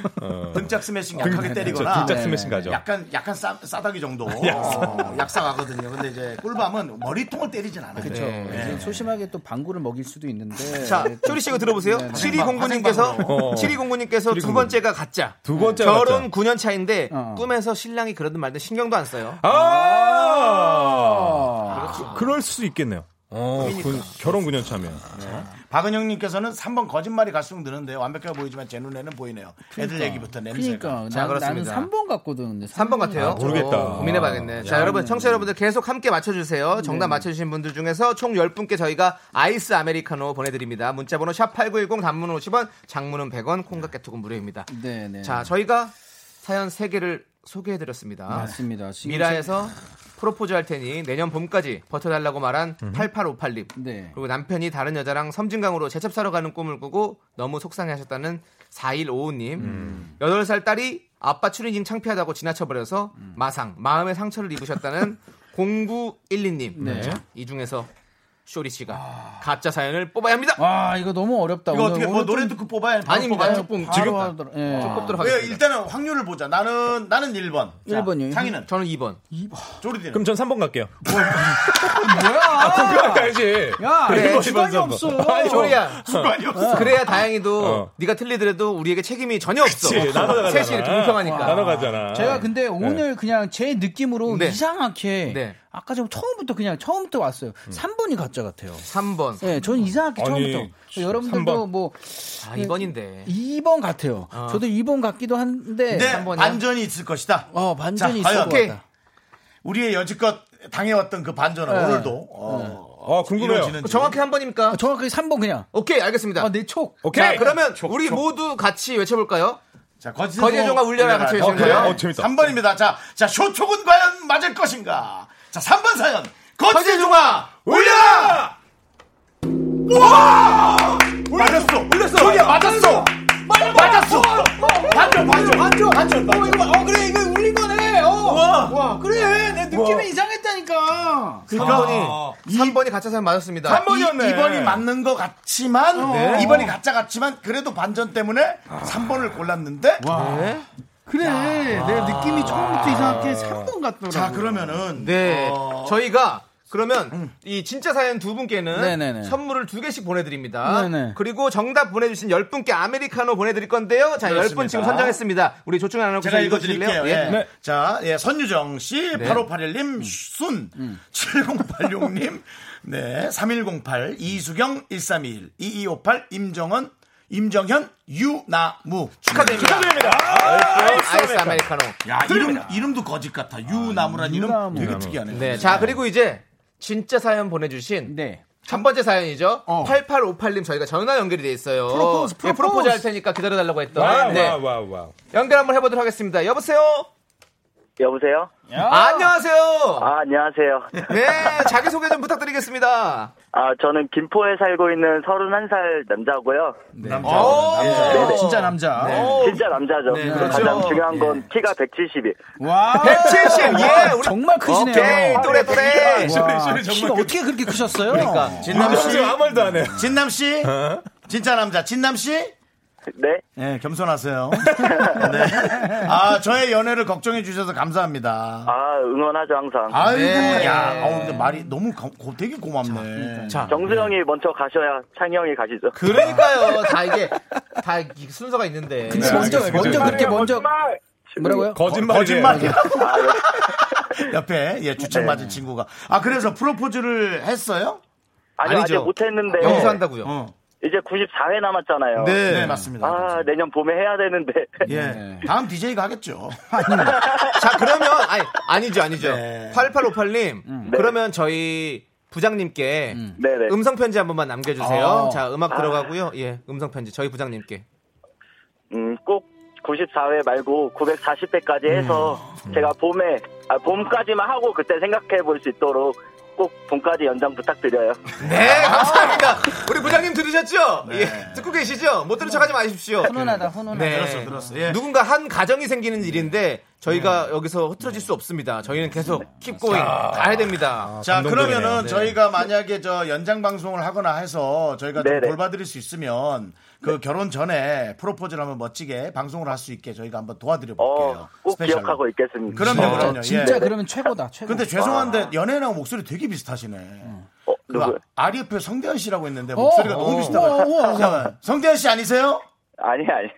S1: 등짝 스매싱 약하게 때리거나 네.
S7: 등짝 스매싱 가죠.
S1: 약간 약간 싸, 싸다기 정도 어, 약사 가거든요. 근데 이제 꿀밤은 머리통을 때리진 않아요. 네.
S9: 그렇죠. 이제 소심하게 또 방구를 먹일 수도 있는데.
S2: 네. 자, 쇼리 씨가 들어보세요.
S9: 네, 네.
S7: 화생방으로. 어.
S2: 7209님께서, 7209님께서 두 번째가 가짜.
S7: 두 번째가
S2: 결혼 9년 차인데,
S9: 어.
S2: 꿈에서 신랑이 그러든 말든 신경도 안 써요.
S7: 아, 그- 그럴 수 있겠네요. 어, 군- 결혼 9년 차면.
S1: 박은영님께서는 3번 거짓말이 갈수록 느는데 완벽해 보이지만 제 눈에는 보이네요. 애들 얘기부터 냄새.
S9: 그러니까
S2: 자,
S9: 난, 나는
S2: 그렇습니다.
S9: 3번 같거든. 근데
S2: 3번 같아요.
S7: 모르겠다.
S2: 어, 고민해봐야겠네. 자, 여러분, 청취자 여러분들 계속 함께 맞춰주세요. 정답 맞춰주신 분들 중에서 총 10분께 저희가 아이스 아메리카노 보내드립니다. 문자번호 샵8910 단문은 50원, 장문은 100원, 콩과 깨톡은 무료입니다.
S9: 네, 네.
S2: 자, 저희가 사연 3개를 소개해드렸습니다.
S9: 맞습니다. 지금
S2: 미라에서 프로포즈 할 테니 내년 봄까지 버텨달라고 말한
S1: 음.
S2: 8858님.
S9: 네.
S2: 그리고 남편이 다른 여자랑 섬진강으로 제첩 사러 가는 꿈을 꾸고 너무 속상해 하셨다는
S1: 음.
S2: 4155님. 여 8살 딸이 아빠 추리닝 창피하다고 지나쳐버려서
S1: <laughs> 네.
S2: 마상, 마음의 상처를 입으셨다는 0912님. 이 그렇죠? 중에서 쇼리 씨가 가짜 사연을 뽑아야 합니다.
S9: 와 이거 너무 어렵다.
S1: 이거 어떻게 뭐 노래 듣고 뽑아야 바로
S2: 아닙니다.
S1: 뽑아요?
S2: 조금 아,
S1: 지금
S2: 지금
S9: 예. 네.
S2: 좀 뽑도록
S1: 왜,
S2: 하겠습니다.
S1: 일단은 확률을 보자. 나는 나는 1번. 자,
S9: 1번 이요.
S1: 창희는
S2: 저는 2번.
S1: 조르디는.
S7: 그럼 전 3번 갈게요. 아,
S9: 뭐야?
S7: 가야지.
S9: 야,
S2: 그래.
S9: 그래, 주관이 없어.
S2: 쇼리야.
S1: 관이 없어.
S2: 그래야 다행히도
S7: 어.
S2: 네가 틀리더라도 우리에게 책임이 전혀 없어.
S7: 그치, 나눠 가잖아.
S2: 셋이 이렇게 공평하니까.
S7: 나눠 가잖아.
S9: 제가 근데 오늘 그냥 제 느낌으로
S2: 네.
S9: 이상하게
S2: 네.
S9: 아까 전 처음부터 그냥 처음부터 왔어요. 3번이 가짜 같아요.
S2: 3번.
S9: 네, 저는 이상하게
S7: 아니,
S9: 처음부터.
S7: 진-
S9: 여러분들도
S7: 삼번.
S9: 뭐
S2: 아, 2번인데.
S9: 음. 2번 같아요. 저도 2번 같기도 한데
S1: 근데
S2: 번이요?
S1: 반전이 네, 있을 것이다.
S9: 어, 반전이
S1: 자, 과연
S9: 있을 것 같다.
S1: 우리의 여지껏 당해왔던 그 반전은 오늘도 어,
S7: 어, 궁금해요.
S1: 이루어지는지.
S2: 정확히 한 번입니까?
S9: 아, 정확하게 3번 그냥.
S2: 오케이, 알겠습니다.
S9: 아, 내 촉.
S7: 오케이.
S2: 자, 그러면 우리 모두 같이 외쳐볼까요?
S1: 자, 뭐 거짓의
S2: 거짓의 종아 울려라 같이 외치는
S7: 그래요?
S2: 거예요.
S7: 어, 재밌다.
S1: 3번입니다. 자, 자, 쇼촉은 과연 맞을 것인가? 자, 3번 사연. 거짓의 종아 울려라! 와! 맞았어. 울렸어. 저기야, 맞았어. 맞았어. 반전, 반전. 반전, 반전.
S9: 어, 그래, 이거 울린 거네. 어. 와, 그래, 내
S7: 뭐?
S9: 느낌이 이상했다니까.
S2: 그러니까 3번이, 3번이 가짜 사연 맞았습니다.
S7: 삼 번. 번이었네.
S1: 2번이 맞는 것 같지만, 네. 2번이 가짜 같지만, 그래도 반전 때문에 3번을 골랐는데,
S9: 그래, 내 느낌이 처음부터 이상하게 3번 같더라고.
S1: 자, 그러면은,
S2: 네.
S1: 어,
S2: 저희가 그러면 이 진짜 사연 두 분께는
S9: 네네네.
S2: 선물을 두 개씩 보내드립니다.
S9: 네네.
S2: 그리고 정답 보내주신 열 분께 아메리카노 보내드릴 건데요. 자, 열 분
S1: 그렇습니다.
S2: 지금 선정했습니다. 우리 조충현 아나운서
S1: 제가 읽어드릴게요. 네. 음. 예.
S2: 예.
S1: 자, 예, 선유정 씨, 8581님, 순, 7086님, 네, 3108, 이수경, 1321, 2258, 임정은, 임정현, 유나무.
S2: 축하드립니다. 아,
S7: 축하드립니다.
S2: 아이스 아메리카노.
S1: 야, 이름, 이름도 거짓 같아. 유나무란 이름 음. 되게 특이하네.
S2: 네. 자, 그리고 이제 진짜 사연 보내주신
S9: 네.
S2: 첫 번째 사연이죠. 8858님 저희가 전화 연결이 돼 있어요.
S9: 프로포즈,
S2: 예, 프로포즈
S9: 프로포즈
S2: 할 테니까 기다려달라고 했던.
S7: 아, 와우,
S2: 네.
S7: 와우, 와우, 와우.
S2: 연결 한번 해보도록 하겠습니다. 여보세요.
S11: 여보세요?
S2: 안녕하세요.
S11: 아, 안녕하세요. <laughs>
S2: 네, 자기 소개 좀 부탁드리겠습니다.
S11: 아, 저는 김포에 살고 있는 31살 남자고요.
S1: 남자.
S2: 오,
S1: 남자.
S2: 네.
S9: 진짜 남자.
S2: 오,
S11: 진짜 남자죠.
S2: 네,
S11: 그리고
S2: 그렇죠.
S11: 가장 중요한 건 키가 170이.
S9: 와.
S2: 170. 예, 우리
S9: 정말 크시네요.
S2: 오케이, 또래 또래.
S9: 와, 키가 어떻게 그렇게 크셨어요? 그러니까.
S1: 진남 씨,
S7: 지금 아무 말도 안 해요.
S1: 진남 씨, 진짜 남자, 진남 씨.
S11: 네?
S1: 네,
S11: <laughs>
S1: 겸손하세요. 네. 아, 저의 연애를 걱정해 주셔서 감사합니다.
S11: 아, 응원하죠, 항상.
S1: 아이고,
S2: 네.
S1: 야, 어, 근데 말이 너무 고, 고- 되게 고맙네.
S2: 자,
S11: 정수 형이 먼저 가셔야 창희 형이 가시죠.
S2: 그러니까요. 다 이게 다 이- 순서가 있는데.
S7: 뭐-
S9: 먼저, 먼저 그렇게 먼저. 뭐라고요?
S7: 거짓말.
S1: 거짓말이야.
S11: 아, 네.
S1: <laughs> 옆에 예 주책 맞은 친구가. 아 그래서 프로포즈를 했어요?
S11: 아니요, 아직
S2: 아니죠.
S11: 못했는데.
S2: 영수한다고요.
S11: 이제 94회 남았잖아요.
S1: 네, 맞습니다.
S11: 아, 네. 내년 봄에 해야 되는데.
S1: 예 다음 DJ가 하겠죠.
S11: 아,
S1: <laughs>
S2: 자, 그러면 아니 아니죠, 아니죠.
S1: 네.
S2: 8858님. 그러면 저희 부장님께
S11: <laughs> 네네.
S2: 음. 성 편지 한 번만 남겨주세요.
S1: 어.
S2: 자, 음악 들어가고요. 예, 음성 편지 저희 부장님께.
S11: 음, 꼭 94회 말고 940회까지 해서
S9: 음.
S11: 제가 봄에, 아, 봄까지만 하고 그때 생각해 볼 수 있도록 꼭 봄까지 연장 부탁드려요.
S1: 아.
S2: 네, 감사합니다. 우리 부장님 들으셨죠?
S1: 네.
S2: 예, 듣고 계시죠? 못 들은 척하지 마십시오.
S9: 훈훈하다, 훈훈하다.
S2: 네.
S1: 들었어, 들었어. 예.
S2: 누군가 한 가정이
S1: 네.
S2: 생기는 일인데 저희가 여기서 흐트러질 수 없습니다. 저희는
S1: 네.
S2: 계속 킵고잉 가야 됩니다.
S1: 자 아, 그러면은
S2: 네.
S1: 저희가 만약에 저 연장 방송을 하거나 해서 저희가 좀
S11: 네네. 네.
S1: 돌봐드릴 수 있으면 그 결혼 전에 프로포즈를 한번 멋지게 방송을 할 수 있게 저희가 한번 도와드려
S11: 어,
S1: 볼게요.
S11: 꼭 기억하고 있겠습니다. 아,
S1: 그럼요, 그럼요. 예.
S9: 진짜 그러면 최고다, 최고.
S1: 근데 죄송한데 연예인하고 목소리 되게 비슷하시네.
S11: 어, 누구?
S1: 그 아리에프 성대현 씨라고 했는데 목소리가 너무
S9: 어, 어,
S1: 비슷하다.
S9: 어.
S1: 잠깐만. 성대현 씨 아니세요? 어,
S11: 아니, 아니.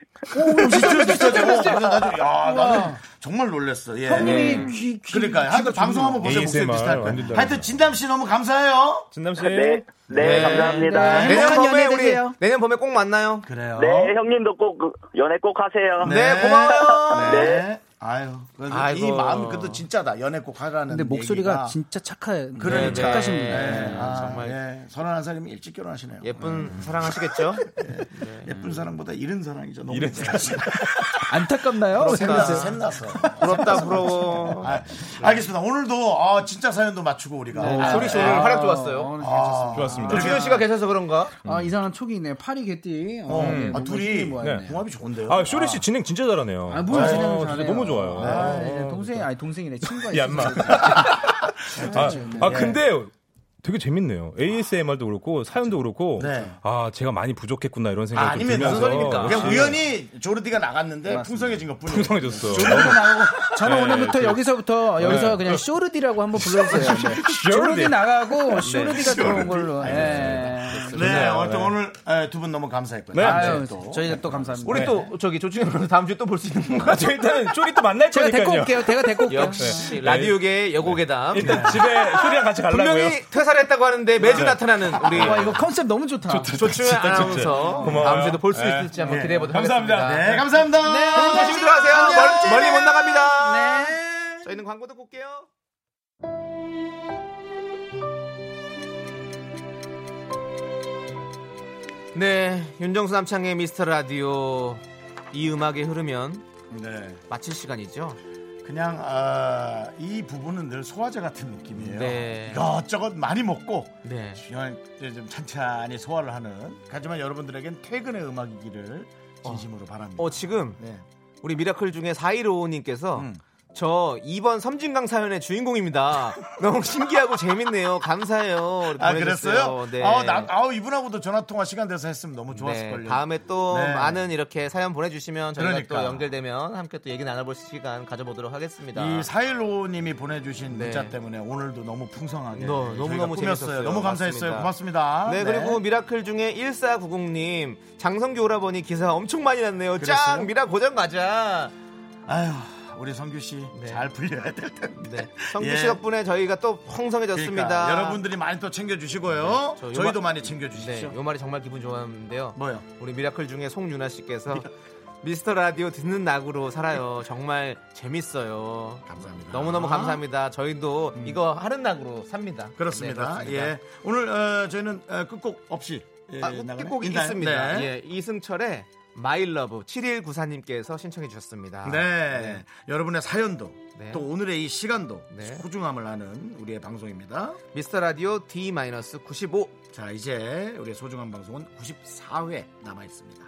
S1: 비슷해요,
S11: <laughs>
S1: 비슷해요. 어, 나도, 나도, 야, 나는 정말 놀랐어. 예.
S9: 형님이 귀, 귀.
S1: 그러니까 하여튼 방송 한번 보세요. 목소리
S7: ASMR
S1: 비슷할
S7: 완전
S1: 거예요.
S7: 잘
S1: 하여튼 진담 씨 너무 감사해요.
S7: 아, 진남 씨.
S11: 네, 네, 감사합니다.
S9: 네.
S11: 네.
S2: 내년
S9: 행복한
S2: 봄에
S9: 연애
S2: 우리
S9: 되세요.
S2: 내년 봄에 꼭 만나요.
S1: 그래요.
S11: 형님도 꼭 연애 꼭 하세요.
S2: 네, 고마워요.
S1: 네. 아유, 그래도 이
S2: 아이고.
S1: 마음 그래도 진짜다. 연애 꼭 하라는.
S9: 근데 목소리가
S1: 얘기가.
S9: 진짜 착해.
S1: 그러니까.
S9: 네, 착하신 분.
S2: 네.
S1: 아, 정말
S2: 정말.
S1: 예. 31살이면 일찍 결혼하시네요.
S2: 예쁜 사랑하시겠죠?
S1: 예쁜 사랑보다 이른 사랑이죠. 너무
S7: 이른
S1: 사랑.
S9: <laughs> 안타깝나요?
S1: 샘나서 샘나서.
S2: 부럽다 부러워.
S1: 아, 알겠습니다. 오늘도 아, 진짜 사연도 맞추고 우리가 아,
S2: 네, 소리 씨 오늘 활약 좋았어요.
S7: 좋았습니다.
S2: 조현 씨가 계셔서 그런가?
S9: 아, 이상한 촉이 있네. 파리 개띠. 어,
S1: 어,
S9: 네,
S1: 아,
S9: 뭔가
S1: 둘이
S9: 촉이 모아있네요.
S7: 네.
S1: 궁합이 좋은데요.
S7: 아, 쇼리 씨 진행 진짜 잘하네요.
S9: 아, 뭘 진행을
S7: 아, 진짜
S9: 잘해요.
S7: 너무 좋아요. <laughs>
S9: 어. 아, 이제 동생이 아니 동생이래 친구가
S7: 이
S9: 있어.
S7: 마 아, 아, 근데 되게 재밌네요. ASMR도 그렇고 사연도 그렇고 아 제가 많이 부족했구나 이런 생각이
S1: 아, 니면
S7: 좀 들면서
S1: 무슨 소리입니까? 그냥
S7: 역시
S1: 우연히 조르디가 나갔는데 풍성해진 것 뿐이에요.
S7: 풍성해졌어.
S1: 조르디가
S7: 나가고
S9: 저는
S7: 네,
S9: 오늘부터
S7: 그-
S9: 여기서부터 여기서
S7: 네.
S9: 그냥 <laughs> 쇼르디라고 한번 불러주세요.
S1: 쇼르디.
S9: 쇼르디 나가고
S1: 네.
S9: 쇼르디가 들어온 걸로. 예.
S1: 네, 어쨌든 오늘 두 분 너무 감사했고요.
S9: 네.
S1: 다음에
S9: 아유,
S1: 또.
S9: 저희가 또 감사합니다.
S2: 우리 또 저기 조충현 변호사 다음 주에 또 볼 수 있는 건가요?
S7: 아, 저 일단은 쪼리 또 만날
S2: 제가 데리고
S7: 거니까요.
S2: 올게요. 제가 데리고 올게요.
S7: 역시
S2: 네. 라디오계의 여고괴담.
S7: 일단 집에 쇼리랑 같이 가려고요.
S2: 분명히 퇴사를 했다고 하는데 매주
S7: 네.
S2: 나타나는 우리
S9: 와 아, 이거 컨셉 너무 좋다.
S2: 조충현
S9: 진짜, 진짜.
S2: 아나운서
S9: 고마워요.
S2: 다음 주에도 볼 수
S9: 네.
S2: 있을지 한번
S9: 네.
S2: 기대해 보도록
S9: 감사합니다.
S2: 하겠습니다.
S9: 네, 감사합니다. 네,
S2: 여러분 조심히 들어가세요.
S9: 안녕.
S2: 멀- 멀리
S1: 네.
S2: 못 나갑니다.
S9: 네.
S2: 저희는 광고 듣고 올게요. 네, 윤정수 남창의 미스터 라디오 이 음악이 흐르면 마칠 시간이죠.
S1: 네. 그냥 아, 이 부분은 늘 소화제 같은 느낌이에요.
S2: 네.
S1: 이것저것 많이 먹고
S2: 네.
S1: 그냥 이제 좀 찬찬히 소화를 하는. 하지만 여러분들에겐 퇴근의 음악이기를 진심으로 바랍니다.
S2: 어 지금
S1: 네.
S2: 우리 미라클 중에 4155님께서
S1: 음.
S2: 저 2번 섬진강 사연의 주인공입니다. 너무 신기하고 재밌네요. 감사해요. 이렇게
S1: 아
S2: 보내주셨어요.
S1: 그랬어요?
S2: 네.
S1: 아우, 나- 아우, 이분하고도 전화 통화 시간 돼서 했으면 너무 좋았을
S2: 네,
S1: 걸요.
S2: 다음에 또
S1: 네.
S2: 많은 이렇게 사연 보내주시면 저희가
S1: 그러니까.
S2: 또 연결되면 함께 또 얘기 나눠볼 시간 가져보도록 하겠습니다.
S1: 이 사일로님이 보내주신
S2: 네.
S1: 문자 때문에 오늘도 너무 풍성하게
S2: 네,
S1: 저희가
S2: 너무너무 재밌었어요.
S1: 꾸몄어요. 너무 감사했어요.
S2: 맞습니다.
S1: 고맙습니다.
S2: 네, 그리고 미라클 중에 1490님 장성규 오라버니 기사 엄청 많이 났네요. 짱 미라 고장 가자.
S1: 아유 우리 성규 씨
S2: 네.
S1: 잘 풀려야 될 텐데.
S2: 성규 씨
S1: 예.
S2: 덕분에 저희가 또
S1: 그러니까
S2: 풍성해졌습니다. 네,
S1: 여러분들이 많이 또 챙겨주시고요.
S2: 저 요-
S1: 저희도 많이 챙겨주십시오.
S2: 네, 요 말이 정말 기분 좋았는데요.
S1: 뭐요?
S2: 우리 미라클 중에 송윤아 씨께서 미스터 라디오 듣는 낙으로 살아요. 정말 재밌어요.
S1: 감사합니다. 음.
S2: 너무너무 감사합니다. 저희도 이거 하는 낙으로 삽니다.
S1: 그렇습니다.
S2: 네,
S1: 예. 오늘 어, 저희는 어, 끝곡 없이 예,
S2: 아,
S1: 나가네?
S2: 끝곡이
S1: 일단,
S2: 있습니다.
S1: 네.
S2: 예, 이승철의 마일러브 7194님께서 신청해 주셨습니다.
S1: 네. 여러분의 사연도
S2: 네.
S1: 또 오늘의 이 시간도
S2: 네.
S1: 소중함을 아는 우리의 방송입니다.
S2: 미스터 라디오 D-95.
S1: 자, 이제 우리의 소중한 방송은 94회 남아 있습니다.